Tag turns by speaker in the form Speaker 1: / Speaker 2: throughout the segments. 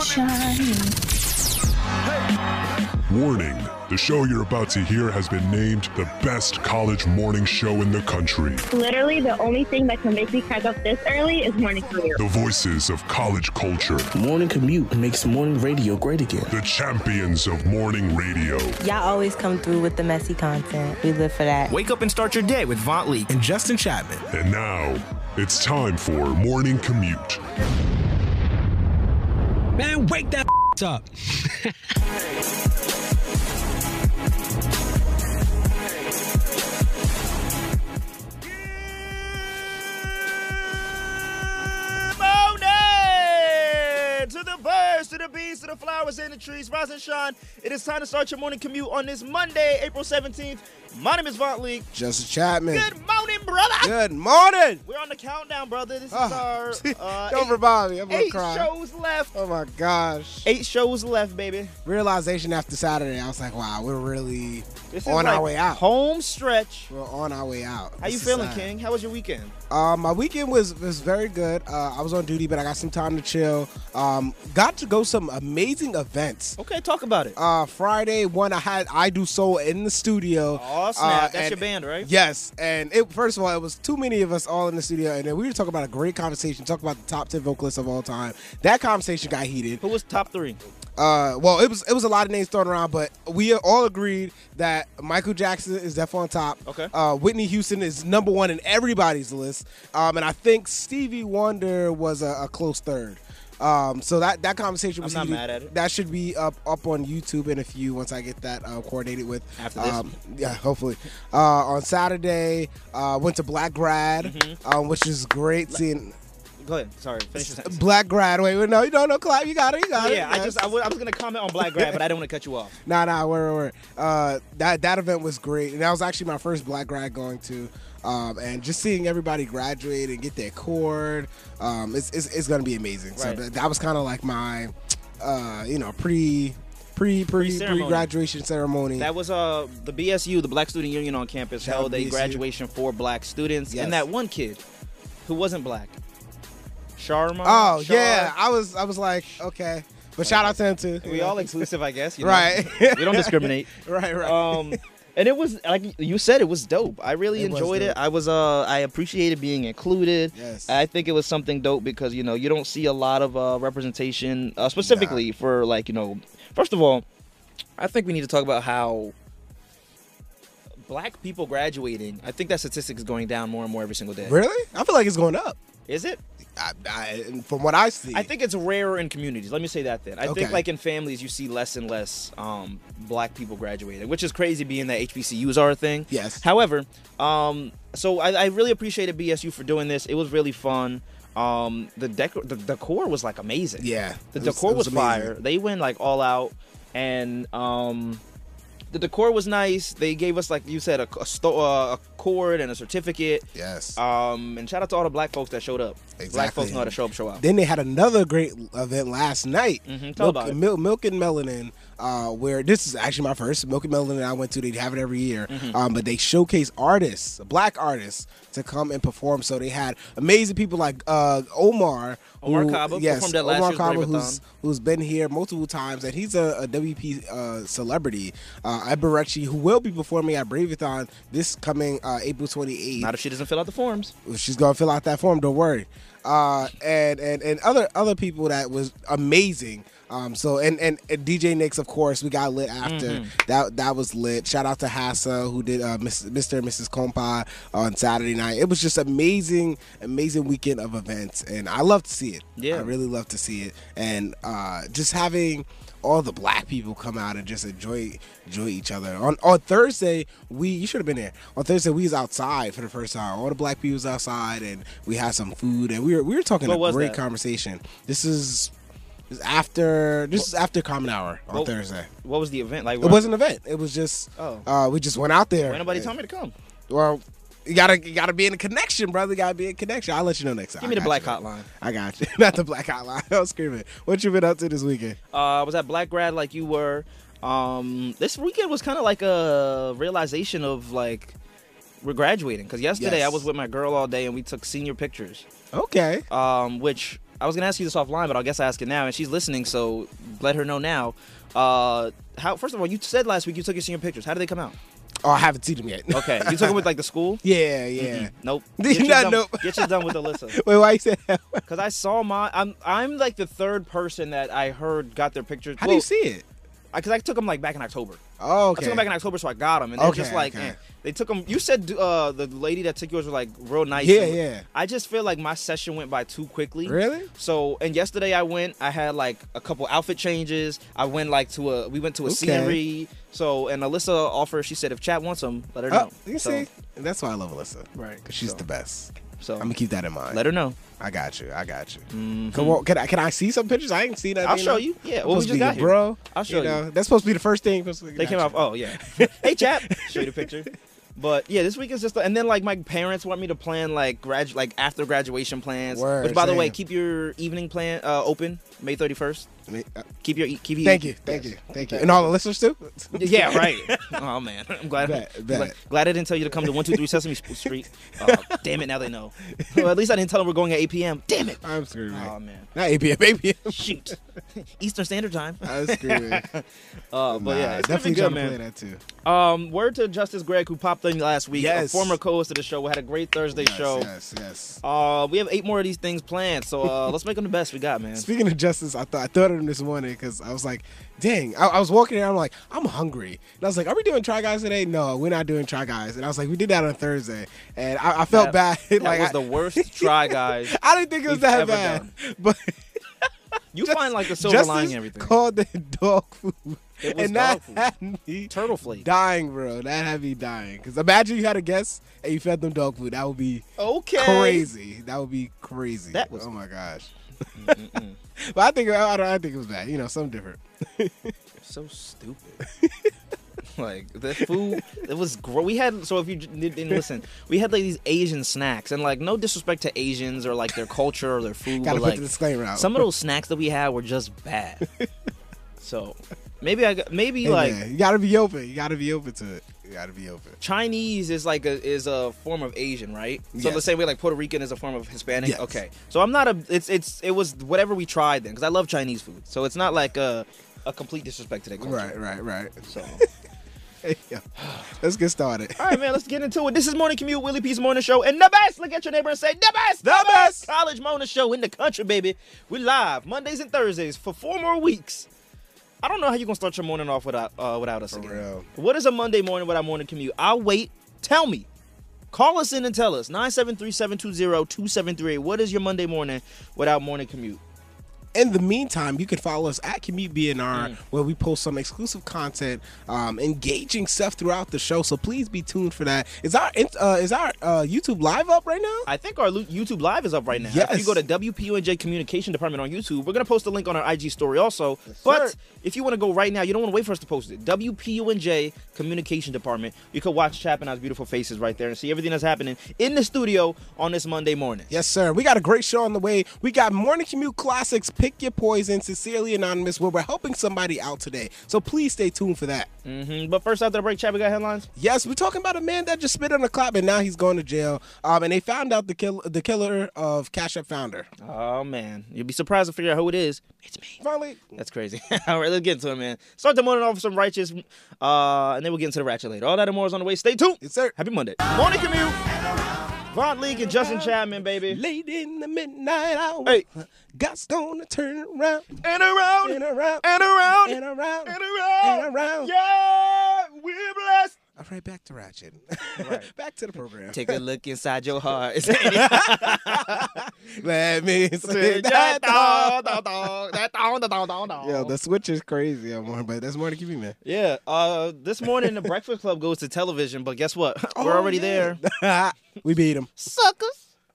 Speaker 1: shining.
Speaker 2: Warning the show you're about to hear has been named the best college morning show in the country.
Speaker 3: Literally, the only thing that can make me catch up this early is morning career.
Speaker 2: The voices of college culture,
Speaker 4: Morning commute makes morning radio great again.
Speaker 2: the champions of morning radio.
Speaker 5: Y'all always come through with the messy content. We live for that.
Speaker 6: Wake up and start your day with Vaunt Lee.
Speaker 7: and Justin Chapman.
Speaker 2: And now, it's time for Morning Commute.
Speaker 7: Man, wake that up.
Speaker 6: Morning! To the birds, to the bees, to the flowers and the trees, rise and shine. It is time to start your morning commute on this Monday, April 17th. My name is Vaunt Lee.
Speaker 8: Justin Chapman.
Speaker 6: Good morning, brother!
Speaker 8: Good morning.
Speaker 6: We're on the countdown, brother. This is
Speaker 8: Oh,
Speaker 6: our uh,
Speaker 8: Don't
Speaker 6: eight,
Speaker 8: remind me. I'm gonna
Speaker 6: eight
Speaker 8: cry.
Speaker 6: shows left.
Speaker 8: Oh my gosh.
Speaker 6: Eight shows left, baby.
Speaker 8: Realization after Saturday, I was like, wow, we're really
Speaker 6: This is
Speaker 8: on
Speaker 6: like
Speaker 8: our way out.
Speaker 6: Home stretch.
Speaker 8: We're on our way out.
Speaker 6: How you
Speaker 8: This is uh,
Speaker 6: feeling,
Speaker 8: sad.
Speaker 6: King? How was your weekend?
Speaker 8: Um, my weekend was was very good. Uh, I was on duty, but I got some time to chill. Um, got to go some amazing events.
Speaker 6: Okay, talk about it.
Speaker 8: Uh, Friday, one I had I do soul in the studio.
Speaker 6: Aw, snap.
Speaker 8: Uh,
Speaker 6: That's
Speaker 8: and-
Speaker 6: your band, right?
Speaker 8: Yes, and it first of all, it was too many of us all in the studio, and then we were talking about a great conversation, talking about the top ten vocalists of all time. That conversation got heated.
Speaker 6: Who was top three?
Speaker 8: Uh, well, it was it was a lot of names thrown around, but we all agreed that Michael Jackson is definitely on top.
Speaker 6: Okay.
Speaker 8: Uh, Whitney Houston is number one in everybody's list, um, and I think Stevie Wonder was a, a close third. Um, so that that conversation was
Speaker 6: not
Speaker 8: heated.
Speaker 6: mad at it.
Speaker 8: That should be up up on YouTube in a few once I get that uh, coordinated with.
Speaker 6: After this?
Speaker 8: Um, yeah, hopefully. Uh, on Saturday, uh, went to Black Grad,
Speaker 6: Mm-hmm.
Speaker 8: um, which is great seeing.
Speaker 6: Go ahead. Sorry, finish your sentence.
Speaker 8: Black grad, wait, wait, no, no, no, Clive, you got it, you got it.
Speaker 6: Yeah, I
Speaker 8: yes.
Speaker 6: just I wa- I was gonna comment on Black Grad, but I didn't want to cut you off.
Speaker 8: Nah, nah, word, word. Uh, that that event was great, and that was actually my first black grad going to, um, and just seeing everybody graduate and get their cord, um, it's, it's it's gonna be amazing. So
Speaker 6: Right.
Speaker 8: that, that was kind of like my, uh, you know, pre pre pre
Speaker 6: Pre-ceremony.
Speaker 8: pre graduation ceremony.
Speaker 6: That was uh the BSU, the Black Student Union on campus,
Speaker 8: Shout
Speaker 6: held
Speaker 8: out
Speaker 6: a
Speaker 8: BSU.
Speaker 6: graduation for black students,
Speaker 8: Yes.
Speaker 6: and that one kid who wasn't black, Sharma.
Speaker 8: oh
Speaker 6: Shar-
Speaker 8: yeah, I was I was like okay, but shout out to him too.
Speaker 6: we all exclusive, I guess. you know?
Speaker 8: right,
Speaker 6: we don't discriminate.
Speaker 8: right, right.
Speaker 6: Um, and it was like you said, it was dope. I really
Speaker 8: It was
Speaker 6: enjoyed it.
Speaker 8: dope.
Speaker 6: I was uh, I appreciated being included.
Speaker 8: Yes.
Speaker 6: I think it was something dope because you know you don't see a lot of uh, representation, uh, specifically for like you know. First of all, I think we need to talk about how black people graduating. I think that statistic is going down more and more every single day.
Speaker 8: really? I feel like it's going up.
Speaker 6: Is it?
Speaker 8: I, I, from what I see,
Speaker 6: I think it's rarer in communities. Let me say that then. I
Speaker 8: Okay.
Speaker 6: think like in families, you see less and less um, black people graduating, which is crazy, being that HBCUs are a thing.
Speaker 8: Yes.
Speaker 6: However, um, so I, I really appreciated BSU for doing this. It was really fun. Um, the decor, the decor was like amazing.
Speaker 8: Yeah,
Speaker 6: the
Speaker 8: it was-
Speaker 6: decor
Speaker 8: it was
Speaker 6: was, fire.
Speaker 8: amazing.
Speaker 6: They went like all out, and um, the decor was nice. They gave us like you said a, a, sto- uh, a cord and a certificate.
Speaker 8: yes.
Speaker 6: Um, and shout out to all the black folks that showed up. Black
Speaker 8: Exactly.
Speaker 6: folks know how to show up, show out.
Speaker 8: Then they had another great event last night.
Speaker 6: Mhm, tell
Speaker 8: Milk,
Speaker 6: about it.
Speaker 8: Mil- Milk and Melanin, uh, where this is actually my first Milk and Melanin I went to. They have it every year,
Speaker 6: Mm-hmm.
Speaker 8: um, but they showcase artists, black artists, to come and perform. So they had amazing people like uh, Omar.
Speaker 6: Omar
Speaker 8: who-
Speaker 6: Kaba
Speaker 8: yes,
Speaker 6: performed at last
Speaker 8: Omar
Speaker 6: year's
Speaker 8: Kaba,
Speaker 6: Brave
Speaker 8: who's
Speaker 6: Thon.
Speaker 8: who's been here multiple times, and he's a, a WP uh, celebrity. Uh, Ibarechi, who will be performing at Braveathon this coming uh, April twenty eighth.
Speaker 6: Not if she doesn't fill out the forms.
Speaker 8: she's gonna fill out that form. Don't worry. Uh, and and and other other people that was amazing. Um, so and, and and DJ Nix, of course, we got lit after that. That was lit. Shout out to Hassa who did uh, Miss, Mr. and Mrs. Compa on Saturday night. It was just amazing, amazing weekend of events, and I love to see it.
Speaker 6: Yeah.
Speaker 8: I really love to see it, and uh, just having all the black people come out and just enjoy enjoy each other. On on Thursday, we you should have been there. On Thursday, we was outside for the first time. All the black people was outside, and we had some food, and we were we were talking
Speaker 6: What
Speaker 8: a
Speaker 6: was
Speaker 8: great
Speaker 6: that?
Speaker 8: conversation. This is. this is After this is after Common Hour on
Speaker 6: Well,
Speaker 8: Thursday.
Speaker 6: What was the event like?
Speaker 8: It wasn't an event. It was just
Speaker 6: Oh.
Speaker 8: uh, we just went out there.
Speaker 6: Ain't nobody told me to come.
Speaker 8: Well, you gotta you gotta be in a connection, brother. You gotta be in connection. I'll let you know next time.
Speaker 6: Give me
Speaker 8: I
Speaker 6: the
Speaker 8: got
Speaker 6: black
Speaker 8: you.
Speaker 6: hotline.
Speaker 8: I got you. Not the black hotline. I was screaming. What you been up to this weekend?
Speaker 6: Uh, I was at Black Grad like you were. Um, this weekend was kind of like a realization of like we're graduating because yesterday
Speaker 8: Yes.
Speaker 6: I was with my girl all day and we took senior pictures,
Speaker 8: Okay.
Speaker 6: um, which I was gonna ask you this offline, but I guess I ask it now, and she's listening, so let her know now. Uh, how? First of all, you said last week you took your senior pictures. How did they come out?
Speaker 8: Oh, I haven't seen him yet.
Speaker 6: Okay, you took them with like the school.
Speaker 8: yeah, yeah.
Speaker 6: Nope.
Speaker 8: Did you
Speaker 6: yours
Speaker 8: not
Speaker 6: done,
Speaker 8: know?
Speaker 6: Get yours done with Alyssa.
Speaker 8: Wait, why you say that?
Speaker 6: Cause I saw my, I'm I'm like the third person that I heard got their pictures.
Speaker 8: How do you see it?
Speaker 6: Because I took them like back in October.
Speaker 8: Oh,
Speaker 6: I
Speaker 8: okay.
Speaker 6: took them back in October, so I got them, and they're
Speaker 8: Okay,
Speaker 6: just like,
Speaker 8: okay.
Speaker 6: eh. they took them. You said uh, the lady that took yours was like real nice.
Speaker 8: Yeah,
Speaker 6: and-
Speaker 8: yeah.
Speaker 6: I just feel like my session went by too quickly.
Speaker 8: Really?
Speaker 6: So, and yesterday I went. I had like a couple outfit changes. I went like to a. We went to a
Speaker 8: Okay.
Speaker 6: scenery. So, and Alyssa offered. She said, if chat wants them, let her
Speaker 8: Oh,
Speaker 6: know.
Speaker 8: you
Speaker 6: so,
Speaker 8: see, that's why I love Alyssa. Right, because she's
Speaker 6: So-
Speaker 8: the best.
Speaker 6: So
Speaker 8: I'm gonna keep that in mind.
Speaker 6: let her know.
Speaker 8: I got you. I got you. Come on, can I can I see some pictures? I ain't seen that.
Speaker 6: I'll
Speaker 8: thing,
Speaker 6: show
Speaker 8: though.
Speaker 6: you. Yeah,
Speaker 8: I'm
Speaker 6: well, we
Speaker 8: supposed to
Speaker 6: just
Speaker 8: be
Speaker 6: got
Speaker 8: your
Speaker 6: here.
Speaker 8: bro.
Speaker 6: I'll show you.
Speaker 8: That's supposed to be the first thing. supposed to be-
Speaker 6: They
Speaker 8: got
Speaker 6: came
Speaker 8: you.
Speaker 6: off. Oh yeah. hey chap, show you the picture. But yeah, this weekend's just and then like my parents want me to plan like grad like after graduation plans.
Speaker 8: Word,
Speaker 6: which by the way,
Speaker 8: same.
Speaker 6: keep your evening plan uh, open May thirty first.
Speaker 8: I mean, uh,
Speaker 6: Keep your e, keep your
Speaker 8: Thank you, thank you, thank you, and all the listeners too.
Speaker 6: Yeah, right. oh man, I'm glad.
Speaker 8: Bet, bet.
Speaker 6: Glad, glad I didn't tell you to come to one two three Sesame Street. Oh, damn it, now they know. Well, at least I didn't tell them we're going at eight p.m. Damn it.
Speaker 8: I'm screaming.
Speaker 6: Oh man,
Speaker 8: Not APM, APM.
Speaker 6: shoot. Eastern Standard Time.
Speaker 8: I'm screaming.
Speaker 6: Uh, but yeah, it's gonna be
Speaker 8: definitely
Speaker 6: good,
Speaker 8: trying to
Speaker 6: man.
Speaker 8: play that too.
Speaker 6: Um, word to Justice Greg, who popped in last week,
Speaker 8: Yes.
Speaker 6: a former co-host of the show. We had a great Thursday
Speaker 8: Yes,
Speaker 6: show.
Speaker 8: yes, yes.
Speaker 6: Uh, we have eight more of these things planned, so uh, let's make them the best we got, man.
Speaker 8: Speaking of justice, I thought I thought of him this morning because I was like, "Dang!" I, I was walking and I'm like, "I'm hungry," and I was like, "Are we doing try guys today?" No, we're not doing try guys. And I was like, "We did that on Thursday," and I, I felt
Speaker 6: That-
Speaker 8: bad.
Speaker 6: That
Speaker 8: like
Speaker 6: was
Speaker 8: I,
Speaker 6: the worst try, guys.
Speaker 8: I didn't think it was
Speaker 6: we've
Speaker 8: that
Speaker 6: ever
Speaker 8: bad,
Speaker 6: done.
Speaker 8: but
Speaker 6: You
Speaker 8: Just-
Speaker 6: find like the silver
Speaker 8: justice
Speaker 6: lining in everything.
Speaker 8: called the dog food,
Speaker 6: It was dog
Speaker 8: and that
Speaker 6: food.
Speaker 8: had me
Speaker 6: Turtle flake.
Speaker 8: dying, bro. That had me dying. Because imagine you had a guest and you fed them dog food. That would be
Speaker 6: Okay.
Speaker 8: crazy. That would be crazy.
Speaker 6: That was-
Speaker 8: oh my gosh. but I think I, don't- I think it was bad. You know, something different.
Speaker 6: So stupid. like the food, it was gross. We had so if you didn't didn't listen, we had like these Asian snacks, and like no disrespect to Asians or like their culture or their food,
Speaker 8: Gotta
Speaker 6: but
Speaker 8: put
Speaker 6: like
Speaker 8: the disclaimer out.
Speaker 6: some of those snacks that we had were just bad. so maybe I got- maybe
Speaker 8: Hey,
Speaker 6: like
Speaker 8: man, you gotta be open. You gotta be open to it. You gotta be open.
Speaker 6: Chinese is like a is a form of Asian, right? So
Speaker 8: Yes.
Speaker 6: the same way like Puerto Rican is a form of Hispanic.
Speaker 8: Yes.
Speaker 6: Okay. So I'm not a it's it's it was whatever we tried then because I love Chinese food. So it's not like a a complete disrespect to their culture.
Speaker 8: Right, right, right.
Speaker 6: So
Speaker 8: Hey, yo, let's get started.
Speaker 6: all right, man, let's get into it. This is Morning Commute, Willie P's Morning Show, and the best. Look at your neighbor and say the best, the best college morning show in the country, baby. We live Mondays and Thursdays for four more weeks. I don't know how you're gonna start your morning off without uh, without us again.
Speaker 8: real.
Speaker 6: What is a Monday morning without morning commute? I'll wait. Tell me. Call us in and tell us 973-720-2738. What is your Monday morning without morning commute?
Speaker 8: In the meantime, you can follow us at Commute BNR,
Speaker 6: Mm.
Speaker 8: where we post some exclusive content, um, engaging stuff throughout the show. So please be tuned for that. Is our uh, is our uh, YouTube live up right now?
Speaker 6: I think our Lu- YouTube live is up right now. If
Speaker 8: Yes.
Speaker 6: you go to WPUNJ Communication Department on YouTube, we're gonna post a link on our IG story also. but
Speaker 8: sir.
Speaker 6: if you want to go right now, you don't want to wait for us to post it. WPUNJ Communication Department. You could watch Chap and I's beautiful faces right there and see everything that's happening in the studio on this Monday morning.
Speaker 8: Yes, sir. We got a great show on the way. We got Morning Commute Classics, Pick Your Poison, Sincerely Anonymous, where we're helping somebody out today. So please stay tuned for that.
Speaker 6: Mhm. But first, after the break, Chap, we got headlines.
Speaker 8: Yes, we're talking about a man that just spit on a cop and now he's going to jail. Um, and they found out the kill- the killer of Cash App founder.
Speaker 6: Oh man, you'll be surprised to figure out who it is. It's me.
Speaker 8: Finally,
Speaker 6: That's crazy. All right, let's get into it, man. Start the morning off with some righteous, uh, and then we'll get into the ratchet later. All that and more is on the way. Stay tuned.
Speaker 8: Yes, sir.
Speaker 6: Happy Monday. Morning commute. Von Leak and Justin Chapman, baby.
Speaker 8: late in the midnight hour,
Speaker 6: Hey.
Speaker 8: God's gonna turn around
Speaker 6: And around,
Speaker 8: and around
Speaker 6: and around,
Speaker 8: and
Speaker 6: and around,
Speaker 8: around and around.
Speaker 6: Yeah, we're blessed.
Speaker 8: All right, back to Ratchet. back to the program.
Speaker 6: Take a look inside your heart.
Speaker 8: Let me say that. dog. Yo,
Speaker 6: Yo, Oh.
Speaker 8: the switch is crazy, yo, Mark, but that's more to keep me, man.
Speaker 6: yeah, uh, this morning the Breakfast Club goes to television, but guess what? We're already there.
Speaker 8: there. we beat him.
Speaker 6: Suckers.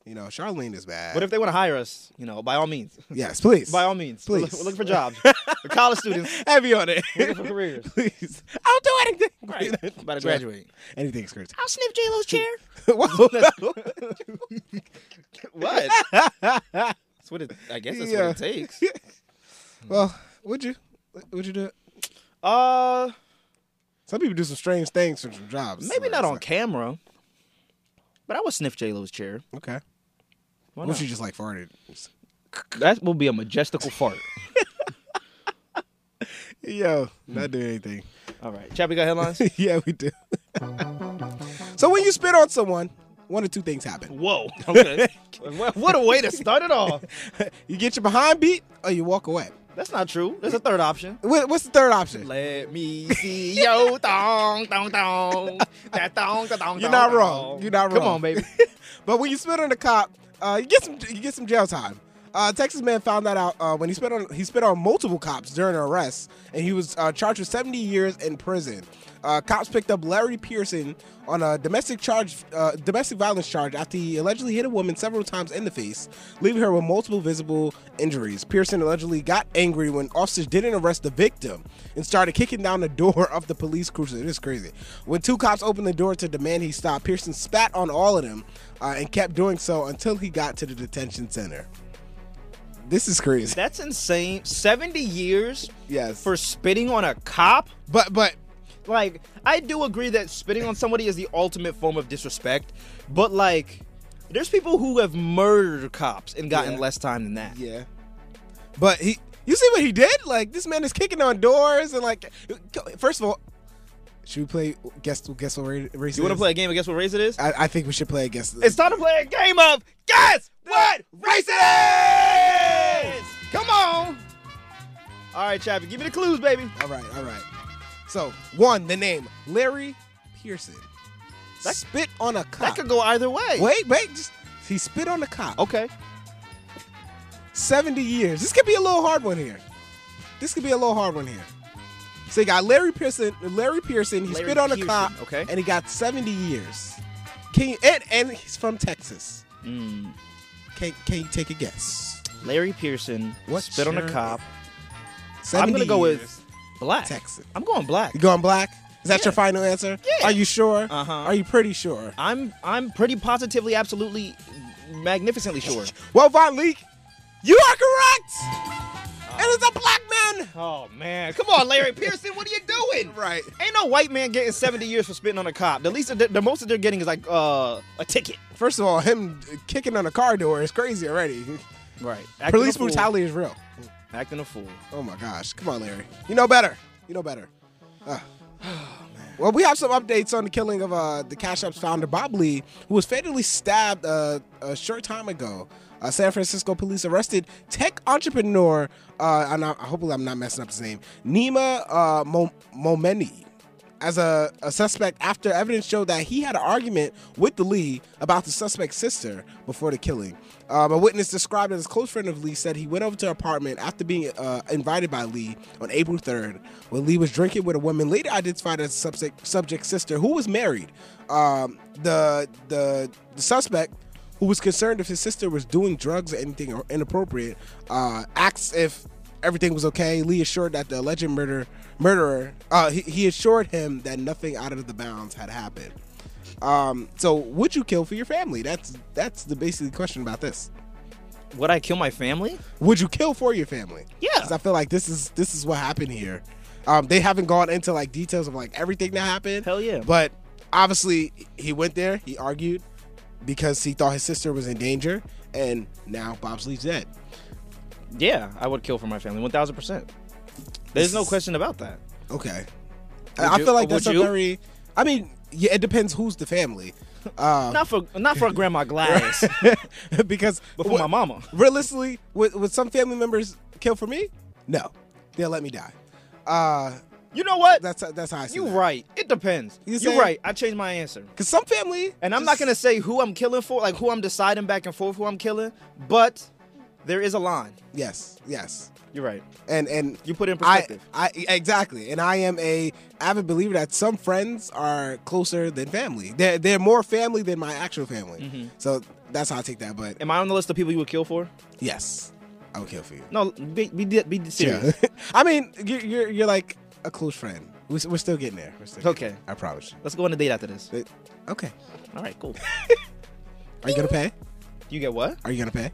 Speaker 8: You know, Charlene is bad.
Speaker 6: But if they want to hire us, you know, by all means.
Speaker 8: yes, please.
Speaker 6: By all means. We're look-
Speaker 8: Please.
Speaker 6: We're looking for jobs. We're college students.
Speaker 8: Heavy on it.
Speaker 6: We're looking for careers.
Speaker 8: please. I'll do anything.
Speaker 6: Right. About to graduate.
Speaker 8: Anything's crazy.
Speaker 6: I'll sniff J-Lo's chair.
Speaker 8: Whoa.
Speaker 6: What? that's what it, I guess that's
Speaker 8: Yeah.
Speaker 6: what it takes.
Speaker 8: well, would you? Would you do it?
Speaker 6: Uh,
Speaker 8: Some people do some strange things for some jobs.
Speaker 6: Maybe not on
Speaker 8: It's
Speaker 6: camera. But I would sniff J-Lo's chair.
Speaker 8: like- Okay.
Speaker 6: Why
Speaker 8: What
Speaker 6: not?
Speaker 8: if you just like farted? Just-
Speaker 6: That will be a majestical fart.
Speaker 8: Yo, not doing anything.
Speaker 6: All right, Chad, we got headlines.
Speaker 8: yeah, we do. so when you spit on someone, one of two things happen.
Speaker 6: Whoa. Okay. What- what a way to start it off.
Speaker 8: You get your behind beat or you walk away.
Speaker 6: That's not true. There's a third option.
Speaker 8: Wha- What's the third option?
Speaker 6: Let me see yo dong dong dong that dong da, dong. dong,
Speaker 8: You're not wrong.
Speaker 6: dong.
Speaker 8: You're not wrong.
Speaker 6: Come on, baby.
Speaker 8: but when you spit on a cop, uh, you get some you get some jail time. Uh, Texas man found that out uh, when he spit on he spit on multiple cops during an arrest, and he was uh, charged with 70 years in prison. Uh, cops picked up Larry Pearson on a domestic charge, uh, domestic violence charge, after he allegedly hit a woman several times in the face, leaving her with multiple visible injuries. Pearson allegedly got angry when officers didn't arrest the victim and started kicking down the door of the police cruiser. It is crazy. When two cops opened the door to demand he stop, Pearson spat on all of them uh, and kept doing so until he got to the detention center. This is crazy.
Speaker 6: That's insane. Seventy years
Speaker 8: Yes.
Speaker 6: for spitting on a cop.
Speaker 8: But but
Speaker 6: Like I do agree that spitting on somebody is the ultimate form of disrespect, but like. There's people who have murdered cops and gotten
Speaker 8: Yeah.
Speaker 6: less time than that.
Speaker 8: yeah. But he you see what he did? Like this man is kicking on doors and like first of all, should we play guess guess what ra- race
Speaker 6: You
Speaker 8: want
Speaker 6: want to play a game of guess what race it is?
Speaker 8: I, I think we should play against
Speaker 6: It's time to play a game of Guess What Race It Is! Come on! All right, Chappie, give me the clues, baby.
Speaker 8: All right, all right. So one, the name Larry Pearson.
Speaker 6: That-
Speaker 8: spit on a
Speaker 6: That
Speaker 8: cop.
Speaker 6: could go either way.
Speaker 8: Ah. Wait, wait. Just, he spit on a cop.
Speaker 6: Okay.
Speaker 8: 70 years. This could be a little hard one here. This could be a little hard one here. So you got Larry Pearson. Larry Pearson. He
Speaker 6: Larry
Speaker 8: spit on a
Speaker 6: Pearson,
Speaker 8: cop.
Speaker 6: okay.
Speaker 8: And he got 70 years. Can you, and and he's from Texas.
Speaker 6: Mm.
Speaker 8: Can can you take a guess?
Speaker 6: Larry Pearson
Speaker 8: What
Speaker 6: spit on a
Speaker 8: shirt
Speaker 6: cop. I'm
Speaker 8: 70
Speaker 6: going to go
Speaker 8: years.
Speaker 6: with black.
Speaker 8: Texas.
Speaker 6: I'm going black.
Speaker 8: You going black? Is that
Speaker 6: Yeah.
Speaker 8: your final answer?
Speaker 6: Yeah.
Speaker 8: Are you sure?
Speaker 6: Uh-huh.
Speaker 8: Are you pretty sure?
Speaker 6: I'm I'm pretty positively, absolutely, magnificently sure.
Speaker 8: Well, Von Leek, you are correct. It is a black man.
Speaker 6: oh, man. Come on, Larry Pearson. What are you doing?
Speaker 8: Right.
Speaker 6: Ain't no white man getting 70 years for spitting on a cop. The least, the, the most that they're getting is like uh, a ticket.
Speaker 8: First of all, him kicking on a car door is crazy already.
Speaker 6: Right.
Speaker 8: Police brutality is real.
Speaker 6: Acting a fool.
Speaker 8: Oh my gosh. Come on, Larry. You know better. You know better. Ah. Well, we have some updates on the killing of uh, the Cash App's founder, Bob Lee, who was fatally stabbed uh, a short time ago. Uh, San Francisco police arrested tech entrepreneur, uh, and I, hopefully I'm not messing up his name, Nima uh, Mo- Momeni, as a, a suspect after evidence showed that he had an argument with the Lee about the suspect's sister before the killing. Um, a witness described as a close friend of Lee said he went over to her apartment after being uh, invited by Lee on April 3rd when Lee was drinking with a woman later identified as a subject, subject's sister who was married. Um, the, the, the suspect, who was concerned if his sister was doing drugs or anything inappropriate, uh, asked if everything was okay. Lee assured that the alleged murder murderer uh, he, he assured him that nothing out of the bounds had happened. Um, so would you kill for your family? That's that's the basic question about this.
Speaker 6: Would I kill my family?
Speaker 8: Would you kill for your family?
Speaker 6: Yeah.
Speaker 8: 'Cause I feel like this is this is what happened here. Um, they haven't gone into like details of like everything that happened.
Speaker 6: Hell yeah.
Speaker 8: But obviously he went there. He argued because he thought his sister was in danger, and now Bob's Lee's dead.
Speaker 6: Yeah, I would kill for my family, one thousand percent. There's no question about that.
Speaker 8: Okay.
Speaker 6: Would
Speaker 8: I I
Speaker 6: you-
Speaker 8: feel like
Speaker 6: would
Speaker 8: that's a
Speaker 6: you?
Speaker 8: very. I mean, yeah, it depends who's the family, uh,
Speaker 6: Not for not for Grandma Gladys,
Speaker 8: because
Speaker 6: but for my
Speaker 8: wh-
Speaker 6: mama.
Speaker 8: Realistically, would, would some family members kill for me? No, they'll let me die. Uh,
Speaker 6: You know what?
Speaker 8: that's that's how I see
Speaker 6: You right. It depends.
Speaker 8: You
Speaker 6: You
Speaker 8: saying?
Speaker 6: are right. I changed my answer,
Speaker 8: Because some family,
Speaker 6: and I'm not
Speaker 8: just-
Speaker 6: gonna say who I'm killing for, like who I'm deciding back and forth who I'm killing, but there is a line.
Speaker 8: Yes, yes,
Speaker 6: You're right.
Speaker 8: and and
Speaker 6: You put it in
Speaker 8: I,
Speaker 6: perspective.
Speaker 8: I exactly, and I am a avid believer that some friends are closer than family. They're they're more family than my actual family.
Speaker 6: Mm-hmm.
Speaker 8: So that's how I take that. But
Speaker 6: Am I on the list of people you would kill for?
Speaker 8: yes, I would kill for you.
Speaker 6: No, be be, be serious.
Speaker 8: Yeah. I mean, you're, you're you're like a close friend. We're, s- we're still getting there. We're still getting
Speaker 6: Okay.
Speaker 8: there. I promise.
Speaker 6: Let's go on a date after this.
Speaker 8: you. Okay.
Speaker 6: All right, cool.
Speaker 8: Are you gonna pay?
Speaker 6: You get what?
Speaker 8: Are you gonna pay?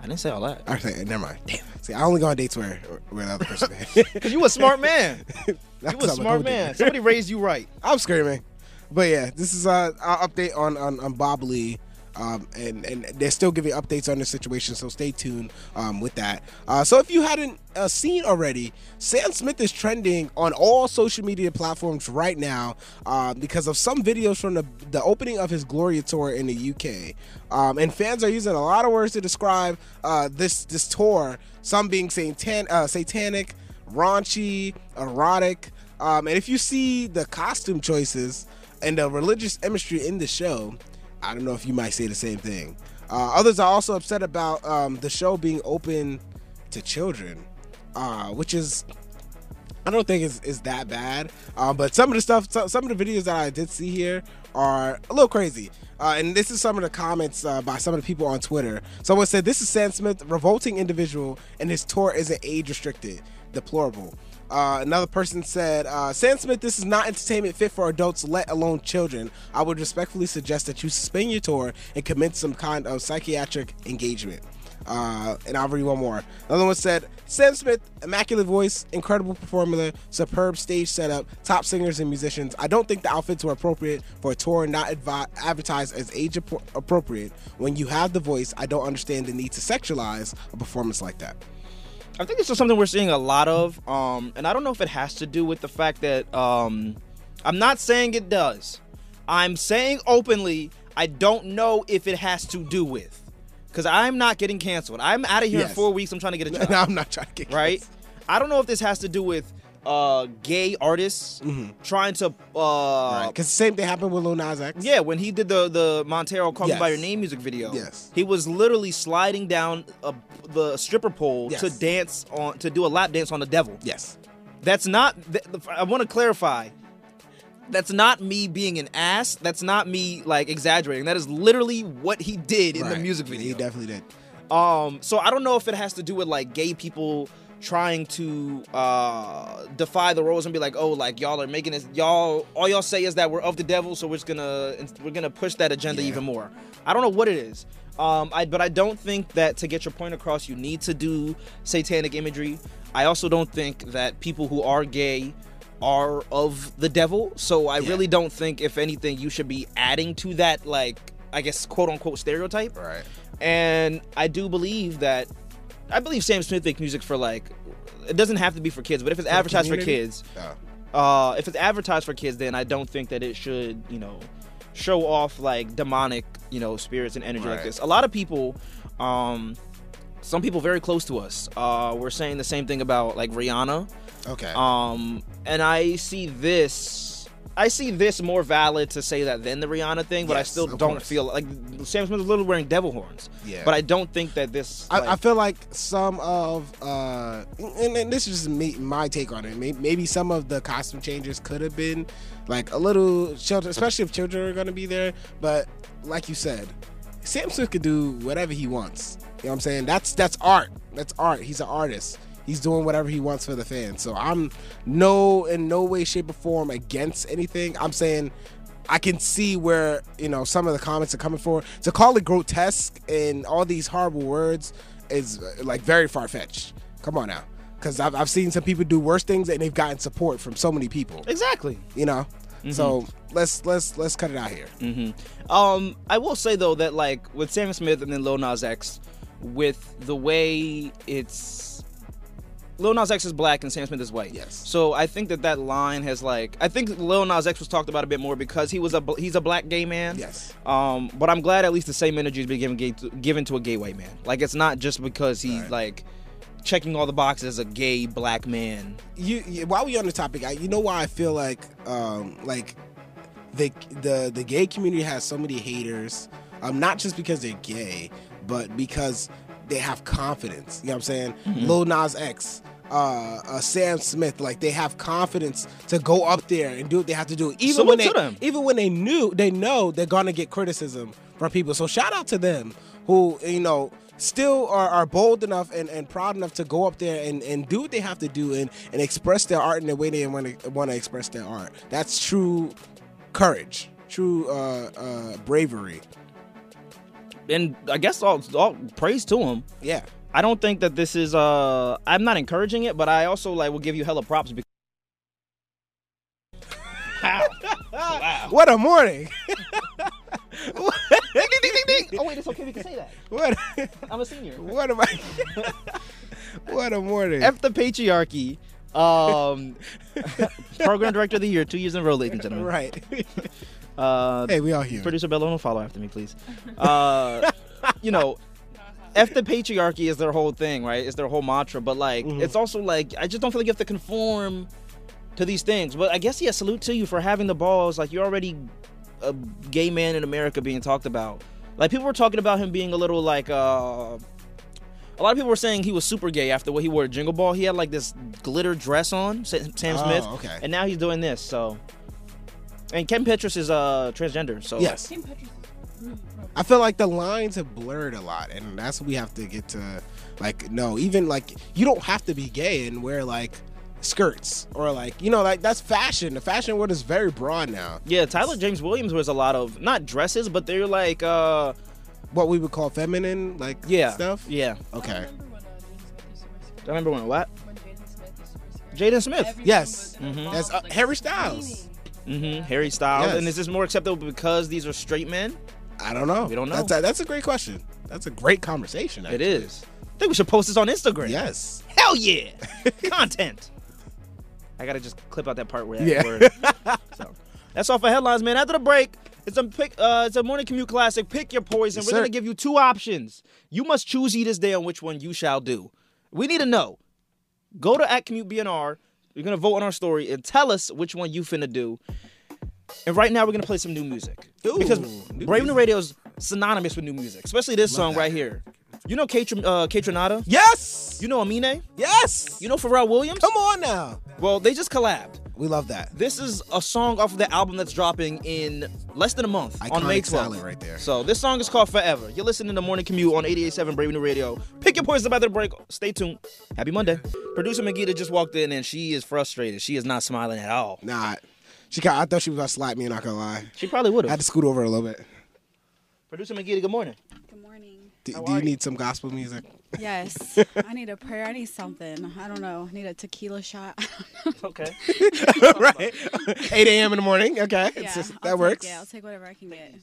Speaker 6: I didn't say all that.
Speaker 8: Okay, never mind. Damn. See, I only go on dates where where the other person pays.
Speaker 6: Cause you a smart man.
Speaker 8: That's
Speaker 6: You a
Speaker 8: how I
Speaker 6: smart
Speaker 8: go there.
Speaker 6: man. Somebody raised you right.
Speaker 8: I'm screaming. But yeah, this is uh, our update on on, on Bob Lee. um, and and they're still giving updates on the situation. So stay tuned um, with that. Uh, so if you hadn't uh, seen already, Sam Smith is trending on all social media platforms right now uh, because of some videos from the the opening of his Gloria tour in the UK, um, and fans are using a lot of words to describe uh, this this tour. Some being satan- uh, satanic, raunchy, erotic. Um, and if you see the costume choices and the religious imagery in the show, I don't know if you might say the same thing. Uh, others are also upset about um, the show being open to children, uh, which is I don't think it's, it's that bad. Um, but some of the stuff, so- some of the videos that I did see here are a little crazy. Uh, and this is some of the comments uh, by some of the people on Twitter. Someone said, This is Sam Smith, revolting individual, and his tour isn't age restricted. Deplorable. Uh, another person said, uh, Sam Smith, this is not entertainment fit for adults, let alone children. I would respectfully suggest that you suspend your tour and commence some kind of psychiatric engagement. Uh, and I'll read one more. Another one said, Sam Smith, immaculate voice, incredible performer, superb stage setup, top singers and musicians. I don't think the outfits were appropriate for a tour not advi- advertised as age appro- appropriate. When you have the voice, I don't understand the need to sexualize a performance like that.
Speaker 6: I think it's just something we're seeing a lot of, um, and I don't know if it has to do with the fact that um, I'm not saying it does. I'm saying openly, I don't know if it has to do with, because I'm not getting canceled. I'm out of here in
Speaker 8: Yes.
Speaker 6: four weeks. I'm trying to get a job
Speaker 8: no, I'm not trying to get
Speaker 6: right? I don't know if this has to do with uh, gay artists
Speaker 8: Mm-hmm.
Speaker 6: trying to. Uh,
Speaker 8: Because the same thing happened with Lil Nas X.
Speaker 6: Yeah, when he did the the Montero "Call Me by
Speaker 8: Yes.
Speaker 6: Your Name" music video,
Speaker 8: Yes.
Speaker 6: he was literally sliding down a, the stripper pole
Speaker 8: Yes.
Speaker 6: to dance on to do a lap dance on the devil.
Speaker 8: Yes.
Speaker 6: That's not. Th- th- I want to clarify. That's not me being an ass. That's not me like exaggerating. That is literally what he did in the
Speaker 8: Right.
Speaker 6: music video.
Speaker 8: He definitely did.
Speaker 6: Um, so I don't know if it has to do with like gay people trying to uh defy the rules and be like, oh, like y'all are making this y'all all y'all say is that we're of the devil, so we're just gonna we're gonna push that agenda even more. I don't know what it is. Um, I but I don't think that to get your point across, you need to do satanic imagery. I also don't think that people who are gay are of the devil. So I really don't think, if anything, you should be adding to that, like I guess quote unquote stereotype. Right. And I do believe that I believe Sam Smith makes music for like it doesn't have to be for kids, but if it's advertised for
Speaker 8: community?
Speaker 6: kids, uh, if it's advertised for kids, then I don't think that it should, you know, show off like demonic, you know, spirits and energy like this. A lot of people, um, some people very close to us, uh, were saying the same thing about like Rihanna.
Speaker 8: Okay.
Speaker 6: Um, and I see this. I see this more valid to say that than the Rihanna thing, but I
Speaker 8: Yes,
Speaker 6: still
Speaker 8: of
Speaker 6: don't
Speaker 8: course.
Speaker 6: feel like Sam Smith was literally wearing devil horns.
Speaker 8: Yeah.
Speaker 6: But I don't think that this.
Speaker 8: I,
Speaker 6: like-
Speaker 8: I feel like some of, uh, and, and this is just me, my take on it. May- Maybe some of the costume changes could have been like a little shelter, especially if children are going to be there. But like you said, Sam Smith could do whatever he wants. You know what I'm saying? That's that's art. That's art. He's an artist. He's doing whatever he wants for the fans. So I'm no in no way, shape, or form against anything. I'm saying I can see where you know some of the comments are coming for. To call it grotesque and all these horrible words is uh, like very far fetched. Come on now, because I've, I've seen some people do worse things and they've gotten support from so many people.
Speaker 6: exactly.
Speaker 8: You know, so let's let's let's cut it out here.
Speaker 6: Um, I will say though that like with Sam Smith and then Lil Nas X, with the way it's Lil Nas X is black and Sam Smith is white.
Speaker 8: Yes.
Speaker 6: So I think that that line has like I think Lil Nas X was talked about a bit more because he was a bl- he's a black gay man.
Speaker 8: Yes.
Speaker 6: Um, but I'm glad at least the same energy is being given gay to, given to a gay white man. Like it's not just because he's like checking all the boxes as a gay black man.
Speaker 8: you, you while we on the topic, I, you know why I feel like um like the the the gay community has so many haters. Um, not just because they're gay, but because they have confidence. You know what I'm saying?
Speaker 6: Mm-hmm.
Speaker 8: Lil Nas X, uh, uh, Sam Smith, like they have confidence to go up there and do what they have to do, even
Speaker 6: So
Speaker 8: when
Speaker 6: what
Speaker 8: they
Speaker 6: to them?
Speaker 8: even when they knew they know they're gonna get criticism from people. So shout out to them who you know still are, are bold enough and, and proud enough to go up there and, and do what they have to do and, and express their art in the way they want to want to express their art. That's true courage, true uh, uh, bravery.
Speaker 6: And I guess all all praise to him.
Speaker 8: Yeah,
Speaker 6: I don't think that this is uh I'm not encouraging it, but I also like will give you hella props because
Speaker 8: what a morning!
Speaker 6: ding, ding, ding, ding. wait, oh wait, it's okay. We can say that.
Speaker 8: What?
Speaker 6: I'm a senior.
Speaker 8: What am I? what a morning.
Speaker 6: F the patriarchy. Um, program director of the year, two years in a row, ladies and gentlemen.
Speaker 8: right.
Speaker 6: Uh,
Speaker 8: Hey, we all here.
Speaker 6: Producer Bella, don't follow after me, please. Uh, you know, F the patriarchy is their whole thing, right? It's their whole mantra. But like,
Speaker 8: Mm-hmm.
Speaker 6: it's also like I just don't feel like you have to conform to these things. But I guess yeah, salute to you for having the balls. Like you're already a gay man in America being talked about. Like people were talking about him being a little like uh a lot of people were saying he was super gay after what he wore at Jingle Ball. He had like this glitter dress on, Sa- Sam
Speaker 8: Oh,
Speaker 6: Smith,
Speaker 8: okay.
Speaker 6: and now he's doing this. So, and Ken Petras is uh transgender. So
Speaker 8: Yes. I feel like the lines have blurred a lot, and that's what we have to get to. Like, no, even like you don't have to be gay and wear like skirts or like you know like that's fashion. The fashion world is very broad now.
Speaker 6: yeah, Tyler James Williams wears a lot of not dresses, but they're like uh
Speaker 8: What we would call feminine, like
Speaker 6: yeah
Speaker 8: stuff.
Speaker 6: yeah.
Speaker 8: Okay.
Speaker 6: I remember when what
Speaker 1: Jaden
Speaker 6: Jaden Smith.
Speaker 8: Yes. That's uh, Harry Styles.
Speaker 6: Mm-hmm. Harry Styles,
Speaker 8: Yes.
Speaker 6: and is this more acceptable because these are straight men?
Speaker 8: I don't know.
Speaker 6: We don't know.
Speaker 8: That's a, that's a great question. That's a great conversation.
Speaker 6: It
Speaker 8: Actually.
Speaker 6: is. I think we should post this on Instagram.
Speaker 8: Yes.
Speaker 6: Hell yeah! Content. I gotta just clip out that part where that
Speaker 8: Yeah.
Speaker 6: word. So, that's all for headlines, man. After the break, it's a pick. Uh, it's a morning commute classic. Pick your poison.
Speaker 8: Yes,
Speaker 6: We're
Speaker 8: sir.
Speaker 6: gonna give you two options. You must choose ye this day on which one you shall do. We need to know. Go to at commute BNR. You're gonna vote on our story and tell us which one you finna do. And right now we're gonna play some new music because
Speaker 8: new
Speaker 6: Brave New Radio is synonymous with new music, especially this song right here. You know K. Tr- Uh, K. Tronada?
Speaker 8: Yes.
Speaker 6: You know Amine?
Speaker 8: yes.
Speaker 6: You know Pharrell Williams?
Speaker 8: Come on now.
Speaker 6: Well, they just collabed.
Speaker 8: We love that.
Speaker 6: This is a song off of the album that's dropping in less than a month on
Speaker 8: Iconic
Speaker 6: May 12th.
Speaker 8: talent right there.
Speaker 6: So this song is called Forever. You're listening to Morning Commute on 88.7 Brave New Radio. Pick your poison about the break. Stay tuned. Happy Monday. Producer Megita just walked in and she is frustrated. She is not smiling at all.
Speaker 8: Nah. She. ca- I thought she was gonna slap me. Not gonna lie.
Speaker 6: She probably would
Speaker 8: I had
Speaker 6: have.
Speaker 8: to scoot over a little bit.
Speaker 6: Producer Megita, good morning.
Speaker 1: Good morning.
Speaker 8: Do, do you need some gospel music?
Speaker 1: Yes. I need a prayer. I need something. I don't know. I need a tequila shot.
Speaker 6: Okay.
Speaker 8: right. 8 a.m. in the morning. Okay.
Speaker 1: yeah,
Speaker 8: It's just-
Speaker 1: I'll
Speaker 8: that
Speaker 1: take
Speaker 8: works.
Speaker 1: it. I'll take whatever I can get.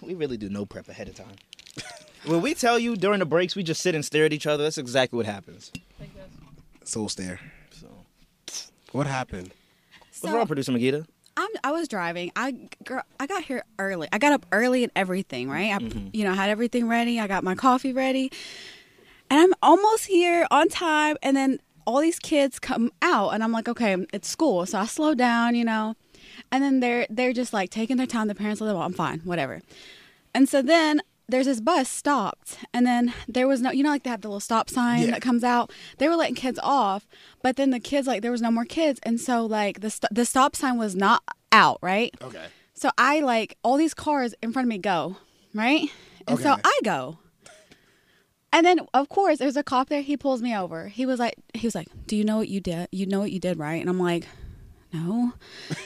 Speaker 6: we really do no prep ahead of time. when we tell you during the breaks, we just sit and stare at each other. That's exactly what happens.
Speaker 8: Soul stare.
Speaker 6: So,
Speaker 8: What happened?
Speaker 6: what's wrong, Producer Megita?
Speaker 1: I'm, I was driving. I girl, I got here early. I got up early and everything, right? I,
Speaker 8: Mm-hmm.
Speaker 1: You know, I had everything ready. I got my coffee ready, and I'm almost here on time. And then all these kids come out, and I'm like, okay, it's school, so I slow down, you know. And then they're they're just like taking their time. The parents are like, well, I'm fine, whatever. And so then there's this bus stopped, and then there was no, you know, like they have the little stop sign
Speaker 8: Yeah.
Speaker 1: that comes out. They were letting kids off, but then the kids, like, there was no more kids, and so like the st- the stop sign was not out, right?
Speaker 8: Okay.
Speaker 1: So I like all these cars in front of me go, right? And so
Speaker 8: Okay.
Speaker 1: I go. And then of course there's a cop there, he pulls me over. He was like he was like, Do you know what you did? You know what you did, right? And I'm like, No.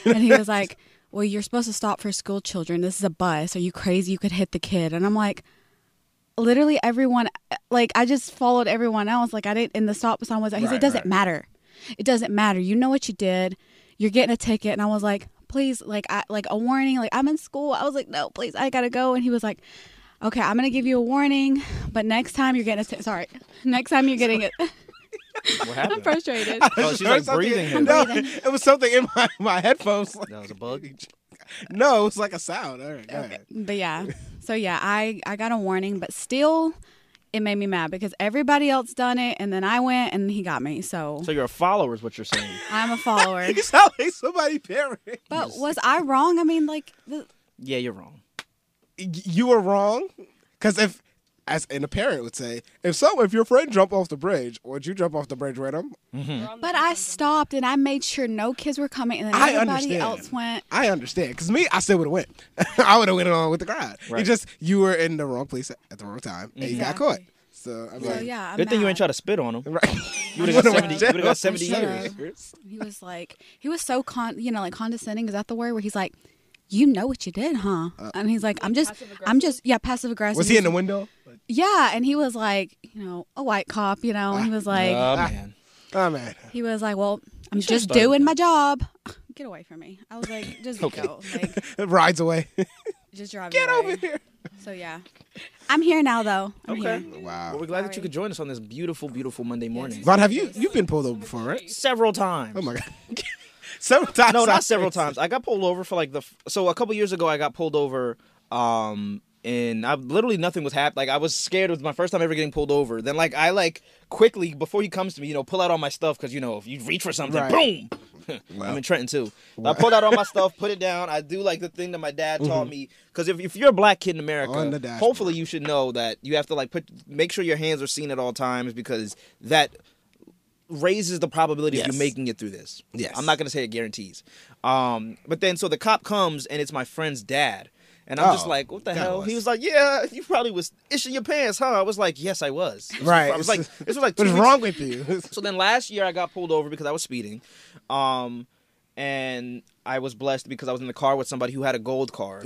Speaker 1: And he was like, Well, you're supposed to stop for school children. This is a bus. Are you crazy? You could hit the kid. And I'm like, literally everyone like I just followed everyone else. Like I didn't and the stop sign was out. He said,
Speaker 8: Right,
Speaker 1: It doesn't
Speaker 8: right.
Speaker 1: matter. It doesn't matter. You know what you did. You're getting a ticket. And I was like, please, like I like a warning. Like I'm in school. I was like, no, please, I gotta go. And he was like, Okay, I'm gonna give you a warning, but next time you're getting a ti- sorry. Next time you're getting it
Speaker 6: What happened?
Speaker 1: I'm frustrated.
Speaker 8: I
Speaker 6: Oh,
Speaker 8: just
Speaker 6: she's,
Speaker 8: heard
Speaker 6: like,
Speaker 8: something-
Speaker 6: breathing here.
Speaker 8: No, it was something in my, my headphones. Like,
Speaker 6: That was a bug.
Speaker 8: no, it's like a sound. All right. Go ahead.
Speaker 1: But yeah. So yeah, I I got a warning, but still it made me mad because everybody else done it and then I went and he got me. So
Speaker 6: So you're a follower, is what you're saying.
Speaker 1: I'm a follower.
Speaker 8: You sound like somebody parent.
Speaker 1: But was I wrong? I mean, like, the,
Speaker 6: yeah, you're wrong.
Speaker 8: You were wrong. Because if, as and a parent would say, if so, if your friend jumped off the bridge, would you jump off the bridge with him?
Speaker 1: but I stopped and I made sure no kids were coming, and then
Speaker 8: I
Speaker 1: everybody
Speaker 8: understand.
Speaker 1: else went.
Speaker 8: I understand. Because me, I still would have went. I would have went along with the crowd.
Speaker 6: Right.
Speaker 8: It just, you were in the wrong place at the wrong time. And you got caught.
Speaker 1: Exactly.
Speaker 8: So, I mean,
Speaker 1: So yeah, I'm
Speaker 6: Good thing you
Speaker 1: mad.
Speaker 6: ain't try to spit on him.
Speaker 8: Right.
Speaker 6: You would have got 70,
Speaker 1: Would've
Speaker 6: you
Speaker 1: went to
Speaker 6: would've got
Speaker 1: jail.
Speaker 6: 70
Speaker 1: Should've.
Speaker 6: years.
Speaker 1: He was like, he was so con, you know, like condescending. Is that the word? Where he's like, you know what you did, huh? and he's like, I'm just, I'm just, yeah, passive aggressive.
Speaker 8: Uh, Was he in the window?
Speaker 1: Yeah, and he was like, you know, a white cop, you know, and he was like,
Speaker 6: Oh, man.
Speaker 8: Oh man.
Speaker 1: he was like, well, I'm
Speaker 6: should've
Speaker 1: just
Speaker 6: started
Speaker 1: doing
Speaker 6: that.
Speaker 1: my job. Get away from me. I was like, just go. Like,
Speaker 8: Rides away.
Speaker 1: just driving.
Speaker 8: Get
Speaker 1: away.
Speaker 8: over here.
Speaker 1: So yeah, I'm here now though. I'm
Speaker 6: Okay.
Speaker 1: here.
Speaker 8: Wow.
Speaker 6: Well, we're glad that you could join us on this beautiful, beautiful Monday morning.
Speaker 8: Von, have you you've been pulled over before, right?
Speaker 6: Several times.
Speaker 8: Oh my god. several times.
Speaker 6: no, not several times. I got pulled over for like the f- so a couple years ago I got pulled over um and I literally nothing was happening. Like I was scared. It was my first time ever getting pulled over. Then like I like quickly before he comes to me, you know, pull out all my stuff because you know if you reach for something,
Speaker 8: Right.
Speaker 6: boom.
Speaker 8: Wow.
Speaker 6: I'm in Trenton too. I pulled out all my stuff, put it down. I do like the thing that my dad taught me because if, if you're a black kid in
Speaker 8: Mm-hmm. On the
Speaker 6: America,
Speaker 8: dashboard.
Speaker 6: hopefully you should know that you have to like put make sure your hands are seen at all times because that raises the probability of
Speaker 8: Yes.
Speaker 6: you making it through this.
Speaker 8: Yes.
Speaker 6: I'm not gonna say it guarantees. Um, but then so the cop comes and it's my friend's dad. And I'm just
Speaker 8: Oh,
Speaker 6: like, what the hell?
Speaker 8: was-
Speaker 6: He was like, yeah, you probably was itching your pants, huh? I was like, yes, I was.
Speaker 8: Right.
Speaker 6: I was like, this was like, two
Speaker 8: What's
Speaker 6: weeks-
Speaker 8: wrong with you?
Speaker 6: So then last year I got pulled over because I was speeding, um, and I was blessed because I was in the car with somebody who had a gold card.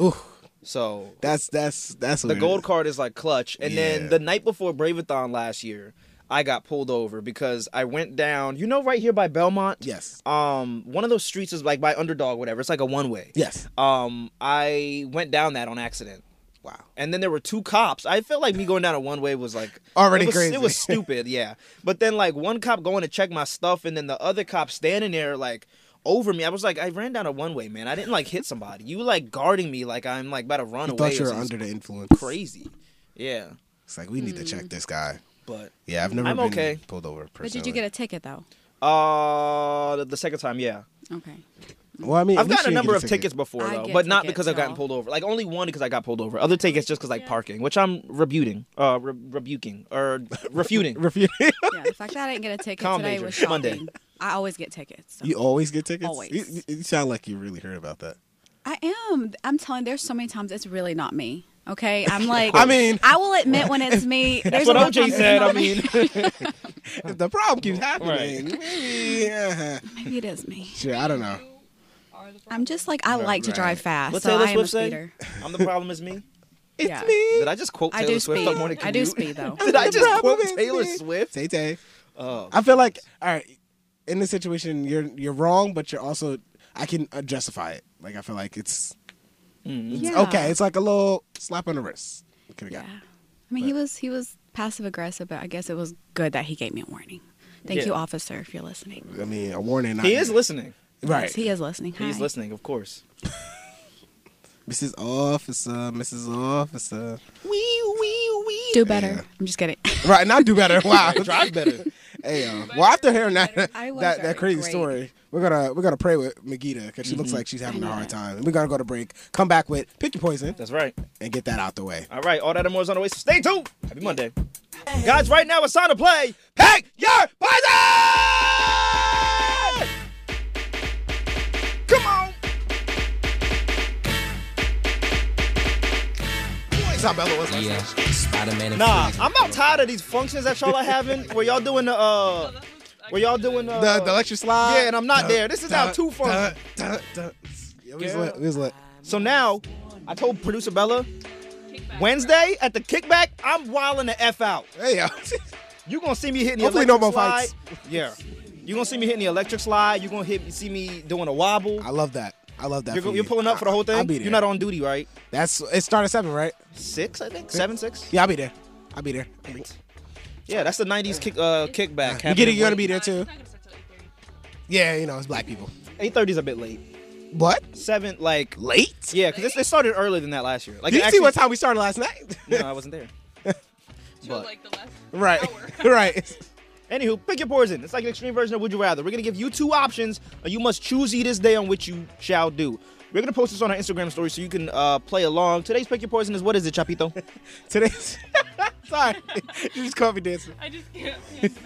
Speaker 6: So
Speaker 8: That's that's that's
Speaker 6: the gold card is like clutch. And
Speaker 8: Yeah.
Speaker 6: then the night before Braveathon last year, I got pulled over because I went down, you know, right here by Belmont.
Speaker 8: Yes.
Speaker 6: Um, one of those streets is like by Underdog, whatever. It's like a one way.
Speaker 8: Yes.
Speaker 6: Um, I went down that on accident.
Speaker 8: Wow.
Speaker 6: And then there were two cops. I felt like me going down a one way was like
Speaker 8: Already
Speaker 6: it was,
Speaker 8: crazy.
Speaker 6: It was stupid, yeah. But then like one cop going to check my stuff, and then the other cop standing there like over me. I was like, I ran down a one way, man. I didn't like hit somebody. You like guarding me like I'm like about to run
Speaker 8: I
Speaker 6: away.
Speaker 8: thought
Speaker 6: or
Speaker 8: you were
Speaker 6: some
Speaker 8: under the influence.
Speaker 6: crazy. Yeah,
Speaker 8: It's like we need to check this guy.
Speaker 6: but
Speaker 8: Yeah, I've never
Speaker 6: I'm
Speaker 8: been
Speaker 6: okay.
Speaker 8: pulled over.
Speaker 1: Mm-hmm. But did you get a ticket though?
Speaker 6: uh, the, the second time, yeah,
Speaker 1: Okay.
Speaker 8: a? Well, I mean, at
Speaker 6: I've
Speaker 8: least
Speaker 6: gotten a
Speaker 8: you didn't
Speaker 6: number
Speaker 8: get
Speaker 6: of tickets before
Speaker 1: I
Speaker 6: though,
Speaker 1: get
Speaker 6: but not
Speaker 1: tickets,
Speaker 6: because I've gotten
Speaker 1: y'all.
Speaker 6: pulled over. Like only one because I got pulled over. Other tickets just because like parking, which I'm rebuting, uh, re- rebuking or refuting.
Speaker 8: Refu-
Speaker 1: Yeah, the fact that I didn't get a ticket
Speaker 6: Calm
Speaker 1: today
Speaker 6: major.
Speaker 1: was shocking.
Speaker 6: Monday.
Speaker 1: I always get tickets. so.
Speaker 8: you always get tickets.
Speaker 1: Always.
Speaker 8: You, you- you sound like you really heard about that.
Speaker 1: I am. I'm telling. There's so many times it's really not me. Okay, I'm like.
Speaker 8: I mean-
Speaker 1: I will admit when it's me. There's
Speaker 6: That's what
Speaker 1: a lot
Speaker 6: OJ
Speaker 1: of times it's
Speaker 6: said.
Speaker 1: not
Speaker 6: I mean,
Speaker 8: If the problem keeps happening, maybe. uh,
Speaker 1: me. maybe it is me.
Speaker 8: sure, I don't know.
Speaker 1: I'm just like I like to
Speaker 8: right.
Speaker 1: drive fast,
Speaker 6: what's
Speaker 1: so
Speaker 6: Taylor
Speaker 1: I am a
Speaker 6: Swift say?
Speaker 1: speeder.
Speaker 6: I'm the problem is me.
Speaker 8: It's
Speaker 1: Yeah.
Speaker 6: Did
Speaker 8: me.
Speaker 6: I just quote
Speaker 1: I
Speaker 6: Taylor
Speaker 1: do
Speaker 6: Swift
Speaker 1: speed.
Speaker 6: on Morning
Speaker 1: I do
Speaker 6: Commute?
Speaker 1: speed though.
Speaker 6: Did I just quote
Speaker 8: Problem is
Speaker 6: Taylor
Speaker 8: me.
Speaker 6: Swift?
Speaker 8: Tay Tay.
Speaker 6: Oh,
Speaker 8: I feel like all right in this situation you're you're wrong, but you're also I can uh, justify it. Like I feel like it's, it's
Speaker 1: Yeah.
Speaker 8: okay. It's like a little slap on the wrist. Could
Speaker 1: Yeah.
Speaker 8: have
Speaker 1: I mean, he was he was passive aggressive, but I guess it was good that he gave me a warning. Thank
Speaker 6: Yeah.
Speaker 1: you, officer, if you're listening.
Speaker 8: got. I mean, a warning. not
Speaker 6: he is
Speaker 8: needed.
Speaker 6: listening.
Speaker 8: Right.
Speaker 1: Yes, he is listening.
Speaker 6: He's
Speaker 1: Hi.
Speaker 6: listening, of course.
Speaker 8: Mrs. Officer, Mrs. Officer.
Speaker 1: Do better. I'm just kidding.
Speaker 8: Right, now do better. Wow, drive better. Hey, uh, well, after hearing that that,
Speaker 1: I was
Speaker 8: that
Speaker 1: already
Speaker 8: crazy
Speaker 1: great.
Speaker 8: story, we're gonna we're gonna pray with Megita because she looks
Speaker 6: Mm-hmm.
Speaker 8: like she's having a hard time. We're gonna go to break, come back with pick your poison,
Speaker 6: That's right.
Speaker 8: and get that out the way.
Speaker 6: All right, all that and more is on the way. So stay tuned. Happy Monday. Guys, right now it's time to play Pick Your Poison! Come on!
Speaker 9: Yeah, Spider-Man.
Speaker 6: Nah, I'm not tired of these functions that y'all are having where y'all doing the, uh, where y'all doing uh,
Speaker 8: The the lecture slide.
Speaker 6: Yeah, and I'm not there. This is
Speaker 8: Duh,
Speaker 6: now too fun.
Speaker 8: duh, duh, duh. Yeah, we was lit, we was lit.
Speaker 6: So now, I told producer Bella, Wednesday at the kickback, I'm wilding the F out.
Speaker 8: Hey yo,
Speaker 6: You gonna see me hitting the
Speaker 8: Hopefully
Speaker 6: electric
Speaker 8: no more
Speaker 6: slide.
Speaker 8: fights.
Speaker 6: Yeah. You gonna see me hitting the electric slide. You gonna hit, see me doing a wobble.
Speaker 8: I love that. I love that.
Speaker 6: You're,
Speaker 8: for
Speaker 6: go-
Speaker 8: you.
Speaker 6: you're pulling up for the whole thing.
Speaker 8: I'll be there.
Speaker 6: You're not on duty, right?
Speaker 8: That's it. Started seven, right?
Speaker 6: Six, I think. Seven, six.
Speaker 8: Yeah, I'll be there. I'll be there. You
Speaker 6: Yeah, that's the '90s kick, uh, kickback.
Speaker 8: get it? You're gonna be there too. Yeah, you know it's black people.
Speaker 6: Eight thirty's a bit late.
Speaker 8: What?
Speaker 6: Seven, like
Speaker 8: Late?
Speaker 6: yeah, because they started earlier than that last year. Like
Speaker 8: Did you
Speaker 6: actually-
Speaker 8: see what time we started last night?
Speaker 6: No, I wasn't there. but
Speaker 8: right. right.
Speaker 6: anywho, pick your poison. It's like an extreme version of Would You Rather. We're gonna give you two options, and you must choose ye this day on which you shall do. We're gonna post this on our Instagram story so you can uh, play along. Today's pick your poison is what is it, Chapito?
Speaker 8: Today's sorry, you just caught me dancing.
Speaker 10: I just can't.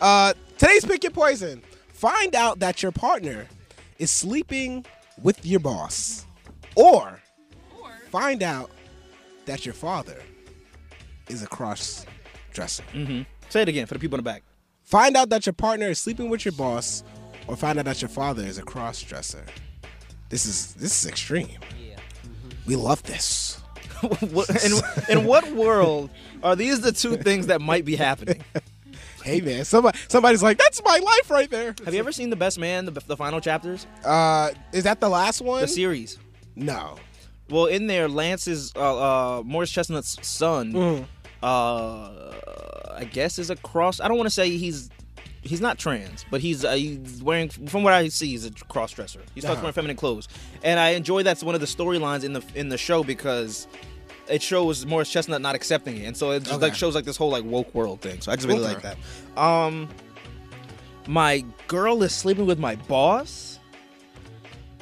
Speaker 8: Uh, today's pick your poison. Find out that your partner is sleeping with your boss, or find out that your father is a cross dresser.
Speaker 6: Say it again for the people in the back.
Speaker 8: Find out that your partner is sleeping with your boss, or find out that your father is a cross dresser. This is this is extreme. We love this.
Speaker 6: What- in, in what world are these the two things that might be happening?
Speaker 8: Hey man, somebody somebody's like, that's my life right there.
Speaker 6: Have you ever seen The Best Man, the, the final chapters?
Speaker 8: Uh, is that the last one?
Speaker 6: The series.
Speaker 8: no.
Speaker 6: Well, in there, Lance's uh, uh, Morris Chestnut's son, uh, I guess, is a cross. I don't want to say he's he's not trans, but he's uh, he's wearing from what I see, he's a cross dresser. He starts wearing feminine clothes, and I enjoy that's one of the storylines in the in the show because. It shows Morris Chestnut not accepting it, and so it just like shows like this whole like woke world thing. So I just really like that. Um, my girl is sleeping with my boss.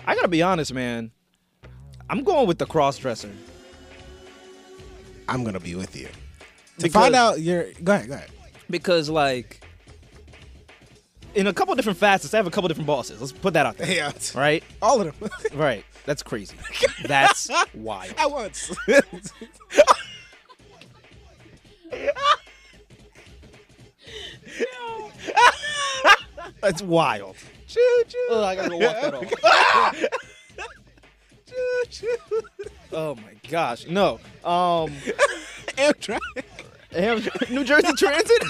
Speaker 6: I gotta be honest, man. I'm going with the cross dresser.
Speaker 8: I'm gonna be with you. To find out your go ahead, go ahead.
Speaker 6: because like in a couple different facets, I have a couple different bosses. Let's put that out there.
Speaker 8: Yeah.
Speaker 6: Right?
Speaker 8: All of them.
Speaker 6: Right. That's crazy. That's wild.
Speaker 8: At once.
Speaker 6: That's wild. Choo choo. Oh, I gotta go walk that off. choo choo. Oh my gosh. No. Um
Speaker 8: Amtrak.
Speaker 6: Am- New Jersey Transit?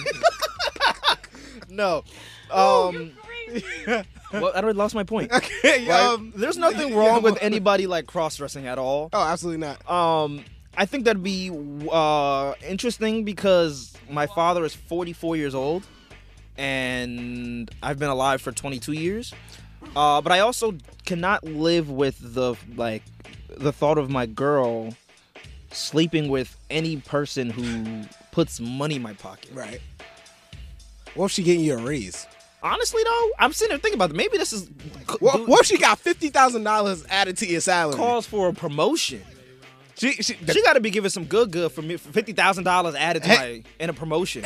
Speaker 6: no. Um, well, I already lost my point.
Speaker 8: Okay.
Speaker 6: Like,
Speaker 8: Um,
Speaker 6: there's nothing wrong with anybody like cross dressing at all.
Speaker 8: oh, absolutely not.
Speaker 6: Um, I think that'd be uh, interesting because my father is 44 years old and I've been alive for 22 years. Uh, but I also cannot live with the like the thought of my girl sleeping with any person who puts money in my pocket.
Speaker 8: Right. What if she getting you a raise?
Speaker 6: Honestly, though, I'm sitting there thinking about it. Maybe this is
Speaker 8: What, what if she got fifty thousand dollars added to your salary?
Speaker 6: calls for a promotion.
Speaker 8: she, she, the-
Speaker 6: She got to be giving some good good for me for fifty thousand dollars added to
Speaker 8: Heck.
Speaker 6: my in a promotion.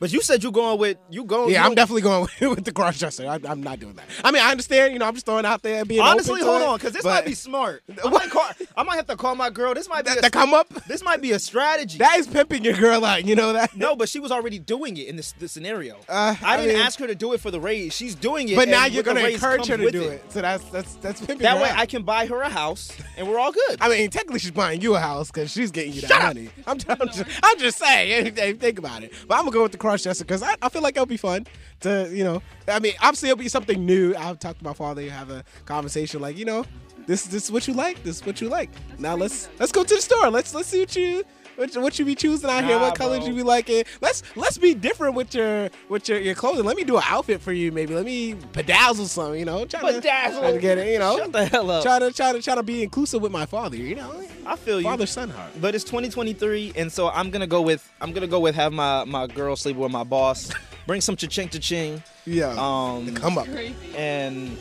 Speaker 6: But you said you going with you going. you
Speaker 8: yeah, I'm
Speaker 6: don't-
Speaker 8: definitely going with, with the cross dresser. I'm, I'm not doing that. I mean, I understand. You know, I'm just throwing out there and being
Speaker 6: Honestly,
Speaker 8: open to
Speaker 6: hold
Speaker 8: it,
Speaker 6: on, because this
Speaker 8: but
Speaker 6: might be smart. I might, call, I might have to call my girl. This might be
Speaker 8: that,
Speaker 6: a,
Speaker 8: that come up.
Speaker 6: This might be a strategy.
Speaker 8: That is pimping your girl out. You know that.
Speaker 6: no, but she was already doing it in this, this scenario.
Speaker 8: Uh,
Speaker 6: I
Speaker 8: I
Speaker 6: didn't
Speaker 8: mean-
Speaker 6: ask her to do it for the raise. She's doing it.
Speaker 8: But now
Speaker 6: and
Speaker 8: you're
Speaker 6: with the
Speaker 8: gonna
Speaker 6: raise
Speaker 8: encourage her
Speaker 6: comes
Speaker 8: to
Speaker 6: with
Speaker 8: do
Speaker 6: it.
Speaker 8: it. So that's that's that's pimping
Speaker 6: That
Speaker 8: her
Speaker 6: way,
Speaker 8: out.
Speaker 6: I can buy her a house, and we're all good.
Speaker 8: I mean, technically, she's buying you a house because she's getting you that money. I'm, I'm, just, I'm just saying. if they Think about it. But I'm gonna go with the cross dresser because I, I feel like it'll be fun to, you know. I mean, obviously it'll be something new. I've talked to my father. You have a conversation like, you know, this this is what you like. This is what you like. now let's let's go to the store. Let's let's see what you. What, what you be choosing out here?
Speaker 6: Nah,
Speaker 8: What colors
Speaker 6: bro.
Speaker 8: you be liking? Let's let's be different with your with your, your clothing. Let me do an outfit for you, maybe. Let me bedazzle some, you know. Try
Speaker 6: Bedazzle.
Speaker 8: to, try to get it, you know.
Speaker 6: Shut the hell up.
Speaker 8: Try to try to try to be inclusive with my father, you know.
Speaker 6: I feel you.
Speaker 8: Father son heart.
Speaker 6: but it's 2023 and so i'm gonna go with i'm gonna go with have my my girl sleep with my boss bring some cha-ching cha-ching
Speaker 8: Yeah.
Speaker 6: um
Speaker 8: come up.
Speaker 6: and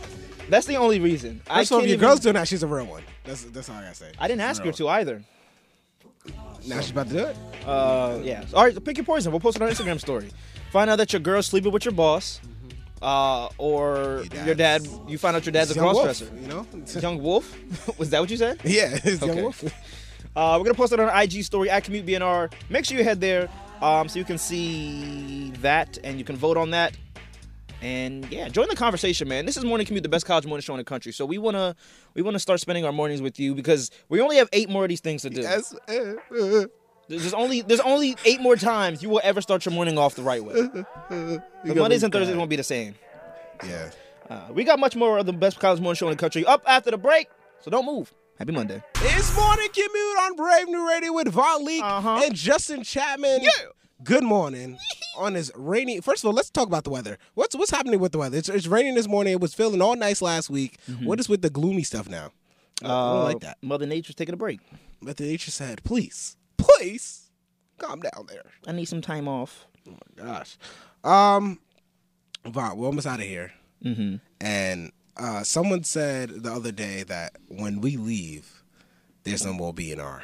Speaker 6: that's the only reason i
Speaker 8: First of all,
Speaker 6: can't
Speaker 8: if your
Speaker 6: even,
Speaker 8: girl's doing that, she's a real one. That's that's all I gotta say.
Speaker 6: i didn't ask her to either
Speaker 8: Now she's about to do it.
Speaker 6: uh yeah all right pick your poison we'll post it on our instagram story find out that your girl's sleeping with your boss uh or
Speaker 8: Your
Speaker 6: your dad
Speaker 8: dad's-
Speaker 6: you find out your dad's a
Speaker 8: It's Young Wolf,
Speaker 6: cross-dresser
Speaker 8: you know.
Speaker 6: young wolf was that what you said
Speaker 8: yeah, it's
Speaker 6: Okay.
Speaker 8: young wolf.
Speaker 6: Uh, we're gonna post it on our IG story at Commute BNR. Make sure you head there um, so you can see that and you can vote on that. And yeah, join the conversation, man. This is Morning Commute, the best college morning show in the country. So we wanna we wanna start spending our mornings with you because we only have eight more of these things to do.
Speaker 8: That's, uh, uh,
Speaker 6: There's there's only there's only eight more times you will ever start your morning off the right way. The Mondays and Thursdays won't be the same.
Speaker 8: yeah.
Speaker 6: Uh, we got much more of the best college morning show in the country up after the break, so don't move. Happy Monday.
Speaker 8: It's morning commute on Brave New Radio with Von Leek
Speaker 6: Uh-huh.
Speaker 8: and Justin Chapman.
Speaker 6: Yeah.
Speaker 8: Good morning. on this rainy, first of all, let's talk about the weather. What's what's happening with the weather? It's, it's raining this morning. It was feeling all nice last week.
Speaker 6: Mm-hmm.
Speaker 8: What is with the gloomy stuff now? I don't
Speaker 6: Uh,
Speaker 8: like that.
Speaker 6: Mother Nature's taking a break.
Speaker 8: But the nature said, please, please, calm down there.
Speaker 6: I need some time off.
Speaker 8: Gosh. Um, Vaughn, we're almost out of here. Mm-hmm. And uh, someone said the other day that when we leave, there's no more BNR.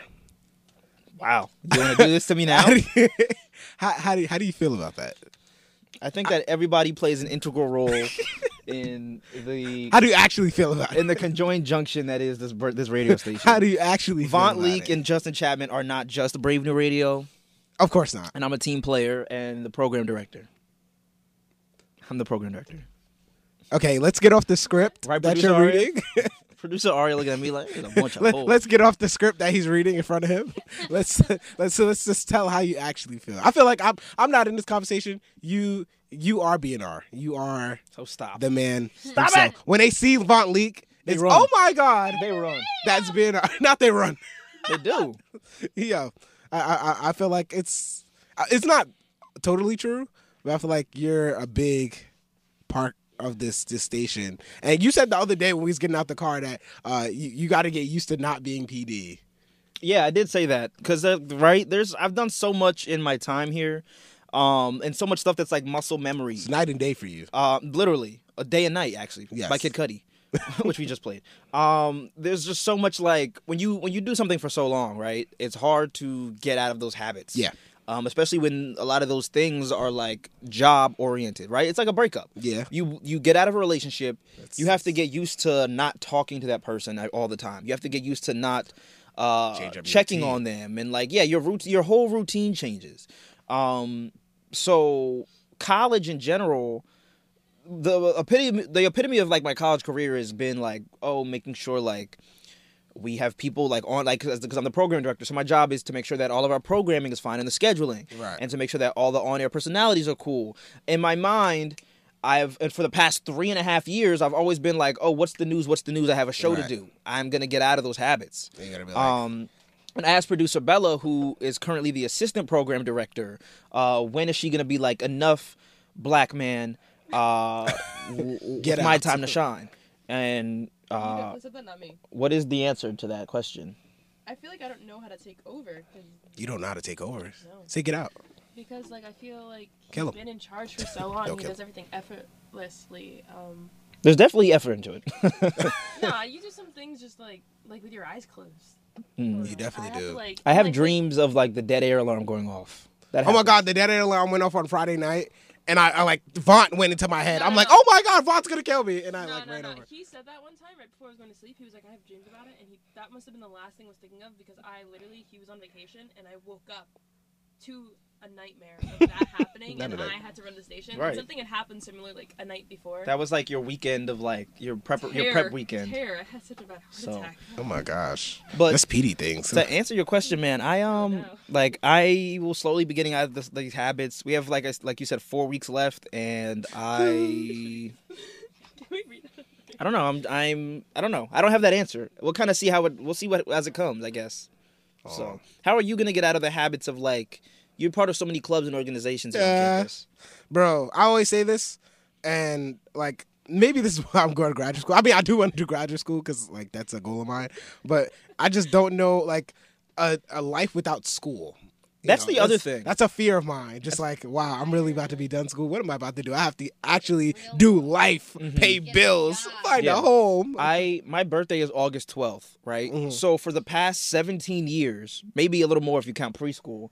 Speaker 6: Wow. You want to do this to me now?
Speaker 8: How do you, how, how, do you, how do you feel about that?
Speaker 6: I think that everybody plays an integral role in the
Speaker 8: How do you actually feel about it?
Speaker 6: in the conjoined junction that is this bur- this radio station.
Speaker 8: How do you actually feel
Speaker 6: Vaughn
Speaker 8: about
Speaker 6: Leak
Speaker 8: it?
Speaker 6: and Justin Chapman are not just Brave New Radio,
Speaker 8: Of course not.
Speaker 6: and I'm a team player and the program director. I'm the program director.
Speaker 8: Okay, let's get off the script
Speaker 6: Right,
Speaker 8: that you're
Speaker 6: producer Ari?
Speaker 8: reading.
Speaker 6: Producer Ari looking at me like "There's a bunch of
Speaker 8: Let,
Speaker 6: hoes."
Speaker 8: us get off the script that he's reading in front of him. let's let's so let's just tell how you actually feel. I feel like I'm I'm not in this conversation. You you are BNR. You are
Speaker 6: so Oh, stop.
Speaker 8: the man. Stop When they see Von Leek It's,
Speaker 6: run.
Speaker 8: Oh my God.
Speaker 6: They run.
Speaker 8: That's being not they run.
Speaker 6: They do.
Speaker 8: yeah, I, I I- I feel like it's uh, it's not totally true, but I feel like you're a big part of this this station. And you said the other day when we was getting out the car that uh you, you got to get used to not being PD.
Speaker 6: Yeah, I did say that because uh, right there's I've done so much in my time here, um, and so much stuff that's like muscle memory.
Speaker 8: It's night and day for you.
Speaker 6: Uh, literally a day and night actually
Speaker 8: Yes.
Speaker 6: by Kid Cudi, which we just played. Um, there's just so much like when you when you do something for so long, right? It's hard to get out of those habits.
Speaker 8: Yeah.
Speaker 6: Um, especially when a lot of those things are like job oriented, right? It's like a breakup.
Speaker 8: Yeah.
Speaker 6: You you get out of a relationship, you have to get used to not talking to that person all the time. You have to get used to not uh,
Speaker 8: Change up your
Speaker 6: checking
Speaker 8: routine.
Speaker 6: on them and like yeah, your rout- your whole routine changes. Um, so college in general, the epitome the epitome of like my college career has been like oh making sure like we have people like on like because I'm the program director, so my job is to make sure that all of our programming is fine and the scheduling,
Speaker 8: Right.
Speaker 6: and to make sure that all the on-air personalities are cool. In my mind, I've and for the past three and a half years, I've always been like, oh, what's the news? What's the news? I have a show
Speaker 8: Right.
Speaker 6: to do. I'm gonna get out of those habits.
Speaker 8: You gotta be like,
Speaker 6: Um, and I asked producer Bella, who is currently the assistant program director, uh, when is she going to be like enough black man? Uh,
Speaker 8: Get
Speaker 6: Get my
Speaker 8: out.
Speaker 6: time to shine. And uh,
Speaker 10: said that, not me.
Speaker 6: what is the answer to that question?
Speaker 10: I feel like I don't know how to take over 'cause-
Speaker 8: you don't know how to take over. Take it out.
Speaker 10: because, like, I feel like he's
Speaker 8: Kill him.
Speaker 10: been in charge for so long.
Speaker 8: Don't
Speaker 10: he
Speaker 8: kill
Speaker 10: does everything effortlessly. Um,
Speaker 6: There's definitely effort into it.
Speaker 10: nah, you do some things just like like with your eyes closed.
Speaker 8: You definitely
Speaker 10: have to,
Speaker 8: do.
Speaker 10: like-
Speaker 6: I have
Speaker 10: like,
Speaker 6: dreams of like the dead air alarm going off. That
Speaker 8: Oh my
Speaker 6: happens.
Speaker 8: God, the dead air alarm went off on Friday night. And I, I like Vaughn went into my head.
Speaker 10: No,
Speaker 8: I'm
Speaker 10: no,
Speaker 8: like,
Speaker 10: no.
Speaker 8: oh my God, Vaughn's gonna kill me, and I
Speaker 10: No,
Speaker 8: like
Speaker 10: no,
Speaker 8: ran
Speaker 10: no.
Speaker 8: over.
Speaker 10: He said that one time right before I was going to sleep. He was like, "I have dreams about it," and he that must have been the last thing I was thinking of because I literally he was on vacation and I woke up to a nightmare of that happening, and I had to run to the station. And
Speaker 6: Right.
Speaker 10: Something had happened similar like a night before.
Speaker 6: That was like your weekend of like your prep your
Speaker 10: Terror,
Speaker 6: prep weekend.
Speaker 10: Terror. I had such a bad heart
Speaker 6: So-
Speaker 10: attack.
Speaker 8: Oh my gosh,
Speaker 6: But-
Speaker 8: that's PD things.
Speaker 6: to answer your question, man, I um
Speaker 10: Oh, no.
Speaker 6: like I will slowly be getting out of this, these habits. We have like I s like you said four weeks left, and I
Speaker 10: Can we read that?
Speaker 6: I don't know. I'm I'm I don't know. I don't have that answer. We'll kind of see how it. We'll see what as it comes. I guess. So how are you gonna get out of the habits of like you're part of so many clubs and organizations here
Speaker 8: Yeah.
Speaker 6: on campus?
Speaker 8: bro. I always say this, and like maybe this is why I'm going to graduate school. I mean, I do want to do graduate school because like that's a goal of mine. But I just don't know like a, a life without school. You
Speaker 6: That's the other thing.
Speaker 8: That's a fear of mine. Just like wow, I'm really about to be done school. What am I about to do? I have to actually do life, pay bills, find
Speaker 6: Mm-hmm. Yeah.
Speaker 8: a home.
Speaker 6: I my birthday is August 12th, right?
Speaker 8: Mm-hmm.
Speaker 6: So for the past 17 years, maybe a little more if you count preschool,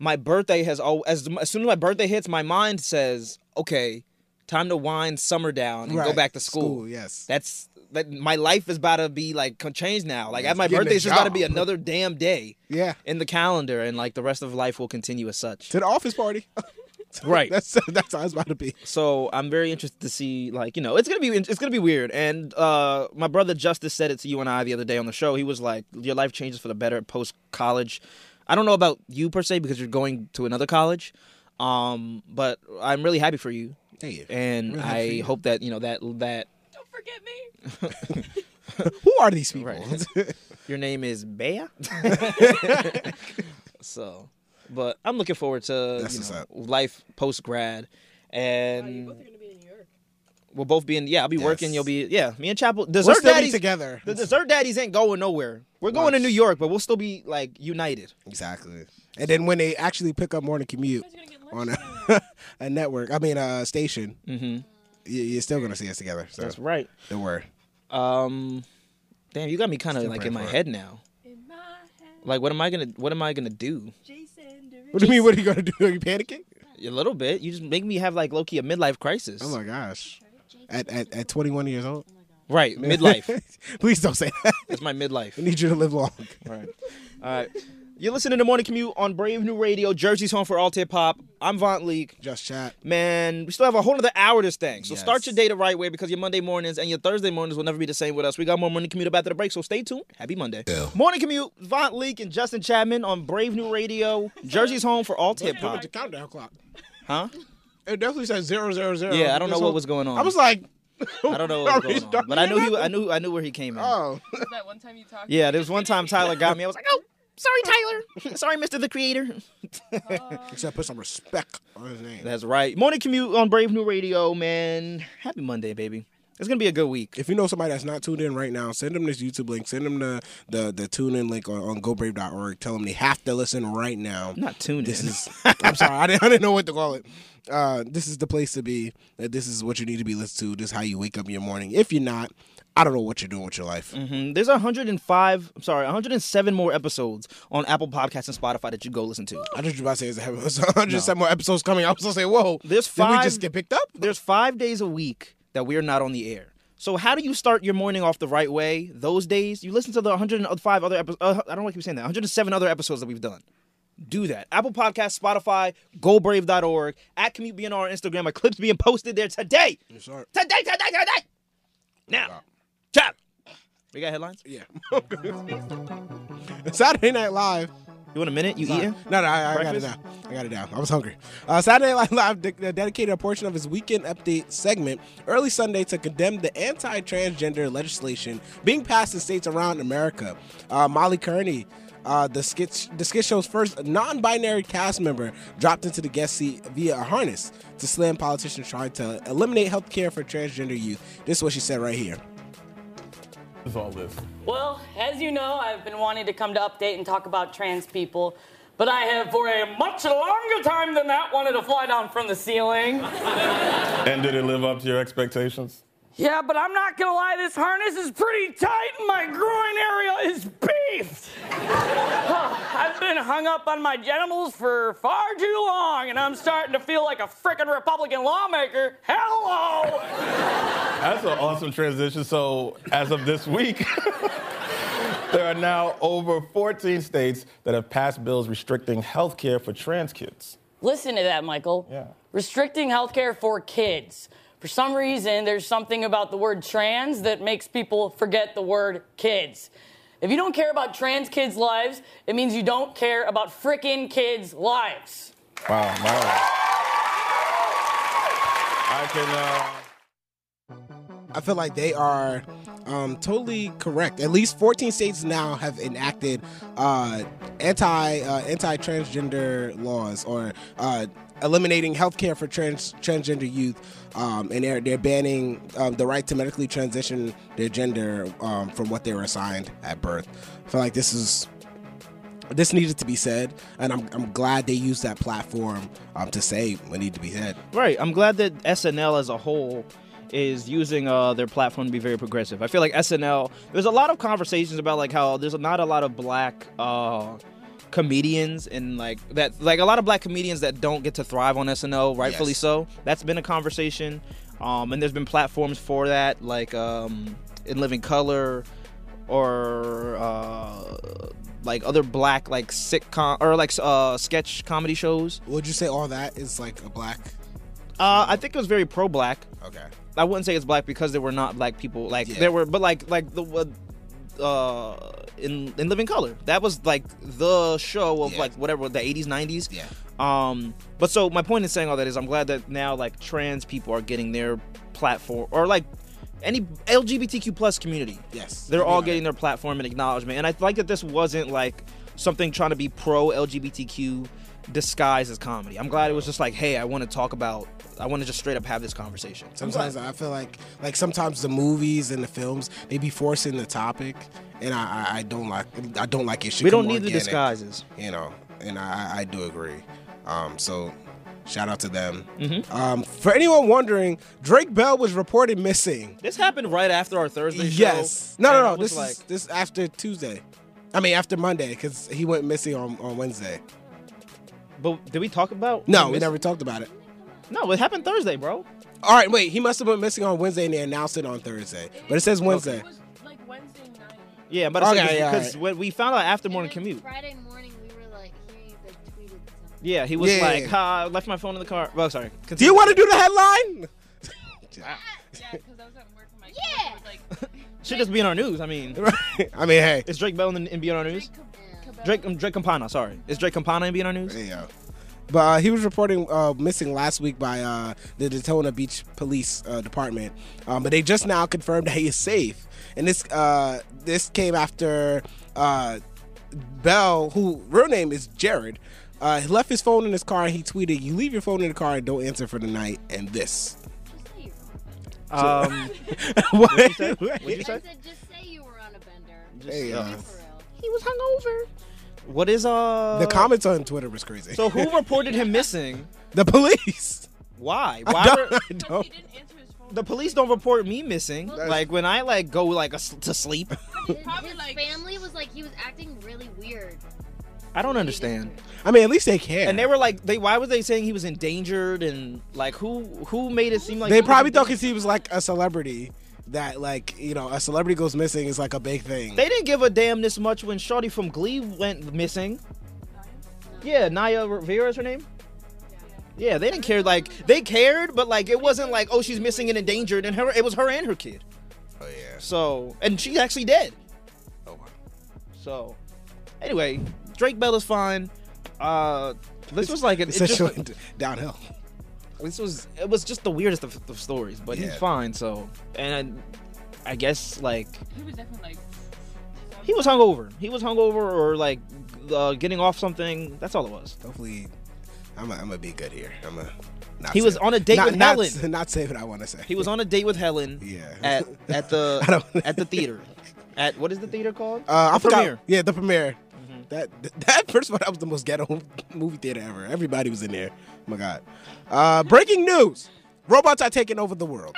Speaker 6: my birthday has al as as soon as my birthday hits, my mind says, "Okay, time to wind summer down and go
Speaker 8: Right.
Speaker 6: back to school."
Speaker 8: School, yes.
Speaker 6: That's that my life is about to be like con- changed now. Like at my
Speaker 8: Getting a
Speaker 6: birthday it's just about to
Speaker 8: job.
Speaker 6: be another damn day.
Speaker 8: Yeah.
Speaker 6: In the calendar and like the rest of life will continue as such.
Speaker 8: to the office party.
Speaker 6: Right.
Speaker 8: that's that's how it's about to be.
Speaker 6: So I'm very interested to see, like, you know, it's gonna be it's gonna be weird. And uh, my brother Justice said it to you and I the other day on the show. He was like, "Your life changes for the better post college." I don't know about you per se because you're going to another college, um, but I'm really happy for you,
Speaker 8: Thank you.
Speaker 6: and
Speaker 8: Really happy for
Speaker 6: I
Speaker 8: you.
Speaker 6: hope that you know that that
Speaker 10: Don't forget me.
Speaker 8: Who are these people?
Speaker 6: your name is Bea. so, but I'm looking forward to
Speaker 8: That's
Speaker 6: you
Speaker 8: what's
Speaker 6: know,
Speaker 8: up.
Speaker 6: life post grad, and
Speaker 10: Both are going to be in New York.
Speaker 6: we'll both be in. Yeah, I'll be working.
Speaker 8: Yes.
Speaker 6: You'll be. Yeah, me and Chapel.
Speaker 8: We're
Speaker 6: Dessert
Speaker 8: still be
Speaker 6: daddies
Speaker 8: together.
Speaker 6: The dessert daddies ain't going nowhere. We're going to New York, but we'll still be like united.
Speaker 8: Exactly. And then when they actually pick up morning
Speaker 10: You
Speaker 8: commute
Speaker 10: guys are gonna get
Speaker 8: on
Speaker 10: lunch
Speaker 8: a, a network, I mean a station, mm-hmm. you, you're still gonna see us together. So
Speaker 6: right.
Speaker 8: don't worry.
Speaker 6: Um, damn, you got me kind of like in
Speaker 8: praying
Speaker 6: my
Speaker 8: for it.
Speaker 6: head now.
Speaker 10: In my head,
Speaker 6: Like, what am I gonna? What am I gonna do?
Speaker 10: Jason Derulo.
Speaker 8: What do you mean? What are you gonna do? Are you panicking?
Speaker 6: A little bit. You just make me have like low key a midlife crisis.
Speaker 8: Oh my gosh! At at, at 21 years old.
Speaker 6: Right, midlife.
Speaker 8: Please don't say that.
Speaker 6: That's my midlife.
Speaker 8: I need you to live long.
Speaker 6: Right. All right. You're listening to Morning Commute on Brave New Radio, Jersey's home for all hip hop. I'm Vaughn League.
Speaker 8: Just chat.
Speaker 6: Man, we still have a whole other hour of this thing. So
Speaker 8: Yes.
Speaker 6: start your day the right way because your Monday mornings and your Thursday mornings will never be the same with us. We got more Morning Commute up after the break, so stay tuned. Happy Monday. Morning Commute, Vaughn Leak and Justin Chapman on Brave New Radio, Jersey's home for all hip hop.
Speaker 8: countdown clock.
Speaker 6: Huh?
Speaker 8: It definitely said zero zero zero.
Speaker 6: Yeah, I don't know what was going on.
Speaker 8: I was like,
Speaker 6: I don't know what was going on, but I knew he. I knew. I knew where he came in.
Speaker 8: Oh,
Speaker 10: that one time you talked.
Speaker 6: Yeah, there was one time Tyler got me. I was like, oh, sorry, Tyler. sorry, Mister the Creator.
Speaker 8: except put some respect on his name.
Speaker 6: That's right. Morning commute on Brave New Radio, man. Happy Monday, baby. It's gonna be a good week.
Speaker 8: If you know somebody that's not tuned in right now, send them this YouTube link. Send them the the, the tune in link on, on gobrave.org. Tell them they have to listen right now.
Speaker 6: I'm not tuned
Speaker 8: This
Speaker 6: in.
Speaker 8: is. I'm sorry. I didn't, I didn't know what to call it. Uh, this is the place to be. That this is what you need to be listened to. This is how you wake up in your morning. If you're not, I don't know what you're doing with your life.
Speaker 6: Mhm. There's 105, I'm sorry, 107 more episodes on Apple Podcasts and Spotify that you go listen to.
Speaker 8: I just was about to say it's a heavy- it's a hundred and some more episodes coming. I was gonna say, whoa,
Speaker 6: There's
Speaker 8: did
Speaker 6: five-
Speaker 8: we just get picked up?
Speaker 6: There's five days a week that we are not on the air. So how do you start your morning off the right way? Those days, you listen to the 105 other episodes. Uh, I don't like keep saying that. 107 other episodes that we've done. Do that. Apple Podcasts, Spotify, GoBrave.org, at Commute BNR on Instagram. My clip's being posted there today.
Speaker 8: Sorry.
Speaker 6: Today, today, today. Now, chop. We got headlines.
Speaker 8: Yeah. Saturday Night Live.
Speaker 6: You want a minute? You eating?
Speaker 8: No, no, I, I got it
Speaker 6: Breakfast?
Speaker 8: now. I got it now. I was hungry. Uh, Saturday Night Live de- uh, dedicated a portion of his weekend update segment early Sunday to condemn the anti transgender legislation being passed in states around America. Uh, Molly Kearney. Uh, the skit the skit show's first non-binary cast member dropped into the guest seat via a harness to slam politicians trying to eliminate health care for transgender youth. This is what she said right here.
Speaker 11: Well, as you know, I've been wanting to come to update and talk about trans people, but I have, for a much longer time than that, wanted to fly down from the ceiling.
Speaker 9: And did it live up to your expectations?
Speaker 11: Yeah, but I'm not gonna lie, this harness is pretty tight and my groin area is beefed. I've been hung up on my genitals for far too long, and I'm starting to feel like a frickin' Republican lawmaker. Hello!
Speaker 9: That's an awesome transition. So, as of this week, there are now over 14 states that have passed bills restricting health care for trans kids.
Speaker 11: Listen to that, Michael.
Speaker 9: Yeah.
Speaker 11: Restricting healthcare for kids. For some reason, there's something about the word trans that makes people forget the word kids. If you don't care about trans kids' lives, it means you don't care about frickin' kids' lives.
Speaker 9: Wow, wow. I can. Uh,
Speaker 8: I feel like they are um, totally correct. At least 14 states now have enacted uh, anti uh, anti transgender laws or uh, eliminating health care for trans transgender youth, um, and they're they're banning um, the right to medically transition their gender um, from what they were assigned at birth. I feel like this is. This needed to be said, and I'm, I'm glad they used that platform um, to say what needed to be said.
Speaker 6: Right. I'm glad that SNL as a whole is using uh, their platform to be very progressive. I feel like SNL. There's a lot of conversations about like how there's not a lot of black uh, comedians and like that, like a lot of black comedians that don't get to thrive on SNL. Rightfully
Speaker 8: Yes.
Speaker 6: so. That's been a conversation, um, and there's been platforms for that, like um, in Living Color or uh, like other black like sitcom or like uh, sketch comedy shows.
Speaker 8: Would you say all that is like a black?
Speaker 6: Uh, I think it was very pro black.
Speaker 8: Okay.
Speaker 6: I wouldn't say it's black because there were not black people. Like
Speaker 8: Yeah.
Speaker 6: there were, but like like the uh in in Living Color that was like the show of
Speaker 8: Yeah.
Speaker 6: like whatever the 80s 90s.
Speaker 8: Yeah.
Speaker 6: Um. But so my point in saying all that is I'm glad that now like trans people are getting their platform or like any LGBTQ plus community.
Speaker 8: Yes.
Speaker 6: They're all
Speaker 8: Yeah.
Speaker 6: getting their platform and acknowledgement. And I like that this wasn't like something trying to be pro LGBTQ disguised as comedy. I'm glad it was just like, hey, I want to talk about. I want to just straight up have this conversation.
Speaker 8: Sometimes I feel like like sometimes the movies and the films they be forcing the topic, and I I, I don't like I don't like it. It should
Speaker 6: We
Speaker 8: come
Speaker 6: don't need the
Speaker 8: organic,
Speaker 6: disguises.
Speaker 8: you know. And I I- I do agree. Um, so shout out to them.
Speaker 6: Mm-hmm.
Speaker 8: Um, for anyone wondering, Drake Bell was reported missing.
Speaker 6: This happened right after our Thursday show.
Speaker 8: Yes. No,
Speaker 6: and
Speaker 8: no, no.
Speaker 6: it was
Speaker 8: This is this after Tuesday. I mean after Monday because he went missing on, on Wednesday.
Speaker 6: But did we talk about?
Speaker 8: No, we never talked about it.
Speaker 6: No, it happened Thursday, bro.
Speaker 8: All right, wait. He must have went missing on Wednesday and they announced it on Thursday, but it says Wednesday.
Speaker 10: It was like Wednesday night.
Speaker 6: Yeah, I'm about to
Speaker 8: Okay,
Speaker 6: say
Speaker 8: yeah,
Speaker 6: because
Speaker 8: alright.
Speaker 6: when we found out after morning commute.
Speaker 11: Friday morning, we were like hearing that tweeted something.
Speaker 6: Yeah, he was
Speaker 8: Yeah.
Speaker 6: like, "Ha, I left my phone in the car." Well, sorry.
Speaker 8: Do you want to do the headline?
Speaker 10: Yeah, because I was at work and my yeah. was like,
Speaker 6: Should just be in our news. I mean,
Speaker 8: I mean, hey.
Speaker 6: is Drake Bell in, in BNR news? Drake, um, Drake Campana. Sorry, is Drake Campana in BNR news?
Speaker 8: Yeah. But uh, he was reporting uh, missing last week by uh, the Daytona Beach Police uh, Department. Um, but they just now confirmed that he is safe. And this uh, this came after uh, Bell, who real name is Jared, uh, he left his phone in his car and he tweeted, "You leave your phone in the car and don't answer for the night." And this.
Speaker 6: Um,
Speaker 8: what?
Speaker 6: what'd you say? What'd you say?
Speaker 12: just say you were on a bender.
Speaker 8: Hey, uh,
Speaker 12: He was hungover.
Speaker 6: What is uh
Speaker 8: the comments on Twitter was crazy.
Speaker 6: So who reported him missing?
Speaker 8: the police.
Speaker 6: Why?
Speaker 8: I
Speaker 6: Why?
Speaker 8: don't-
Speaker 6: were-
Speaker 8: I don't-
Speaker 6: the police don't report me missing. Like when I like go like a s to sleep.
Speaker 12: His family was like he was acting really weird.
Speaker 6: I don't understand.
Speaker 8: I mean, at least they care.
Speaker 6: And they were like, they why were they saying he was endangered and like who who made it seem like
Speaker 8: they probably thought because he was like a celebrity that like you know a celebrity goes missing is like a big thing.
Speaker 6: They didn't give a damn this much when Shawty from Glee went missing. Yeah, Naya Rivera is her name. Yeah, they didn't care. Like they cared, but like it wasn't like oh she's missing and endangered, and her it was her and her kid.
Speaker 8: Oh yeah.
Speaker 6: So and she's actually dead.
Speaker 8: Oh wow.
Speaker 6: So anyway, Drake Bell is fine. Uh, this was like an, it just-
Speaker 8: Essentially downhill.
Speaker 6: this was it was just the weirdest of, of stories, but he's
Speaker 8: Yeah.
Speaker 6: fine. So and I, I guess like
Speaker 10: He was definitely like,
Speaker 6: he was hungover. He was hungover or like uh, getting off something. That's all it was.
Speaker 8: Hopefully, I'm gonna be good here. I'm gonna.
Speaker 6: He was on a date
Speaker 8: not,
Speaker 6: with
Speaker 8: not,
Speaker 6: Helen.
Speaker 8: Not say what I want to say.
Speaker 6: He was on a date with Helen.
Speaker 8: Yeah.
Speaker 6: At at the at the theater. At what is the theater called?
Speaker 8: Uh, I
Speaker 6: the
Speaker 8: forgot.
Speaker 6: premiere. Mm-hmm.
Speaker 8: Yeah, the premiere. That that first of all, that was the most ghetto movie theater ever. Everybody was in there. Oh my god. Uh, breaking news: Robots are taking over the world.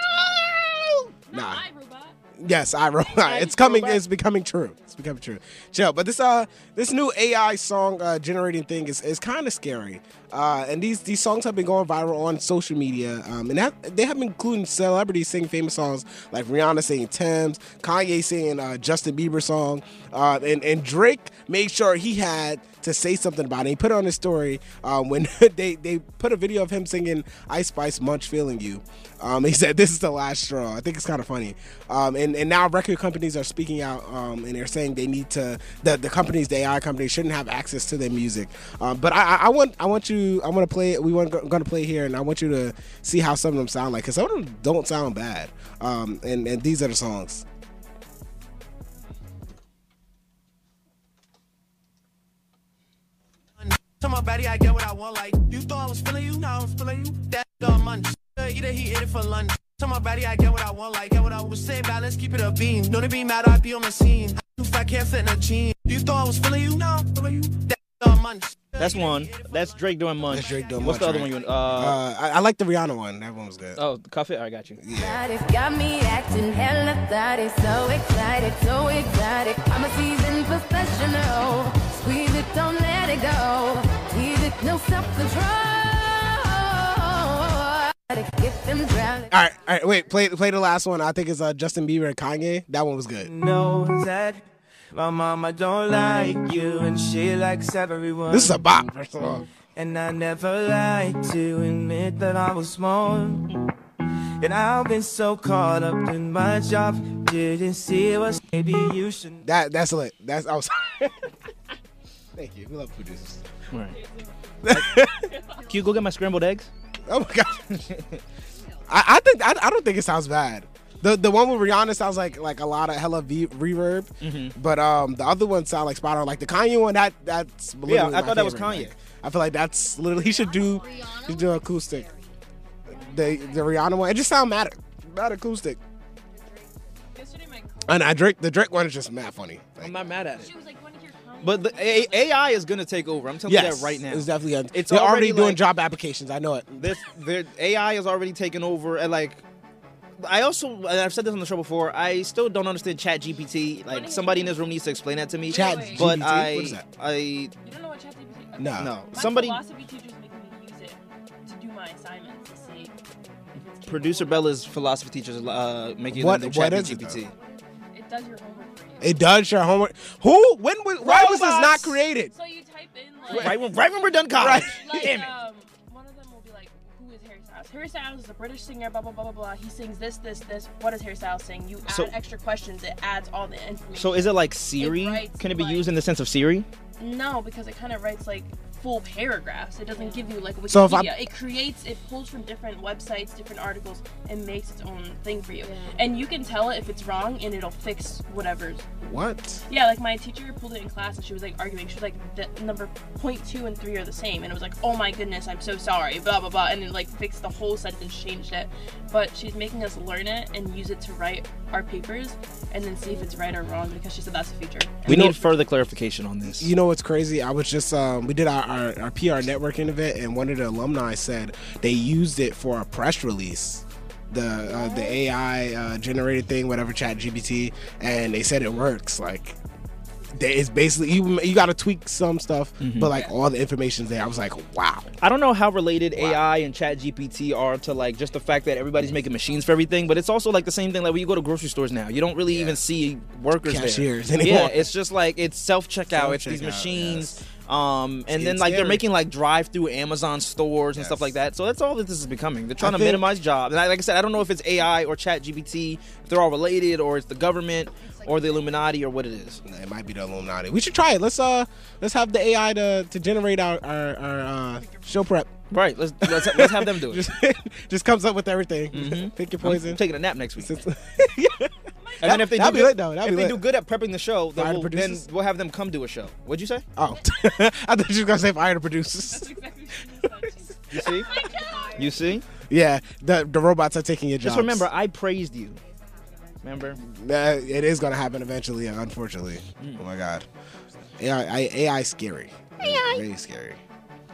Speaker 8: Nah.
Speaker 10: I robot.
Speaker 8: Yes, I wrote. It's coming. It's becoming true. It's becoming true. Chill. But this uh, this new AI song uh, generating thing is, is kind of scary. Uh, and these these songs have been going viral on social media. Um, and that, they have been including celebrities singing famous songs like Rihanna singing Thames, Kanye singing uh, Justin Bieber song, uh, and and Drake made sure he had to say something about it. He put it on his story um, when they they put a video of him singing Ice Spice Munch Feeling You. Um, he said this is the last straw. I think it's kind of funny. Um, and and now record companies are speaking out um, and they're saying they need to the, the companies the AI companies shouldn't have access to their music. Um, but I, I- I want I want you I want to play we want going to play here and I want you to see how some of them sound like because some of them don't sound bad. Um, and and these are the songs.
Speaker 13: To my body, I get what I want. Like you thought I was feeling you, now I'm feeling you. That dumb money. Either he ate it for lunch. To my body, I get what I want. Like get what I was saying. Balance, keep it a beam. Don't it be mad, I be on my scene. Too fat, can't fit in a jean. You thought I was feeling you, now I'm feeling you. That dumb money.
Speaker 6: That's one. That's Drake doing Munch. Drake doing What's the
Speaker 8: Munch,
Speaker 6: other
Speaker 8: right.
Speaker 6: one you? Uh,
Speaker 8: Uh, I, I like the Rihanna one. That one was good.
Speaker 6: oh, cuff it. I got you.
Speaker 14: Thought it got me acting hella thotty, so excited, so excited. I'm a seasoned professional. Squeeze it, don't let it go. Tease it, no self-control. Get them drowning.
Speaker 8: All right, all right, wait, play play the last one. I think it's uh, Justin Bieber and Kanye. That one was good.
Speaker 13: Knows that my mama don't like you, and she likes everyone.
Speaker 8: This is a bop, first of all.
Speaker 13: And I never like to admit that I was small. And I've been so caught up in my job, didn't see what maybe you should.
Speaker 8: That that's lit. That's I was. Thank you. We love producers.
Speaker 6: Can you go get my scrambled eggs?
Speaker 8: Oh my god. I, I think I, I don't think it sounds bad. The the one with Rihanna sounds like like a lot of hella v- reverb,
Speaker 6: Mm-hmm.
Speaker 8: but um the other one sound like spot on. Like the Kanye one, that that's literally
Speaker 6: Yeah, I
Speaker 8: my
Speaker 6: thought that was
Speaker 8: favorite.
Speaker 6: Kanye.
Speaker 8: Like, I feel like that's literally he should do he should do acoustic. The the Rihanna one, it just sound mad mad acoustic. And I Drake the Drake one is just mad funny.
Speaker 6: I'm not mad at it. But the A- AI is gonna take over. I'm telling you
Speaker 8: Yes,
Speaker 6: that right now.
Speaker 8: It's definitely a,
Speaker 6: It's
Speaker 8: they're already,
Speaker 6: already,
Speaker 8: doing
Speaker 6: like-
Speaker 8: job applications. I know it.
Speaker 6: this their AI is already taking over and like I also and I've said this on the show before. I still don't understand Chat GPT. Like somebody in this room needs to explain that to me.
Speaker 8: Chat
Speaker 6: but
Speaker 8: GPT?
Speaker 6: I
Speaker 8: What is that? Ah.
Speaker 6: I you
Speaker 10: don't know what Chat GPT?
Speaker 6: No. No.
Speaker 10: My
Speaker 6: Somebody-
Speaker 10: philosophy teachers make me use it to do my assignments to see.
Speaker 6: producer Bella's philosophy teachers uh making
Speaker 8: What-
Speaker 6: them do
Speaker 8: what
Speaker 6: Chat
Speaker 8: is it,
Speaker 6: GPT.
Speaker 10: It does your homework. for you.
Speaker 8: It does your homework. Who? When? was- Why was this not
Speaker 6: Robots!
Speaker 8: created?
Speaker 10: So you type in like.
Speaker 6: Right when, right when we're done college.
Speaker 10: Like,
Speaker 6: Damn it.
Speaker 10: um, one of them will be like, who is Harry Styles? Harry Styles is a British singer, blah, blah, blah, blah, blah. He sings this, this, this. What does Harry Styles sing? You add
Speaker 6: So-
Speaker 10: extra questions, it adds all the information.
Speaker 6: So is it like Siri?
Speaker 10: writes
Speaker 6: Can it be
Speaker 10: like-
Speaker 6: used in the sense of Siri?
Speaker 10: No, because it kind of writes like full paragraphs. It doesn't give you like Wikipedia.
Speaker 8: So if I'm-
Speaker 10: it creates, it pulls from different websites, different articles, and makes its own thing for you. And you can tell it if it's wrong, and it'll fix whatever's
Speaker 8: What?
Speaker 10: yeah, like my teacher pulled it in class and she was like arguing. She was like, the number point two and three are the same. And it was like, oh my goodness, I'm so sorry, blah, blah, blah. And it like fixed the whole sentence, changed it. But she's making us learn it and use it to write our papers and then see if it's right or wrong because she said that's the future.
Speaker 6: We need further clarification on this.
Speaker 8: You know what's crazy? I was just um, we did our, our our PR networking event, and one of the alumni said they used it for a press release. The uh, the AI uh, generated thing, whatever Chat GPT, and they said it works. Like, they, it's basically you you got to tweak some stuff, but like all the information's there. I was like, wow.
Speaker 6: I don't know how related AI and Chat GPT are to like just the fact that everybody's making machines for everything, but it's also like the same thing. Like when you go to grocery stores now, you don't really even see workers there.
Speaker 8: Cashiers anymore.
Speaker 6: Yeah, it's just like it's self checkout. It's these
Speaker 8: Self-checkout,
Speaker 6: machines, um, and
Speaker 8: It's
Speaker 6: then like they're
Speaker 8: scary.
Speaker 6: making like drive through Amazon stores and stuff like that. So that's all that this is becoming. They're trying
Speaker 8: I
Speaker 6: to
Speaker 8: think-
Speaker 6: minimize jobs. And I, like I said, I don't know if it's AI or Chat GPT. If they're all related, or it's the government, or the Illuminati, or what it is.
Speaker 8: It might be the Illuminati. We should try it. Let's uh let's have the AI to, to generate our our, our uh, show prep.
Speaker 6: Right. Let's let's, let's have them do it.
Speaker 8: just, just comes up with everything. Pick your
Speaker 6: Mm-hmm. I'm
Speaker 8: poison.
Speaker 6: taking a nap next week.
Speaker 8: and
Speaker 6: And then if they
Speaker 8: that'd
Speaker 6: do
Speaker 8: be
Speaker 6: good,
Speaker 8: lit, though. That'd
Speaker 6: if
Speaker 8: be
Speaker 6: they
Speaker 8: lit.
Speaker 6: do good at prepping the show,
Speaker 8: Fire
Speaker 6: then
Speaker 8: the
Speaker 6: we'll, then
Speaker 8: producers?
Speaker 6: we'll have them come do a show. What'd you say?
Speaker 8: Oh, I thought you were gonna say fire the producers.
Speaker 6: You see? you see?
Speaker 8: Yeah, the the robots are taking your jobs.
Speaker 6: Just remember, I praised you. Remember?
Speaker 8: Nah, Uh, it is gonna happen eventually. Unfortunately.
Speaker 6: Mm.
Speaker 8: Oh my God. AI, I, AI is scary. AI. Very scary.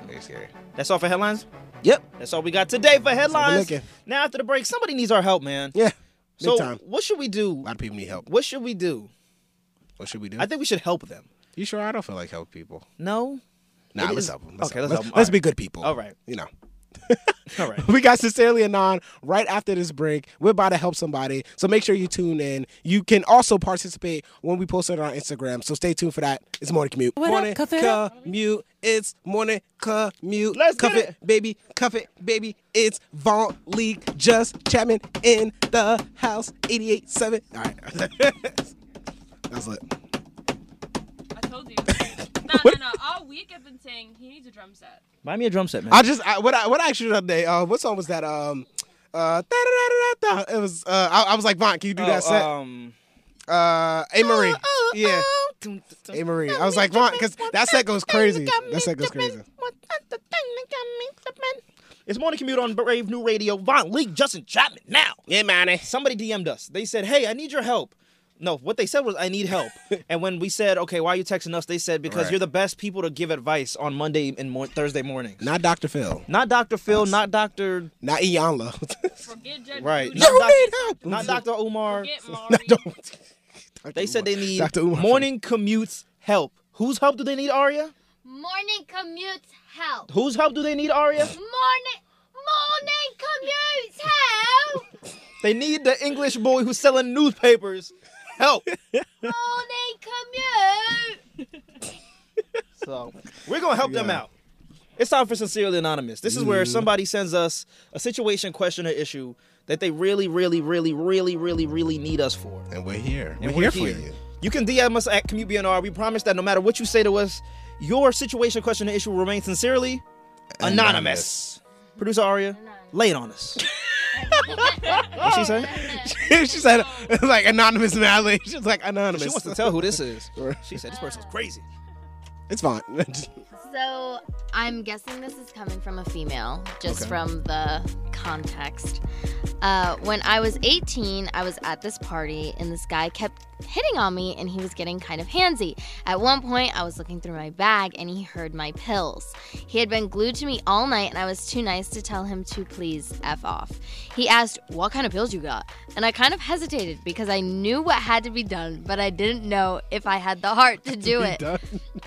Speaker 8: Very scary.
Speaker 6: That's all for headlines.
Speaker 8: Yep.
Speaker 6: That's all we got today for headlines.
Speaker 8: looking.
Speaker 6: Now after the break, somebody needs our help, man.
Speaker 8: Yeah.
Speaker 6: So
Speaker 8: time.
Speaker 6: what should we do? A lot
Speaker 8: of people need help.
Speaker 6: What should we do?
Speaker 8: What should we do?
Speaker 6: I think we should help them.
Speaker 8: You sure? I don't feel like helping people.
Speaker 6: No.
Speaker 8: Nah,
Speaker 6: It
Speaker 8: let's
Speaker 6: is-
Speaker 8: help them. Let's
Speaker 6: okay,
Speaker 8: help
Speaker 6: let's help 'em.
Speaker 8: Let's, let's
Speaker 6: All
Speaker 8: be
Speaker 6: right.
Speaker 8: good people.
Speaker 6: All right.
Speaker 8: You know.
Speaker 6: All right.
Speaker 8: We got Sincerely Anon right after this break. We're about to help somebody. So make sure you tune in. You can also participate when we post it on Instagram. So stay tuned for that. It's Morning Commute.
Speaker 6: What up,
Speaker 8: morning
Speaker 6: cuff it up?
Speaker 8: Commute. It's Morning Commute.
Speaker 6: Let's
Speaker 8: cuff
Speaker 6: get
Speaker 8: it. baby. Cuff it, baby. It's Vaughn League. Just Chapman in the house. 88.7. All right. That's lit.
Speaker 10: I told you. no, no, no. All week I've been saying he needs a drum set.
Speaker 6: Buy me a drum set, man.
Speaker 8: I just I, what I what I asked you the other day. Uh, what song was that? Um, uh, da-da-da-da-da. it was. Uh, I, I was like, Vaughn, can you do
Speaker 6: Oh,
Speaker 8: that set?
Speaker 6: Um,
Speaker 8: uh, A Marie, yeah,
Speaker 6: oh.
Speaker 8: A Marie. I was like, Vaughn, because that set goes crazy. That set goes crazy.
Speaker 6: It's morning commute on Brave New Radio. Von Leak, Justin Chapman. Now, yeah, man. eh. Somebody DM'd us. They said, "Hey, I need your help." No, what they said was, "I need help." and when we said, "Okay, why are you texting us?" They said, "Because
Speaker 8: Right.
Speaker 6: you're the best people to give advice on Monday and mor- Thursday mornings."
Speaker 8: Not Dr. Phil.
Speaker 6: Not Dr. Phil. Not Dr.
Speaker 8: Not Iyanla.
Speaker 6: Right.
Speaker 8: You need help.
Speaker 6: Not Dr. Omar. They said they need
Speaker 8: Dr. Umar.
Speaker 6: morning commutes help. Whose help do they need, Aria?
Speaker 12: Morning commutes help.
Speaker 6: Whose help do they need, Aria?
Speaker 12: Morning, morning commutes help.
Speaker 6: They need the English boy who's selling newspapers. Help.
Speaker 12: Morning commute.
Speaker 6: So we're gonna help them out. It's time for Sincerely Anonymous. This is where
Speaker 8: Mm.
Speaker 6: somebody sends us a situation, question, or issue that they really, really, really, really, really, really need us for.
Speaker 8: And we're here.
Speaker 6: And
Speaker 8: we're, here, for you.
Speaker 6: You can DM us at Commute BNR. We promise that no matter what you say to us, your situation, question, or issue will remain sincerely anonymous. Producer Aria, lay it on us. What'd she say?
Speaker 8: she said like anonymous Mally. She's like anonymous.
Speaker 6: She wants to tell who this is. She said this person's crazy.
Speaker 8: It's Vaughn.
Speaker 12: So I'm guessing this is coming from a female, just
Speaker 8: Okay.
Speaker 12: from the context. Uh, when I was 18, I was at this party and this guy kept hitting on me and he was getting kind of handsy. At one point, I was looking through my bag and he heard my pills. He had been glued to me all night and I was too nice to tell him to please F off. He asked, What kind of pills you got? And I kind of hesitated because I knew what had to be done, but I didn't know if I had the heart to do it.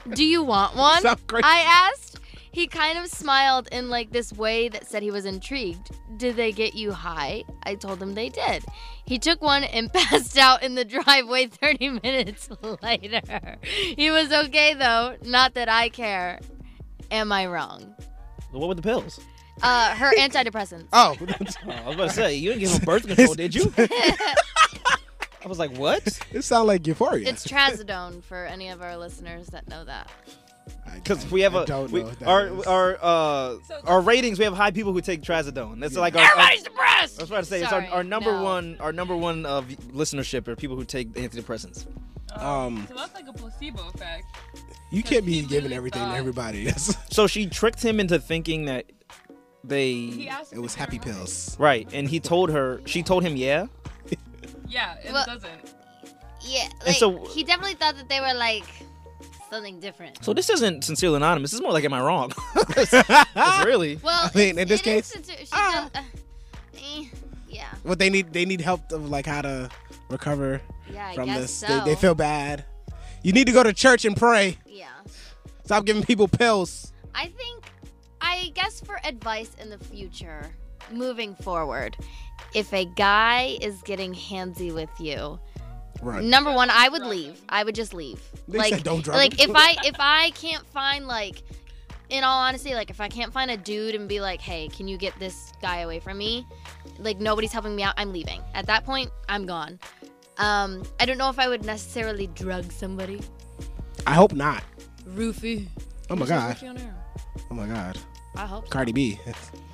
Speaker 12: Do you want one?
Speaker 8: Sounds crazy.
Speaker 12: I asked. He kind of smiled in like this way that said he was intrigued. Did they get you high? I told him they did. He took one and passed out in the driveway 30 minutes later. He was okay though, not that I care. Am I wrong?
Speaker 6: What were the pills?
Speaker 12: Uh, her antidepressants.
Speaker 8: Oh.
Speaker 6: I was about to say, you didn't give him birth control, did you? I was like, what?
Speaker 8: It sounds like euphoria.
Speaker 12: It's trazodone for any of our listeners that know that.
Speaker 6: Because we have a
Speaker 8: don't
Speaker 6: we,
Speaker 8: know what that
Speaker 6: our our uh, our ratings. We have high people who take trazodone. That's like our, our
Speaker 11: Everybody's depressed.
Speaker 6: I was about to say
Speaker 11: Sorry,
Speaker 6: it's our, our number
Speaker 11: no.
Speaker 6: one. Our number one of listenership are people who take antidepressants.
Speaker 8: Um,
Speaker 10: So that's like a placebo effect.
Speaker 8: you can't be giving everything to everybody. That's,
Speaker 6: So she tricked him into thinking that
Speaker 10: He
Speaker 6: they
Speaker 10: asked.
Speaker 8: it was happy pills.
Speaker 6: right, and he told her. She told him, yeah.
Speaker 10: Yeah, it
Speaker 12: Well-
Speaker 10: doesn't.
Speaker 12: Yeah,
Speaker 6: And
Speaker 12: like
Speaker 6: so-
Speaker 12: he definitely thought that they were like something different.
Speaker 6: So this isn't sincerely anonymous. This is more like, am I wrong? It's really.
Speaker 12: Well,
Speaker 8: I mean, in this
Speaker 12: it is
Speaker 8: case, ah.
Speaker 12: sincere- she does- uh, eh, yeah.
Speaker 8: what they need they need help of like how to recover
Speaker 12: Yeah, I
Speaker 8: from
Speaker 12: guess
Speaker 8: this.
Speaker 12: so.
Speaker 8: They, they feel bad. You need to go to church and pray.
Speaker 12: Yeah.
Speaker 8: Stop giving people pills.
Speaker 12: I think, I guess, for advice in the future, moving forward, if a guy is getting handsy with you,
Speaker 8: Right.
Speaker 12: number one, I would leave. I would just leave.
Speaker 8: They
Speaker 12: like,
Speaker 8: said don't drop
Speaker 12: like
Speaker 8: it.
Speaker 12: if I if I can't find like, in all honesty, like if I can't find a dude and be like, hey, can you get this guy away from me? Like nobody's helping me out. I'm leaving. At that point, I'm gone. Um, I don't know if I would necessarily drug somebody.
Speaker 8: I hope not.
Speaker 12: Roofy.
Speaker 8: Oh my god. Oh my god.
Speaker 12: I hope. so.
Speaker 8: Cardi B.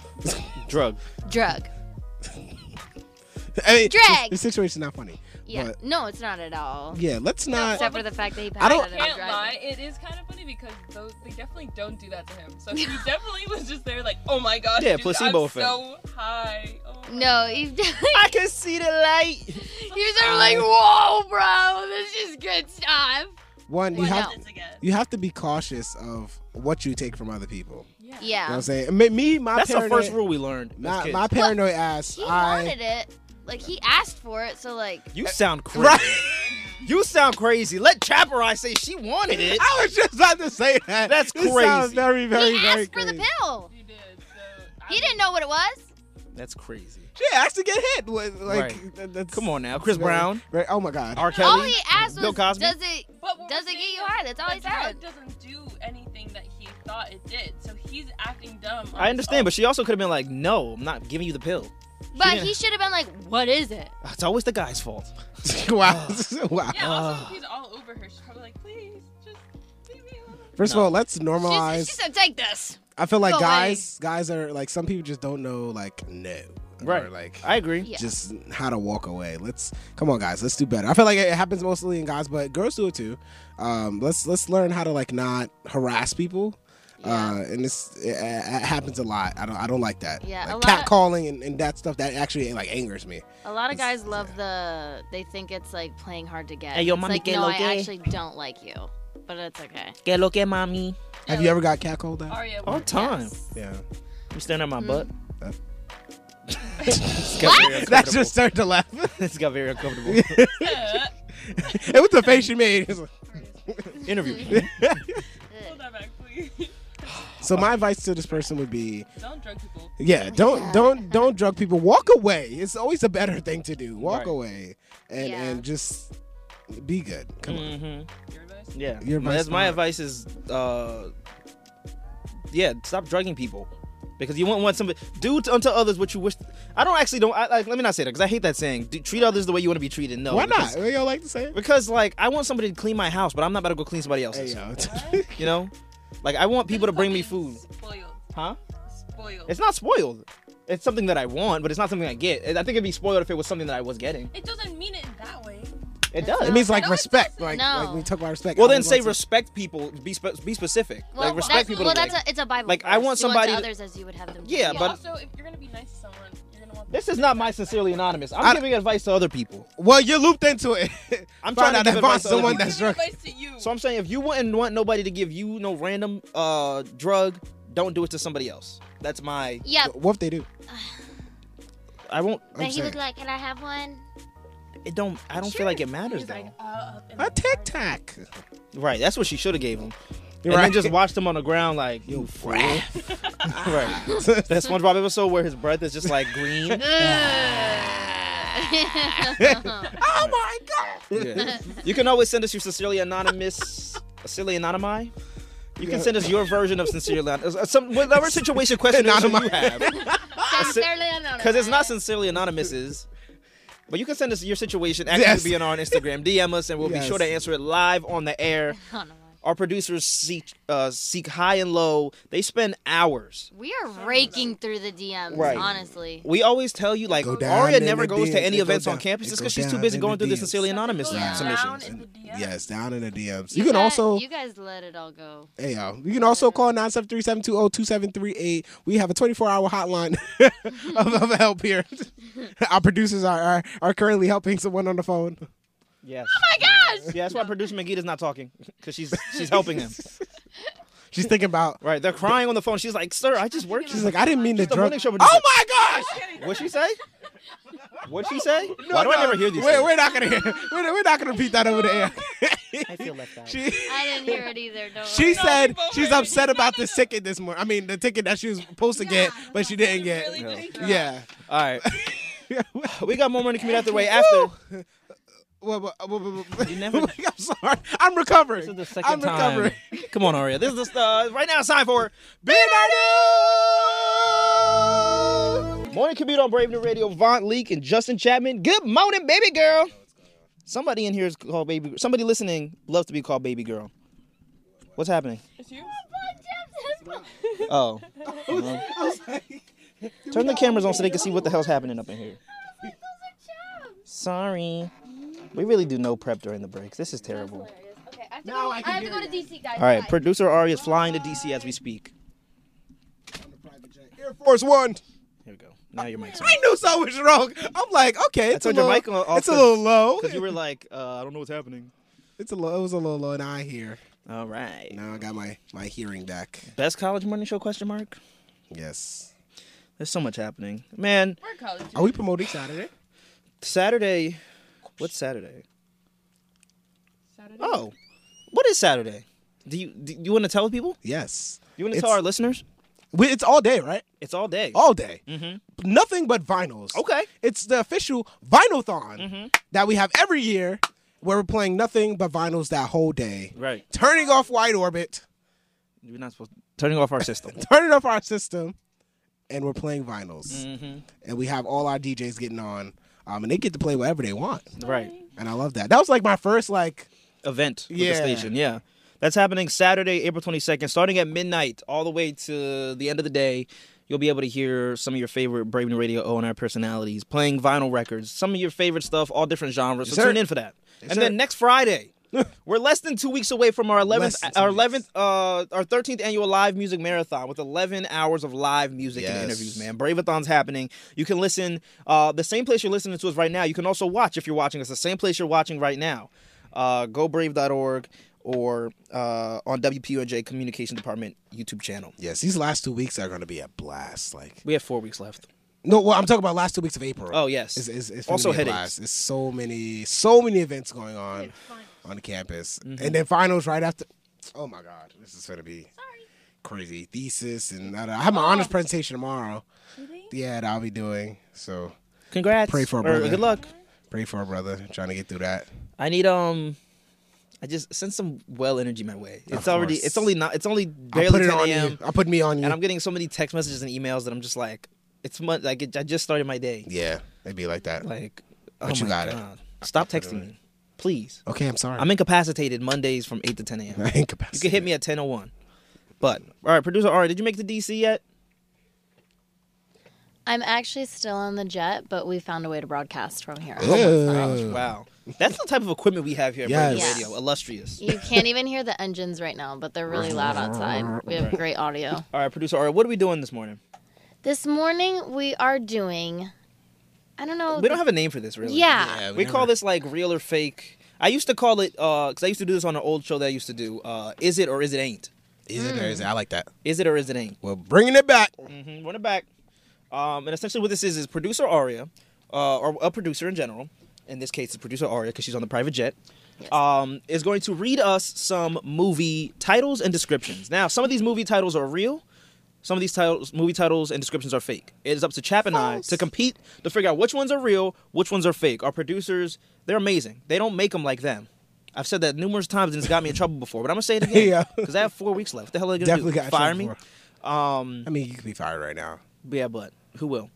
Speaker 6: Drug.
Speaker 12: Drug.
Speaker 8: I mean,
Speaker 12: Drag.
Speaker 8: The situation's not funny.
Speaker 12: Yeah.
Speaker 8: But
Speaker 12: no, it's not at all.
Speaker 8: yeah, let's
Speaker 12: No,
Speaker 8: not.
Speaker 12: except for the fact that he
Speaker 8: I
Speaker 12: passed
Speaker 8: don't-
Speaker 12: out and was
Speaker 10: Can't
Speaker 12: driving.
Speaker 10: lie. It is kind of funny because those they definitely don't do that to him. So he definitely was just there like, oh my gosh,
Speaker 6: Yeah,
Speaker 10: dude,
Speaker 6: placebo
Speaker 10: I'm
Speaker 6: effect.
Speaker 10: So high. Oh,
Speaker 12: No, he
Speaker 6: I can see the light.
Speaker 12: You're sort of like, whoa, bro, this is good stuff.
Speaker 8: One, you
Speaker 12: Well,
Speaker 8: have
Speaker 12: no.
Speaker 8: you have to be cautious of what you take from other people.
Speaker 12: Yeah.
Speaker 8: You know what I'm saying? Me, me my
Speaker 6: That's our
Speaker 8: paranoid,
Speaker 6: first rule we learned. as
Speaker 8: My,
Speaker 6: kids.
Speaker 8: my paranoid ass.
Speaker 12: He
Speaker 8: I
Speaker 12: wanted it. Like he asked for it, so like
Speaker 6: You sound crazy. Eh, You sound crazy. Let Chapper I say she wanted it.
Speaker 8: I was just about to say that.
Speaker 6: That's
Speaker 8: It sounds
Speaker 6: crazy.
Speaker 8: very, very,
Speaker 12: he
Speaker 8: very
Speaker 12: asked for the
Speaker 8: crazy.
Speaker 12: pill. He did. not know what it was.
Speaker 6: That's crazy.
Speaker 8: She asked to get hit. Was, like,
Speaker 6: Right.
Speaker 8: that- that's
Speaker 6: Come on now, Uh, Chris
Speaker 8: very-
Speaker 6: Brown,
Speaker 8: very- oh my God.
Speaker 6: R.
Speaker 12: All
Speaker 6: Kelly.
Speaker 12: he asked
Speaker 6: Bill
Speaker 12: was,
Speaker 6: Cosby?
Speaker 12: does it
Speaker 10: But what
Speaker 12: does
Speaker 10: we're
Speaker 12: it get
Speaker 10: saying
Speaker 12: you
Speaker 10: is
Speaker 12: high? That's all
Speaker 10: the
Speaker 12: he
Speaker 10: drug
Speaker 12: said.
Speaker 10: doesn't do anything that he thought it did, so he's acting dumb. on
Speaker 6: I
Speaker 10: his
Speaker 6: understand,
Speaker 10: own.
Speaker 6: but she also could have been like, "No, I'm not giving you the pill."
Speaker 12: But
Speaker 6: Yeah.
Speaker 12: he should have been like, what is it?
Speaker 6: It's always the guy's fault.
Speaker 8: wow. wow.
Speaker 10: yeah. Also, if he's all over her. She's probably like, please, just leave me alone.
Speaker 8: First of all, let's normalize.
Speaker 12: She, she said, take this.
Speaker 8: I feel like
Speaker 12: Go away.
Speaker 8: guys, guys are like some people just don't know like no,
Speaker 6: Right.
Speaker 8: Or, like
Speaker 6: I agree.
Speaker 12: Yeah.
Speaker 8: just how to walk away. Let's come on, guys. Let's do better. I feel like it happens mostly in guys, but girls do it too. Um, let's let's learn how to like not harass people. Uh, and this it, it happens a lot. I don't I don't like that.
Speaker 12: Yeah, a
Speaker 8: like
Speaker 12: lot-
Speaker 8: cat calling and, and that stuff that actually like angers me.
Speaker 12: A lot of guys love the. They think it's like playing hard to get.
Speaker 6: Hey, yo,
Speaker 12: it's
Speaker 6: mommy,
Speaker 12: like,
Speaker 6: que
Speaker 12: no,
Speaker 6: lo
Speaker 12: I
Speaker 6: que?
Speaker 12: actually don't like you, but it's okay.
Speaker 6: Que lo que, mommy?
Speaker 8: Have you ever got cat called out?
Speaker 10: Arya,
Speaker 6: All the time.
Speaker 8: Yeah.
Speaker 6: You staring at my butt.
Speaker 8: That just started to laugh.
Speaker 6: This got very uncomfortable.
Speaker 8: it was the face she made.
Speaker 6: Interview.
Speaker 10: Hold that back, please.
Speaker 8: So my advice to this person would be
Speaker 10: Don't drug people.
Speaker 8: Yeah, don't don't don't drug people. Walk away. It's always a better thing to do. Walk
Speaker 6: Right.
Speaker 8: away and
Speaker 12: Yeah.
Speaker 8: and just be good. Come on.
Speaker 6: hmm
Speaker 10: Your advice?
Speaker 6: Yeah.
Speaker 8: Your
Speaker 6: my,
Speaker 8: advice
Speaker 6: that's my
Speaker 8: now.
Speaker 6: advice is, uh, yeah, stop drugging people because you won't want somebody do to, unto others what you wish. I don't actually don't. I, like, let me not say that because I hate that saying. Do, treat others the way you want to be treated.
Speaker 10: Mm.
Speaker 6: No,
Speaker 8: Why
Speaker 6: because,
Speaker 8: not? We all like to say. it.
Speaker 6: Because like I want somebody to clean my house, but I'm not about to go clean somebody
Speaker 8: Hey,
Speaker 6: else's.
Speaker 8: yo.
Speaker 6: You know, like I want people to bring me
Speaker 10: Fucking
Speaker 6: food.
Speaker 10: Spoiled.
Speaker 6: Huh?
Speaker 8: Uh.
Speaker 10: Spoiled.
Speaker 6: It's not spoiled. It's something that I want, but it's not something I get. I think it'd be spoiled if it was something that I was getting.
Speaker 10: It doesn't mean it in that way.
Speaker 6: It does.
Speaker 8: it means like
Speaker 12: No, it
Speaker 8: respect.
Speaker 12: doesn't.
Speaker 8: Like
Speaker 12: No.
Speaker 8: like we talk about respect.
Speaker 6: well,
Speaker 8: I
Speaker 6: then
Speaker 8: was
Speaker 6: say
Speaker 8: gonna
Speaker 6: respect people. Be spe- be specific.
Speaker 12: Well,
Speaker 6: like respect
Speaker 12: that's,
Speaker 6: people.
Speaker 12: Well,
Speaker 6: to,
Speaker 12: that's
Speaker 6: like-
Speaker 12: a, it's a Bible.
Speaker 6: like,
Speaker 12: verse.
Speaker 6: I want
Speaker 12: Do unto
Speaker 6: somebody to-
Speaker 12: others as you would have them. do.
Speaker 6: Yeah,
Speaker 10: Yeah,
Speaker 6: but-
Speaker 10: also, if you're gonna be nice to someone, you're gonna want.
Speaker 6: This is not my sincerely anonymous. I'm
Speaker 8: I-
Speaker 6: giving advice to other people.
Speaker 8: Well, you're looped into it.
Speaker 6: I'm trying
Speaker 8: Find
Speaker 6: to
Speaker 8: out
Speaker 6: give
Speaker 8: that
Speaker 6: advice
Speaker 8: Von's
Speaker 6: to other
Speaker 8: the one
Speaker 6: people.
Speaker 8: that's drunk.
Speaker 10: Advice to you.
Speaker 6: So I'm saying if you wouldn't want nobody to give you no random uh drug, don't do it to somebody else. That's my.
Speaker 12: Yeah,
Speaker 8: Wh- What if they do?
Speaker 6: I won't.
Speaker 12: but he
Speaker 8: saying.
Speaker 12: was like, "Can I have one?"
Speaker 6: It don't. I don't feel like it matters though.
Speaker 8: A tic tac.
Speaker 6: right. That's what she should have gave him. And
Speaker 8: Right.
Speaker 6: then just watched him on the ground like you fool. right. That SpongeBob episode where his breath is just like green.
Speaker 8: Oh my god.
Speaker 6: Yeah. You can always send us your sincerely anonymous, sincerely anonymi. You can
Speaker 8: Yeah.
Speaker 6: send us your version of sincerely anonymous. Uh, Some whatever situation question
Speaker 8: Anonymi.
Speaker 6: you have,
Speaker 12: Sincerely anonymous.
Speaker 6: because it's not sincerely anonymous. Is but you can send us your situation. Actually,
Speaker 8: Yes.
Speaker 6: be on our Instagram. DM us, and we'll
Speaker 8: Yes.
Speaker 6: be sure to answer it live on the air.
Speaker 12: Anonymous.
Speaker 6: Our producers seek uh, seek high and low. They spend hours.
Speaker 12: We are raking through the DMs,
Speaker 6: Right.
Speaker 12: honestly.
Speaker 6: We always tell you like
Speaker 8: down
Speaker 6: Aria
Speaker 8: in
Speaker 6: never
Speaker 8: the
Speaker 6: goes
Speaker 8: DMs.
Speaker 6: to any
Speaker 8: It go
Speaker 6: events on
Speaker 8: down.
Speaker 6: campus
Speaker 8: It
Speaker 6: just
Speaker 8: go
Speaker 6: because she's too
Speaker 8: down
Speaker 6: busy
Speaker 8: in
Speaker 6: going
Speaker 8: the
Speaker 6: through the
Speaker 8: DMs.
Speaker 6: sincerely anonymous
Speaker 8: Yeah.
Speaker 6: submissions.
Speaker 8: Yes, down in the DMs.
Speaker 12: You
Speaker 8: You can
Speaker 12: guys-
Speaker 8: also
Speaker 12: you guys let it all go.
Speaker 8: Hey y'all. You can also call 973-720-2738. We have a 24-hour hotline of, of help here. Our producers are, are are currently helping someone on the phone.
Speaker 6: Yes.
Speaker 12: Oh my gosh!
Speaker 6: Yeah, that's why producer Megita's not talking because she's she's helping them.
Speaker 8: She's thinking about
Speaker 6: Right, they're crying on the phone. She's like, "Sir, I just worked."
Speaker 8: She's like, I didn't mean to
Speaker 6: She's the
Speaker 8: drunk-
Speaker 6: morning show
Speaker 8: Oh
Speaker 6: producer.
Speaker 8: my gosh!
Speaker 6: What'd she say? What'd she say? why do I
Speaker 8: no,
Speaker 6: never hear these?
Speaker 8: We're,
Speaker 6: things?
Speaker 8: we're not gonna hear we're, we're not gonna repeat that over the air. I feel left out. She,
Speaker 12: I didn't hear it either. Don't
Speaker 8: she
Speaker 12: worry.
Speaker 8: said she's upset about the ticket this morning. I mean the ticket that she was supposed to get, but she didn't get. yeah.
Speaker 6: All right. we got more money coming out the way after.
Speaker 8: Well, well, well, well, well.
Speaker 6: You never.
Speaker 8: I'm sorry. I'm recovering.
Speaker 6: This is the second
Speaker 8: I'm
Speaker 6: time.
Speaker 8: recovering.
Speaker 6: Come on, Aria. This is the, uh, right now. It's time for BNRD. Morning commute on Brave New Radio. Von Leak and Justin Chapman. Good morning, baby girl. Somebody in here is called baby. Somebody listening loves to be called baby girl. What's happening?
Speaker 10: It's you?
Speaker 6: Oh. Turn the cameras on so they can see what the hell's happening up in here. Sorry. We really do no prep during the breaks. This is terrible.
Speaker 12: Okay, I have to go, I have to, go to DC, guys.
Speaker 6: All right,
Speaker 12: Bye.
Speaker 6: producer Ari is flying to DC as we speak.
Speaker 8: Air Force One.
Speaker 6: Here we go. Now your mic's on.
Speaker 8: I knew something was wrong. I'm like, okay,
Speaker 6: I
Speaker 8: it's a
Speaker 6: turned your
Speaker 8: little,
Speaker 6: mic on off
Speaker 8: it's a little low.
Speaker 6: Because you were like, uh, I don't know what's happening.
Speaker 8: It's a little, it was a little low, and I hear.
Speaker 6: All right.
Speaker 8: Now I got my my hearing back.
Speaker 6: Best college morning show question mark?
Speaker 8: Yes.
Speaker 6: There's so much happening. Man,
Speaker 10: We're college.
Speaker 8: Are we promoting Saturday?
Speaker 6: Saturday. What's Saturday?
Speaker 10: Saturday.
Speaker 6: Oh. What is Saturday? Do you do you want to tell people?
Speaker 8: Yes.
Speaker 6: You want to
Speaker 8: It's-
Speaker 6: tell our listeners?
Speaker 8: We, it's all day, right?
Speaker 6: It's all day.
Speaker 8: All day.
Speaker 6: Mm-hmm.
Speaker 8: Nothing but vinyls.
Speaker 6: Okay.
Speaker 8: It's the official vinyl-thon that we have every year, where we're playing nothing but vinyls that whole day.
Speaker 6: Right.
Speaker 8: Turning off wide orbit.
Speaker 6: We're not supposed turning off our system.
Speaker 8: turning off our system, and we're playing vinyls.
Speaker 6: Mhm.
Speaker 8: And we have all our DJs getting on, um, and they get to play whatever they want.
Speaker 6: right.
Speaker 8: And I love that. That was like my first like
Speaker 6: Event with
Speaker 8: Yeah.
Speaker 6: the station. Yeah. That's happening Saturday, April 22nd, starting at midnight all the way to the end of the day. You'll be able to hear some of your favorite Brave New Radio O&R personalities playing vinyl records, some of your favorite stuff, all different genres. So
Speaker 8: Yes, sir.
Speaker 6: tune in for that. and
Speaker 8: sir.
Speaker 6: then next Friday, we're less than two weeks away from our 11th,
Speaker 8: Less than two
Speaker 6: our 11th,
Speaker 8: weeks.
Speaker 6: uh, our 13th annual live music marathon with 11 hours of live music and
Speaker 8: Yes.
Speaker 6: interviews, man. Braveathon's happening. You can listen. Uh, the same place you're listening to us right now. You can also watch if you're watching us. The same place you're watching right now. Uh, GoBrave.org or uh, on WPUNJ Communication Department YouTube channel.
Speaker 8: yes. These last two weeks are gonna be a blast. Like
Speaker 6: We have four weeks left.
Speaker 8: no, well, I'm talking about last two weeks of April.
Speaker 6: Oh, yes.
Speaker 8: It's, it's, it's
Speaker 6: Also
Speaker 8: also
Speaker 6: headaches.
Speaker 8: blast. It's so many, so many events going on on campus,
Speaker 6: Mm-hmm.
Speaker 8: and then finals right after. Oh my God, this is gonna be crazy. Thesis and I I have my honors presentation tomorrow. Yeah, that I'll be doing. So
Speaker 6: Congrats.
Speaker 8: Pray for a
Speaker 6: or
Speaker 8: brother.
Speaker 6: Good luck.
Speaker 8: pray for a brother trying to get through that.
Speaker 6: I need um. I just send some well energy my way. It's already.
Speaker 8: course.
Speaker 6: It's only not. It's only
Speaker 8: I put
Speaker 6: barely
Speaker 8: it
Speaker 6: 10
Speaker 8: on
Speaker 6: a.m.
Speaker 8: you. I put me on you.
Speaker 6: and I'm getting so many text messages and emails that I'm just like, it's mon- like it, I just started my day.
Speaker 8: yeah, it'd be like that.
Speaker 6: Like,
Speaker 8: But
Speaker 6: oh
Speaker 8: you
Speaker 6: my
Speaker 8: got it.
Speaker 6: God. Stop texting me, please.
Speaker 8: okay, I'm sorry.
Speaker 6: I'm incapacitated Mondays from eight to ten a.m.
Speaker 8: I'm
Speaker 6: You
Speaker 8: incapacitated.
Speaker 6: can hit me at ten o one. But all right, producer, all right, did you make the DC yet?
Speaker 12: I'm actually still on the jet, but we found a way to broadcast from here.
Speaker 8: Ew.
Speaker 6: Wow, that's the type of equipment we have here at
Speaker 8: Uh, Yes.
Speaker 6: Brave
Speaker 12: Yes.
Speaker 6: Radio. Illustrious.
Speaker 12: You can't even hear the engines right now, but they're really loud outside. We have great audio.
Speaker 6: All right, producer, all right, what are we doing this morning?
Speaker 12: This morning we are doing, I don't know.
Speaker 6: We don't have a name for this, really.
Speaker 12: Yeah.
Speaker 8: Yeah,
Speaker 6: we call this like real or fake. I used to call it because I used to do this on an old show that I used to do. Uh, is it or is it ain't?
Speaker 8: Is it or
Speaker 6: Mm.
Speaker 8: is it? I like that.
Speaker 6: Is it or is it ain't?
Speaker 8: Well, bringing it back.
Speaker 6: Mm, Run it back. Um, and essentially, what this is is producer Aria, uh, or a producer in general. In this case, it's producer Aria because she's on the private jet. Um, is going to read us some movie titles and descriptions. Now, some of these movie titles are real. Some of these titles, movie titles and descriptions are fake. It is up to Chap and I to compete to figure out which ones are real, which ones are fake. Our producers, they're amazing. They don't make them like them. I've said that numerous times and it's got me in trouble before, but I'm gonna say it again
Speaker 8: Yeah.
Speaker 6: because I have four weeks left. The hell are they gonna
Speaker 8: Definitely
Speaker 6: do?
Speaker 8: got
Speaker 6: Fire
Speaker 8: trouble
Speaker 6: me?
Speaker 8: for
Speaker 6: Um,
Speaker 8: I mean, you could be fired right now.
Speaker 6: yeah, but who will?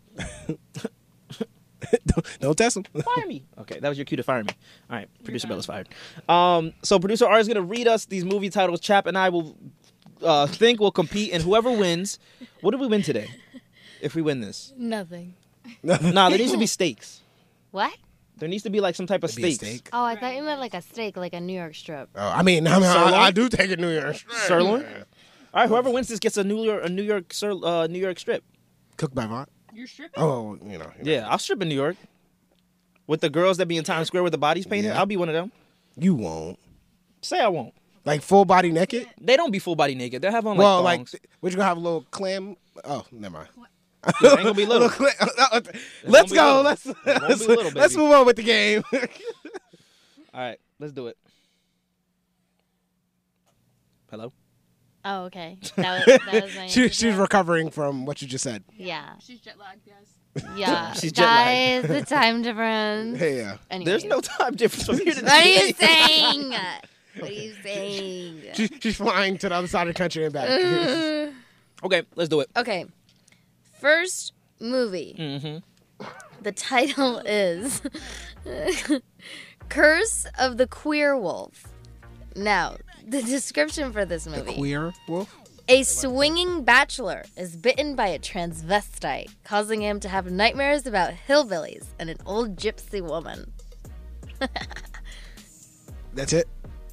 Speaker 8: don't, don't test him.
Speaker 6: Fire me. Okay, that was your cue to fire me. All right, producer Bella's fired. Um, so producer R is gonna read us these movie titles. Chap and I will uh, think we'll compete, and whoever wins, what did we win today? If we win this,
Speaker 12: Nothing.
Speaker 6: nah, there needs to be stakes.
Speaker 12: What?
Speaker 6: There needs to be like some type of
Speaker 8: There'd be a
Speaker 6: stakes.
Speaker 8: steak.
Speaker 12: Oh, I thought you meant like a steak, like a New York strip.
Speaker 8: Oh, I mean, I, mean, I-
Speaker 6: Sirloin?
Speaker 8: I do take a New York strip.
Speaker 6: Sirloin? All right, whoever wins this gets a New York, a New York, sir, uh, New York strip.
Speaker 8: Cooked by Vaughn.
Speaker 10: You're stripping.
Speaker 8: Oh, you know.
Speaker 6: Yeah, I'll strip in New York with the girls that be in Times Square with the bodies painted. I'll be one of them.
Speaker 8: You won't.
Speaker 6: Say I won't.
Speaker 8: Like full body naked?
Speaker 6: They don't be full body naked. They'll have on like
Speaker 8: well, like,
Speaker 6: thongs.
Speaker 8: what you gonna have a little clam? Oh, never mind.
Speaker 6: Yeah, they ain't gonna be little.
Speaker 8: Little clam- let's
Speaker 6: be little.
Speaker 8: go.
Speaker 6: It
Speaker 8: Let's
Speaker 6: won't be
Speaker 8: let's,
Speaker 6: little,
Speaker 8: let's
Speaker 6: baby.
Speaker 8: move on with the game.
Speaker 6: All right, let's do it. Hello.
Speaker 12: Oh, okay. That was, that was my
Speaker 8: she, she's recovering from what you just said.
Speaker 12: Yeah.
Speaker 10: She's jet lagged, guys.
Speaker 12: Yeah.
Speaker 8: She's jet
Speaker 12: Guys,
Speaker 8: lagged.
Speaker 12: the time difference.
Speaker 8: Hey, yeah.
Speaker 6: There's no time difference from here to
Speaker 12: What are you
Speaker 6: Disney.
Speaker 12: saying? What are you saying?
Speaker 8: She, she's flying to the other side of the country and back.
Speaker 12: Mm.
Speaker 6: Okay, let's do it.
Speaker 12: okay. First movie.
Speaker 6: Mm-hmm.
Speaker 12: The title is Curse of the Queer Wolf. Now, the description for this movie
Speaker 8: Queer wolf.
Speaker 12: A swinging bachelor is bitten by a transvestite, causing him to have nightmares about hillbillies and an old gypsy woman.
Speaker 8: That's it.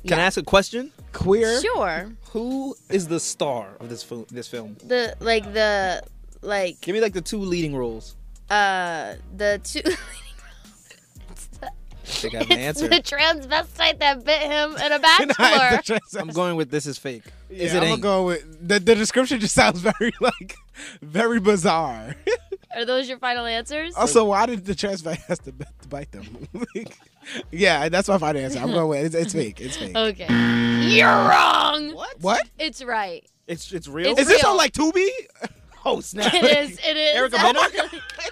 Speaker 6: Can I ask a question?
Speaker 8: Queer.
Speaker 12: Sure.
Speaker 6: Who is the star of this film? This film.
Speaker 12: The like the like
Speaker 6: Give me like the two leading roles.
Speaker 12: uh the two It's the-
Speaker 6: I think I have an
Speaker 12: It's
Speaker 6: answer.
Speaker 12: the transvestite that bit him in a bachelor.
Speaker 6: I'm going with this is fake. is
Speaker 8: Yeah,
Speaker 6: it
Speaker 8: I'm gonna
Speaker 6: ain't?
Speaker 8: go with the, the description. Just sounds very like very bizarre.
Speaker 12: Are those your final answers?
Speaker 8: Also, why did the transvite have to, b- to bite them? Like, yeah, that's my final answer. I'm going with it's, it's fake. It's fake.
Speaker 12: Okay. You're wrong.
Speaker 8: What?
Speaker 12: It's right.
Speaker 6: It's it's real.
Speaker 12: It's
Speaker 8: Is this
Speaker 12: real.
Speaker 8: on like Tubi?
Speaker 6: oh snap!
Speaker 12: It is. It is.
Speaker 6: Erica Mena?
Speaker 8: It's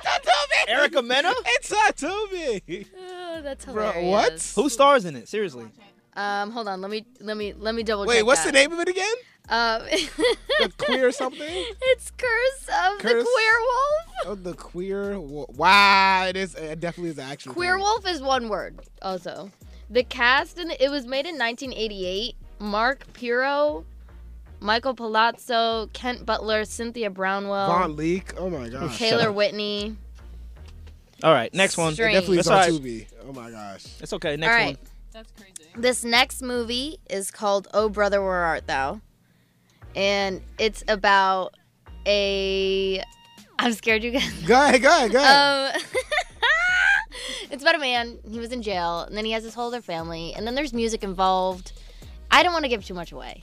Speaker 8: on Tubi.
Speaker 6: Erica Mena?
Speaker 8: It's on Tubi.
Speaker 12: Oh, that's
Speaker 8: Bro,
Speaker 12: hilarious.
Speaker 8: what?
Speaker 6: Who stars in it? Seriously.
Speaker 12: Um, hold on. Let me let me let me double check.
Speaker 8: Wait, what's the
Speaker 12: that.
Speaker 8: name of it again?
Speaker 12: Um,
Speaker 8: The queer something?
Speaker 12: it's Curse of the Queer
Speaker 8: Curse.
Speaker 12: Wolf.
Speaker 8: Oh, the queer. wo- Wow, it is. It definitely is an actual.
Speaker 12: Queer
Speaker 8: thing.
Speaker 12: Wolf is one word. Also, the cast and it was made in 1988. Mark Piro, Michael Palazzo, Kent Butler, Cynthia Brownwell,
Speaker 8: Von Leak. Oh my gosh.
Speaker 12: Taylor Whitney.
Speaker 6: All right, next one.
Speaker 12: Strange.
Speaker 8: Definitely is
Speaker 6: That's
Speaker 8: on
Speaker 6: all right.
Speaker 8: Tubi. Oh my gosh.
Speaker 6: It's okay. Next
Speaker 12: All right.
Speaker 6: one.
Speaker 10: That's crazy.
Speaker 12: This next movie is called Oh Brother Where Art Thou? And it's about a I'm scared you guys.
Speaker 8: Go ahead. Go ahead. Go ahead.
Speaker 12: Um It's about a man, he was in jail, and then he has his whole other family, and then there's music involved. I don't want to give too much away.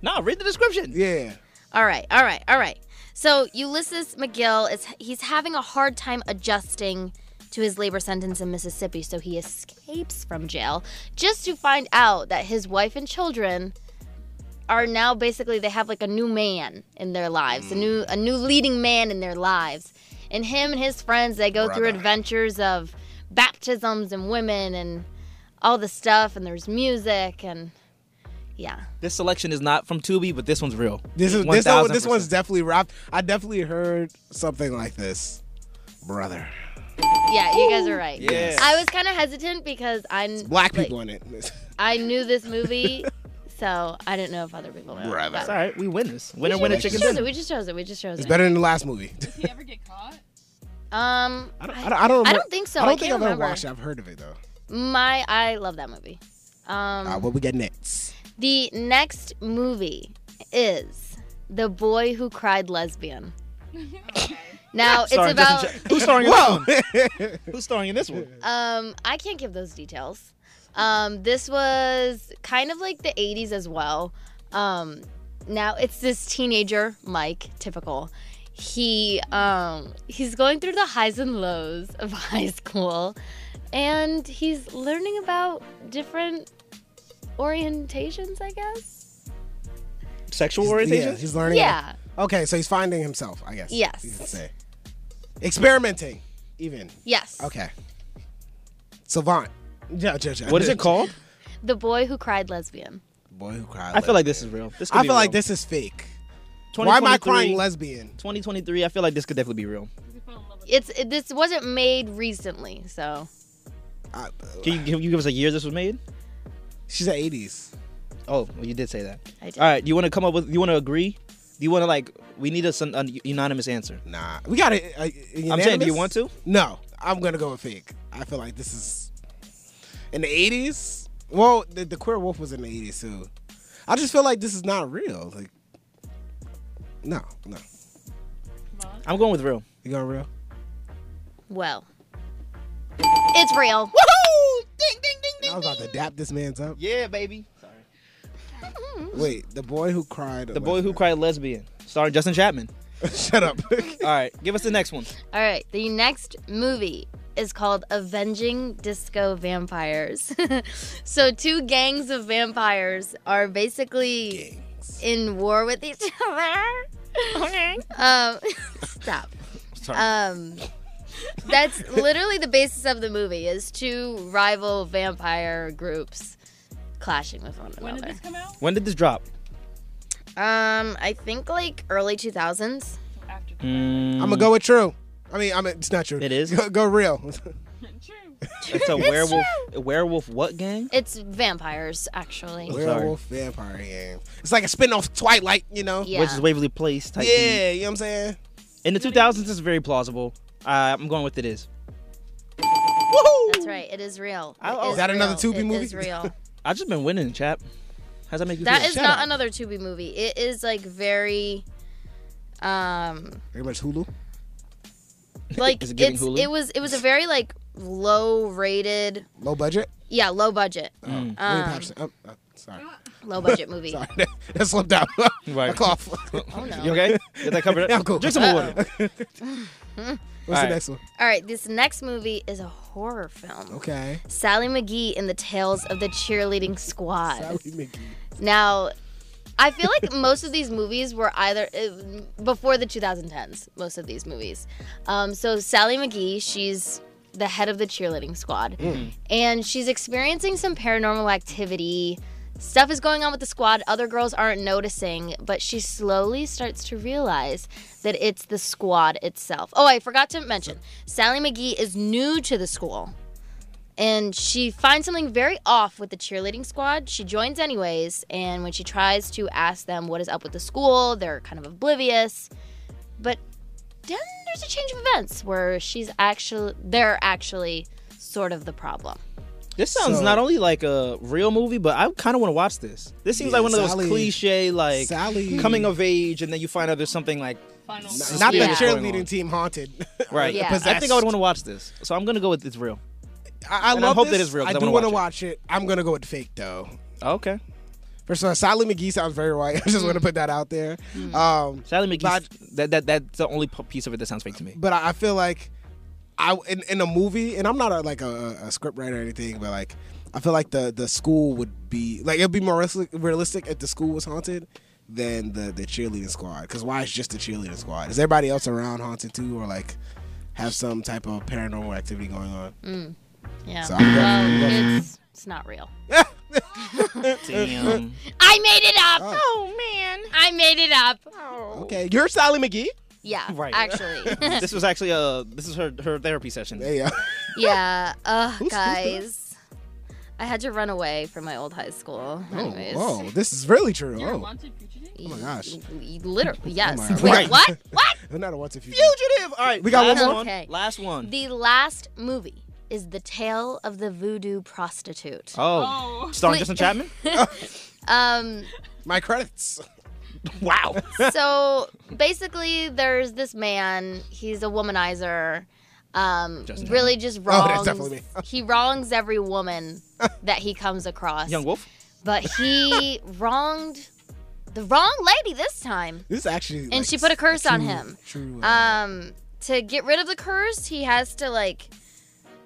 Speaker 6: Nah, read the description.
Speaker 8: yeah.
Speaker 12: All right, all right, all right. So Ulysses McGill is he's having a hard time adjusting to his labor sentence in Mississippi, so he escapes from jail just to find out that his wife and children are now basically they have like a new man in their lives, a new a new leading man in their lives. And him and his friends they go through adventures of baptisms and women and all the stuff and there's music and yeah.
Speaker 6: This selection is not from Tubi, but this one's real.
Speaker 8: This is this, one,
Speaker 6: 1000%.
Speaker 8: this one's definitely wrapped. I definitely heard something like this, brother.
Speaker 12: Yeah, you guys are right.
Speaker 6: Yes.
Speaker 12: I was kind of hesitant because I kn-
Speaker 8: Black
Speaker 12: like,
Speaker 8: people in it.
Speaker 12: I knew this movie, so I didn't know if other people knew.
Speaker 8: Brother.
Speaker 12: but-
Speaker 6: It's all right. We win this.
Speaker 12: We
Speaker 6: Winner,
Speaker 12: just-
Speaker 6: winner,
Speaker 12: we
Speaker 6: chicken
Speaker 12: just chose
Speaker 6: dinner.
Speaker 12: it. We just chose it. We just chose
Speaker 8: It's
Speaker 12: it.
Speaker 8: better than the last movie.
Speaker 10: Did he ever get caught?
Speaker 12: Um,
Speaker 8: I don't. I don't, I don't,
Speaker 12: I
Speaker 8: remember-
Speaker 12: don't think so.
Speaker 8: I don't
Speaker 12: I
Speaker 8: think
Speaker 12: can't
Speaker 8: I've
Speaker 12: remember.
Speaker 8: ever watched. it. I've heard of it though.
Speaker 12: my I love that movie. Um,
Speaker 8: Uh, what we get next?
Speaker 12: the next movie is The Boy Who Cried Lesbian. Now it's
Speaker 6: Starring Justin
Speaker 12: about.
Speaker 6: Ch- Who's starring in this
Speaker 8: Whoa!
Speaker 6: one? Who's starring in this one?
Speaker 12: Um, I can't give those details. Um, this was kind of like the 80s as well. Um, now it's this teenager, Mike, typical. He um, he's going through the highs and lows of high school, and he's learning about different orientations, I guess.
Speaker 6: Sexual
Speaker 8: yeah,
Speaker 6: orientation?
Speaker 8: he's learning.
Speaker 12: Yeah,
Speaker 8: Okay, so he's finding himself. I guess.
Speaker 12: Yes.
Speaker 8: You could say. Experimenting, even.
Speaker 12: yes.
Speaker 8: Okay. Savant. Yeah, yeah, yeah.
Speaker 6: What is it called?
Speaker 12: The boy who cried lesbian.
Speaker 8: Boy who cried.
Speaker 6: I feel like this is real. This could
Speaker 8: I
Speaker 6: be
Speaker 8: feel like
Speaker 6: real.
Speaker 8: this is fake. Why am I
Speaker 6: 2023
Speaker 8: crying lesbian?
Speaker 6: 2023, I feel like this could definitely be real.
Speaker 10: Because he fell in love with
Speaker 12: it's it, this wasn't made recently, so
Speaker 6: Can you, can you give us a year this was made?
Speaker 8: uh, She's at 80s.
Speaker 6: Oh, well, you did say that.
Speaker 12: I did.
Speaker 6: All right, do you want to come up with? You want to agree? Do you want to like? We need a, sun- a unanimous answer.
Speaker 8: Nah, we got it.
Speaker 6: I'm saying, do you want to?
Speaker 8: No, I'm gonna go with fake. I feel like this is in the 80s. Well, the, the queer wolf was in the 80s too. I just feel like this is not real. Like, no, no.
Speaker 6: I'm going with real.
Speaker 8: You going real?
Speaker 12: well, it's real.
Speaker 6: Woohoo! Ding ding ding
Speaker 8: I was about to dap this man's up.
Speaker 6: Yeah, baby. Sorry.
Speaker 8: Wait, the boy who cried.
Speaker 6: The boy who cried lesbian, starring Justin Chapman.
Speaker 8: Shut up. All
Speaker 6: right, give us the next one.
Speaker 12: All right, the next movie is called Avenging Disco Vampires. so, two gangs of vampires are basically in war with each other. Okay. Um, stop.
Speaker 14: Sorry.
Speaker 12: Um, that's literally the basis of the movie is two rival vampire groups clashing with one another. When did this come out?
Speaker 6: When did this drop?
Speaker 12: Um, I think like early 2000s.
Speaker 8: I'm gonna go with true. I mean, I mean, it's not true.
Speaker 6: It is.
Speaker 8: Go, go real.
Speaker 6: It's a werewolf. A werewolf what gang?
Speaker 12: It's vampires, actually.
Speaker 8: Werewolf vampire game. It's like a spin-off Twilight, you know?
Speaker 12: Yeah.
Speaker 6: Which is Waverly Place type. thing.
Speaker 8: Yeah, you know what I'm saying?
Speaker 6: In the 2000s, this is very plausible. Uh, I'm going with it is.
Speaker 12: That's right. It is real. It
Speaker 6: Is that another
Speaker 12: real.
Speaker 6: Tubi movie?
Speaker 12: It is real.
Speaker 6: I've just been winning, chap. How's that make you
Speaker 12: that
Speaker 6: feel?
Speaker 12: is not another Tubi movie. It is like very, um,
Speaker 8: Very much Hulu.
Speaker 12: like
Speaker 8: Is it giving
Speaker 12: it's
Speaker 8: Hulu?
Speaker 12: it was it was a very like low rated,
Speaker 8: Low budget.
Speaker 12: yeah, low budget,
Speaker 8: William
Speaker 12: Um,
Speaker 8: Patterson. Oh, oh, sorry.
Speaker 12: low budget movie.
Speaker 8: sorry, that, that slipped out.
Speaker 6: Right.
Speaker 8: I cough.
Speaker 12: Oh, no.
Speaker 6: You okay? Get that covered up?
Speaker 8: Yeah, I'm cool.
Speaker 6: Drink some more water.
Speaker 12: What's
Speaker 8: What's the next one?
Speaker 12: All right, this next movie is a horror film.
Speaker 8: Okay.
Speaker 12: Sally McGee and the Tales of the Cheerleading Squad.
Speaker 8: Sally McGee.
Speaker 12: Now, I feel like most of these movies were either uh, before the 2010s. Most of these movies. Um, so Sally McGee, she's the head of the cheerleading squad,
Speaker 8: Mm.
Speaker 12: and she's experiencing some paranormal activity. Stuff is going on with the squad. Other girls aren't noticing, but she slowly starts to realize that it's the squad itself. Oh, I forgot to mention Sally McGee is new to the school and she finds something very off with the cheerleading squad. She joins anyways, and when she tries to ask them what is up with the school, they're kind of oblivious. But then there's a change of events where she's actually they're actually sort of the problem.
Speaker 6: This sounds
Speaker 12: So-
Speaker 6: not only like a real movie, but I kind of want to watch this. This seems like one of those
Speaker 8: Sally-
Speaker 6: cliche, like
Speaker 8: Sally-
Speaker 6: coming of age, and then you find out there's something like
Speaker 8: N- Not
Speaker 6: Yeah.
Speaker 8: the cheerleading team haunted.
Speaker 6: right.
Speaker 8: Yeah.
Speaker 6: I think I would want to watch this, so I'm gonna go with it's real.
Speaker 8: I, I
Speaker 6: And
Speaker 8: love
Speaker 6: hope
Speaker 8: this.
Speaker 6: that it's real. 'cause
Speaker 8: I
Speaker 6: I
Speaker 8: do
Speaker 6: want
Speaker 8: to watch it. I'm gonna go with fake though.
Speaker 6: Okay.
Speaker 8: First of all, Sally McGee sounds very white. I just want
Speaker 12: Mm.
Speaker 8: to put that out there. Um,
Speaker 6: Sally McGee.
Speaker 8: but-
Speaker 6: that that that's the only p- piece of it that sounds fake to me.
Speaker 8: but I I feel like I in, in a movie, and I'm not a, like a, a script writer or anything, but like I feel like the the school would be like it'd be more realistic, realistic if the school was haunted than the the cheerleading squad. Because why is just the cheerleading squad? Is everybody else around haunted too, or like have some type of paranormal activity going on?
Speaker 12: Mm. Yeah.
Speaker 8: So I'm going- I'm
Speaker 12: well,
Speaker 8: going-
Speaker 12: it's it's not real.
Speaker 6: Damn.
Speaker 12: I made it up. Oh. man, Oh. I made it up.
Speaker 8: Okay, you're Sally McGee.
Speaker 12: Yeah,
Speaker 6: Right.
Speaker 12: actually.
Speaker 6: this was actually uh this is her her therapy session.
Speaker 8: Yeah.
Speaker 12: yeah, uh,
Speaker 6: Who's- who's that?
Speaker 12: guys. I had to run away from my old high school.
Speaker 8: Oh,
Speaker 12: Anyways.
Speaker 8: whoa, this is really true.
Speaker 12: You're a
Speaker 8: Oh. oh my gosh.
Speaker 12: Literally, yes.
Speaker 8: my God.
Speaker 12: Wait,
Speaker 8: Right.
Speaker 12: what? What?
Speaker 8: Another one to future.
Speaker 6: Fugitive. All right,
Speaker 8: We got
Speaker 6: last
Speaker 8: one more?
Speaker 12: Okay.
Speaker 6: Last one.
Speaker 12: The last movie is The Tale of the Voodoo Prostitute.
Speaker 6: Oh. Oh. Starring Justin Chapman?
Speaker 12: um,
Speaker 8: My credits.
Speaker 6: Wow.
Speaker 12: so basically, there's this man. He's a womanizer. Um,
Speaker 6: Justin
Speaker 12: really just
Speaker 6: Oh,
Speaker 12: wrongs.
Speaker 6: that's definitely me.
Speaker 12: he wrongs every woman that he comes across.
Speaker 6: Young Wolf.
Speaker 12: But he wronged the wrong lady this time.
Speaker 8: This is actually.
Speaker 12: and she put a curse on him.
Speaker 8: True. uh,
Speaker 12: Um, to get rid of the curse, he has to like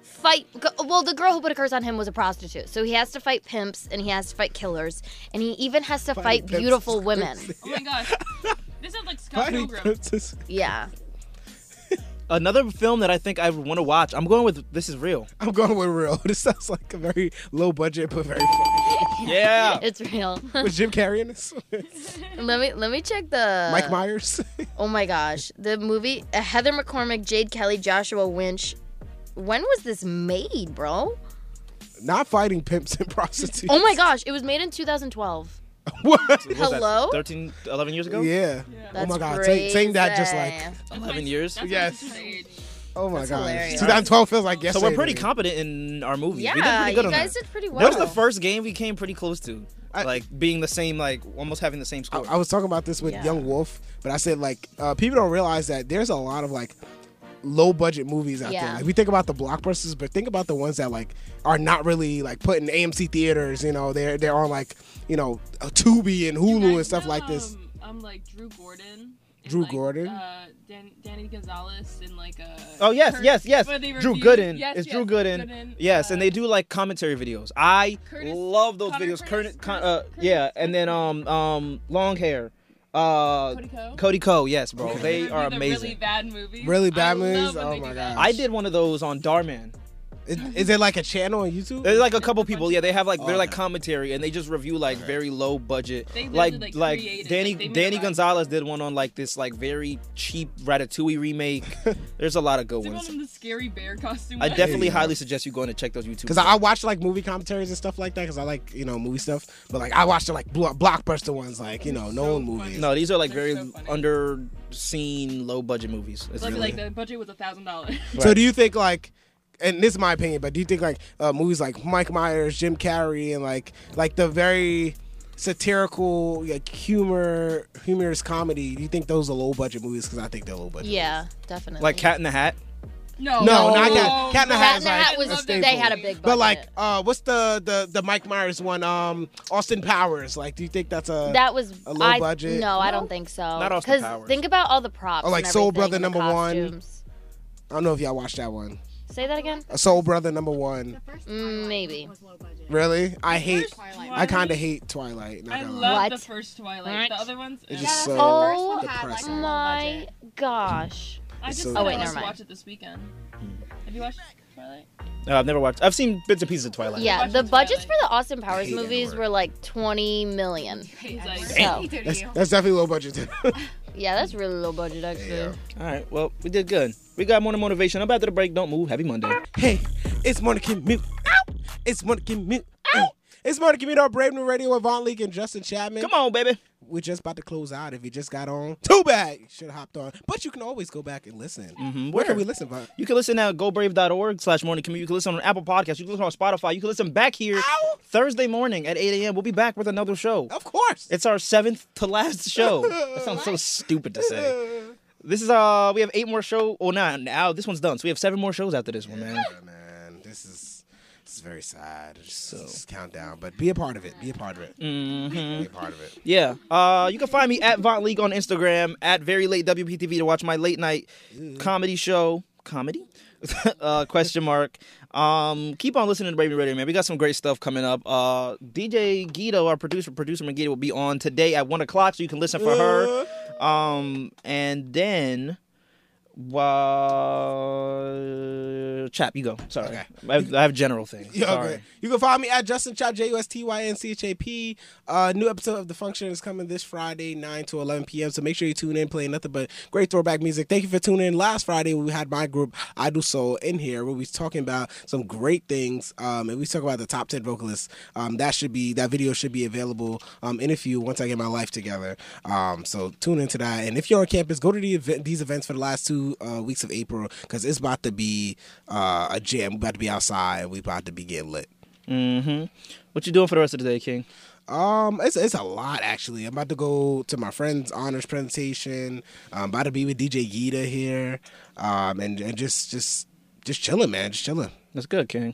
Speaker 12: fight. go- Well, the girl who put a curse on him was a prostitute, so he has to fight pimps and he has to fight killers, and he even has to
Speaker 10: Fighting
Speaker 12: fight
Speaker 10: pimps
Speaker 12: beautiful
Speaker 10: is
Speaker 12: women.
Speaker 10: Oh my gosh. This sounds like Scott Pilgrim.
Speaker 12: Yeah.
Speaker 6: Another film that I think I would want to watch. I'm going with This Is Real.
Speaker 8: I'm going with real. This sounds like a very low budget but very fun.
Speaker 6: Oh Yeah.
Speaker 12: it's real.
Speaker 8: Was Jim Carrey in this?
Speaker 12: let me let me check the
Speaker 8: Mike Myers?
Speaker 12: Oh my gosh, the movie uh, Heather McCormick, Jade Kelly, Joshua Winch. When was this made, bro?
Speaker 8: Not fighting pimps and prostitutes.
Speaker 12: Oh my gosh, it was made in 2012.
Speaker 6: What was that,
Speaker 12: Hello?
Speaker 6: 13, 11 years ago?
Speaker 8: Yeah.
Speaker 12: That's
Speaker 8: oh my God. Saying saying that just like,
Speaker 12: crazy.
Speaker 6: 11 years?
Speaker 8: yes. Oh my
Speaker 6: That's
Speaker 8: God.
Speaker 6: hilarious.
Speaker 8: 2012 feels like
Speaker 6: So
Speaker 8: yesterday.
Speaker 6: we're pretty competent in our movies. we did
Speaker 12: Yeah,
Speaker 6: pretty good
Speaker 12: you
Speaker 6: on
Speaker 12: guys
Speaker 6: that.
Speaker 12: did pretty
Speaker 6: That was the
Speaker 12: well.
Speaker 6: first game we came pretty close to. like being the same, like almost having the same score.
Speaker 8: I was talking about this with
Speaker 6: Yeah.
Speaker 8: Young Wolf, but I said like uh, people don't realize that there's a lot of like low budget movies out there.
Speaker 6: Yeah.
Speaker 8: Like we think about the blockbusters, but think about the ones that like are not really like put in AMC theaters. You know, they're they're on like you know uh, Tubi and Hulu and stuff like this.
Speaker 10: Um, I'm like Drew Gordon. and,
Speaker 8: Drew
Speaker 10: like,
Speaker 8: Gordon?
Speaker 10: Uh, Dan- Danny Gonzalez and like a.
Speaker 6: Oh yes, yes, yes.
Speaker 10: But they
Speaker 6: Drew
Speaker 10: reviewed-
Speaker 6: Gooden.
Speaker 10: Yes,
Speaker 6: it's
Speaker 10: yes, uh,
Speaker 6: Drew Gooden. uh, yes, and they do like commentary videos. I love those videos. Curtis, Con- uh, yeah, and then um um long hair. Uh, Cody
Speaker 10: Ko?
Speaker 6: yes, bro. They are
Speaker 10: the
Speaker 6: amazing.
Speaker 10: Really bad movies.
Speaker 8: Really bad
Speaker 10: I love
Speaker 8: movies?
Speaker 10: when
Speaker 8: Oh
Speaker 10: they
Speaker 8: my
Speaker 10: do
Speaker 8: gosh.
Speaker 6: I did one of those on Darman.
Speaker 8: Is, it like a channel on YouTube?
Speaker 6: There's like a couple people. Yeah, they have like they're like commentary and they just review like very low budget.
Speaker 10: They literally,
Speaker 6: like
Speaker 10: like, created,
Speaker 6: Danny
Speaker 10: like, they made
Speaker 6: Danny
Speaker 10: a-
Speaker 6: Gonzalez did one on like this like very cheap Ratatouille remake. There's a lot of good
Speaker 10: Did
Speaker 6: ones.
Speaker 10: one in the scary bear costume.
Speaker 6: I
Speaker 10: one?
Speaker 6: definitely highly suggest you go in and check those YouTube.
Speaker 8: Cause I, I watch like movie commentaries and stuff like that. Cause I like you know movie stuff, but like I watch the like blo- blockbuster ones, like you know known movies.
Speaker 6: No, these are like very under seen, low budget movies. It's
Speaker 10: Like,
Speaker 6: really-
Speaker 10: like the budget was a thousand dollars.
Speaker 8: So do you think like, and this is my opinion, but do you think like uh, movies like Mike Myers, Jim Carrey, and like like the very satirical like humor humorous comedy? Do you think those are low budget movies? Because I think they're low budget.
Speaker 12: Yeah, definitely.
Speaker 6: like Cat in the Hat.
Speaker 10: No,
Speaker 8: No, not Cat, Cat in the
Speaker 12: Cat
Speaker 8: Hat.
Speaker 12: in the Oh, Hat was- they had a big
Speaker 8: But like, uh, what's the, the the Mike Myers one? Um, Austin Powers. Like, do you think that's a
Speaker 12: that was
Speaker 8: a low
Speaker 12: I-
Speaker 8: budget?
Speaker 12: No, I don't think so.
Speaker 8: Not Austin Powers.
Speaker 12: think about all the props.
Speaker 8: Or like
Speaker 12: and
Speaker 8: Soul
Speaker 12: everything,
Speaker 8: Brother
Speaker 12: the
Speaker 8: number one.
Speaker 12: costumes.
Speaker 8: I don't know if y'all watched that one.
Speaker 12: Say that again.
Speaker 8: A Soul Brother number one.
Speaker 12: Mm, maybe.
Speaker 8: Really? I hate.
Speaker 10: Twilight.
Speaker 8: I kind of hate Twilight. not
Speaker 10: I
Speaker 8: gonna
Speaker 10: love
Speaker 8: lie.
Speaker 10: the first Twilight. The other ones.
Speaker 8: It's just so
Speaker 12: oh
Speaker 8: depressing.
Speaker 12: my gosh.
Speaker 10: I just
Speaker 6: so
Speaker 10: oh, wait, never
Speaker 6: depressing. never mind.
Speaker 10: watch it this weekend. Have you watched Twilight?
Speaker 6: No, Uh, I've never watched. I've seen bits and pieces of Twilight.
Speaker 12: Yeah, the budgets for the Austin Powers
Speaker 6: hate that
Speaker 12: movies were like 20 million.
Speaker 6: Damn.
Speaker 12: So,
Speaker 8: That's, that's definitely low budget.
Speaker 12: yeah, that's really low budget actually.
Speaker 6: All right. Well, we did good. We got morning motivation. I'm about to the break. Don't move. Happy Monday.
Speaker 8: Hey, it's Monica Mute. Ow! It's Monica Mute. Ow! It's Monica Mute on Brave New Radio with Von Leak and Justin Chapman. Come
Speaker 6: on, baby.
Speaker 8: We're just about to close out. If you just got on, too bad. You should have hopped on. But you can always go back and listen.
Speaker 6: Mhm.
Speaker 8: Where can we listen, Von?
Speaker 6: You can listen at gobrave.org slash morning commute. You can listen on Apple Podcasts. You can listen on Spotify. You can listen back here Thursday morning at 8 a.m. We'll be back with another show.
Speaker 8: Oh.
Speaker 6: Of
Speaker 8: course.
Speaker 6: It's our seventh to last show. that sounds so stupid to say. This is uh we have eight more show. Oh no, now this one's done. So we have seven more shows after this one, man.
Speaker 8: Oh, Man, this is this is very sad. Just, just count down, but be a part of it. Be a part of it. Be a part of it.
Speaker 6: Yeah. Uh, you can find me at Vaunt League on Instagram, at Very Late WPTV to watch my late night comedy show. Comedy? uh, question mark. Um, keep on listening to Brave New Radio, man. We got some great stuff coming up. Uh, DJ Guido, our producer, producer Megiddo, will be on today at 1 o'clock, so you can listen for her.
Speaker 8: Uh.
Speaker 6: Um, and then. Uh, chap, you go. Sorry. I, have, I have general things.
Speaker 8: Yeah,
Speaker 6: Sorry.
Speaker 8: okay. You can follow me at Justin Chop, J U S T Y N C H A P. Uh, new episode of The Function is coming this Friday, 9 to 11 p.m. So make sure you tune in, playing nothing but great throwback music. Thank you for tuning in. Last Friday, we had my group, I Do Soul, in here where we was talking about some great things. Um, and we talk about the top 10 vocalists. Um, that should be, that video should be available um, in a few once I get my life together. Um, so tune into that. And if you're on campus, go to the event, these events for the last two uh, weeks of April because it's about to be uh, a jam. We're about to be outside and we about to be getting lit.
Speaker 6: Mm-hmm. What you doing for the rest of the day, King?
Speaker 8: Um, it's it's a lot actually. I'm about to go to my friend's honors presentation. I'm about to be with DJ Gita here. Um, and, and just just just chilling, man. Just chilling.
Speaker 6: That's good, King.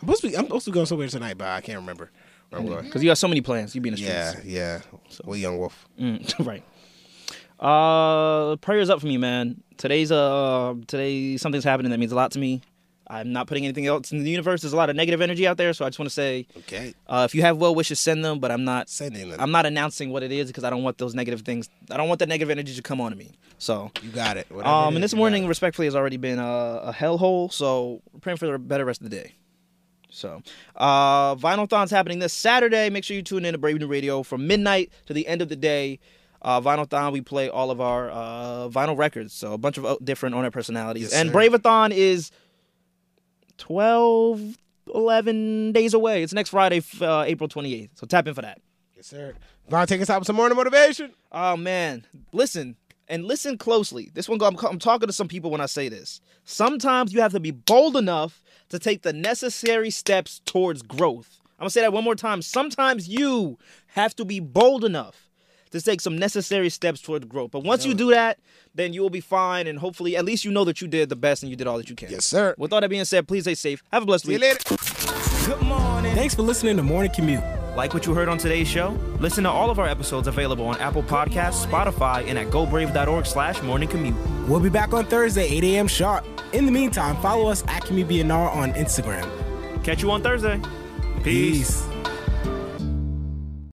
Speaker 8: I'm supposed to be I'm supposed to go somewhere tonight, but I can't remember where I'm going.
Speaker 6: Because you got so many plans. You be in the
Speaker 8: Yeah,
Speaker 6: streets.
Speaker 8: yeah. We young wolf.
Speaker 6: Mm, right. Uh, prayers up for me, man. Today's uh, today something's happening that means a lot to me. I'm not putting anything else in the universe. There's a lot of negative energy out there, so I just want to say,
Speaker 8: okay.
Speaker 6: Uh, if you have well wishes, send them. But I'm not
Speaker 8: sending them.
Speaker 6: I'm not announcing what it is because I don't want those negative things. I don't want that negative energy to come on to me. So
Speaker 8: you got it. Whatever
Speaker 6: Um,
Speaker 8: it
Speaker 6: and
Speaker 8: is,
Speaker 6: uh, this morning, respectfully, has already been a, a hellhole. So praying for a better rest of the day. So, uh, Vinyl Thon's happening this Saturday. Make sure you tune in to Brave New Radio from midnight to the end of the day. Uh, Vinyl Thon, we play all of our uh, vinyl records. So, a bunch of uh, different owner personalities.
Speaker 15: Yes,
Speaker 6: and
Speaker 15: sir.
Speaker 6: Braveathon is 12, 11 days away. It's next Friday, f- uh, April 28th. So, tap in for that.
Speaker 8: Yes, sir. Vaughn, take us out with some morning motivation.
Speaker 6: Oh, man. Listen, and listen closely. This one, go- I'm, I'm talking to some people when I say this. Sometimes you have to be bold enough to take the necessary steps towards growth. I'm gonna say that one more time. Sometimes you have to be bold enough to take some necessary steps toward growth. But once you do that, then you will be fine, and hopefully, at least you know that you did the best and you did all that you can. Yes,
Speaker 8: sir.
Speaker 6: With all that being said, please stay safe. Have a blessed week.
Speaker 7: Good morning. Thanks for listening to Morning Commute.
Speaker 6: Like what you heard on today's show? Listen to all of our episodes available on Apple Podcasts, Spotify, and at gobrave.org slash morning commute.
Speaker 4: We'll be back on Thursday, 8 a.m. sharp. In the meantime, follow us at Kimmy BNR on Instagram.
Speaker 6: Catch you on Thursday.
Speaker 4: Peace.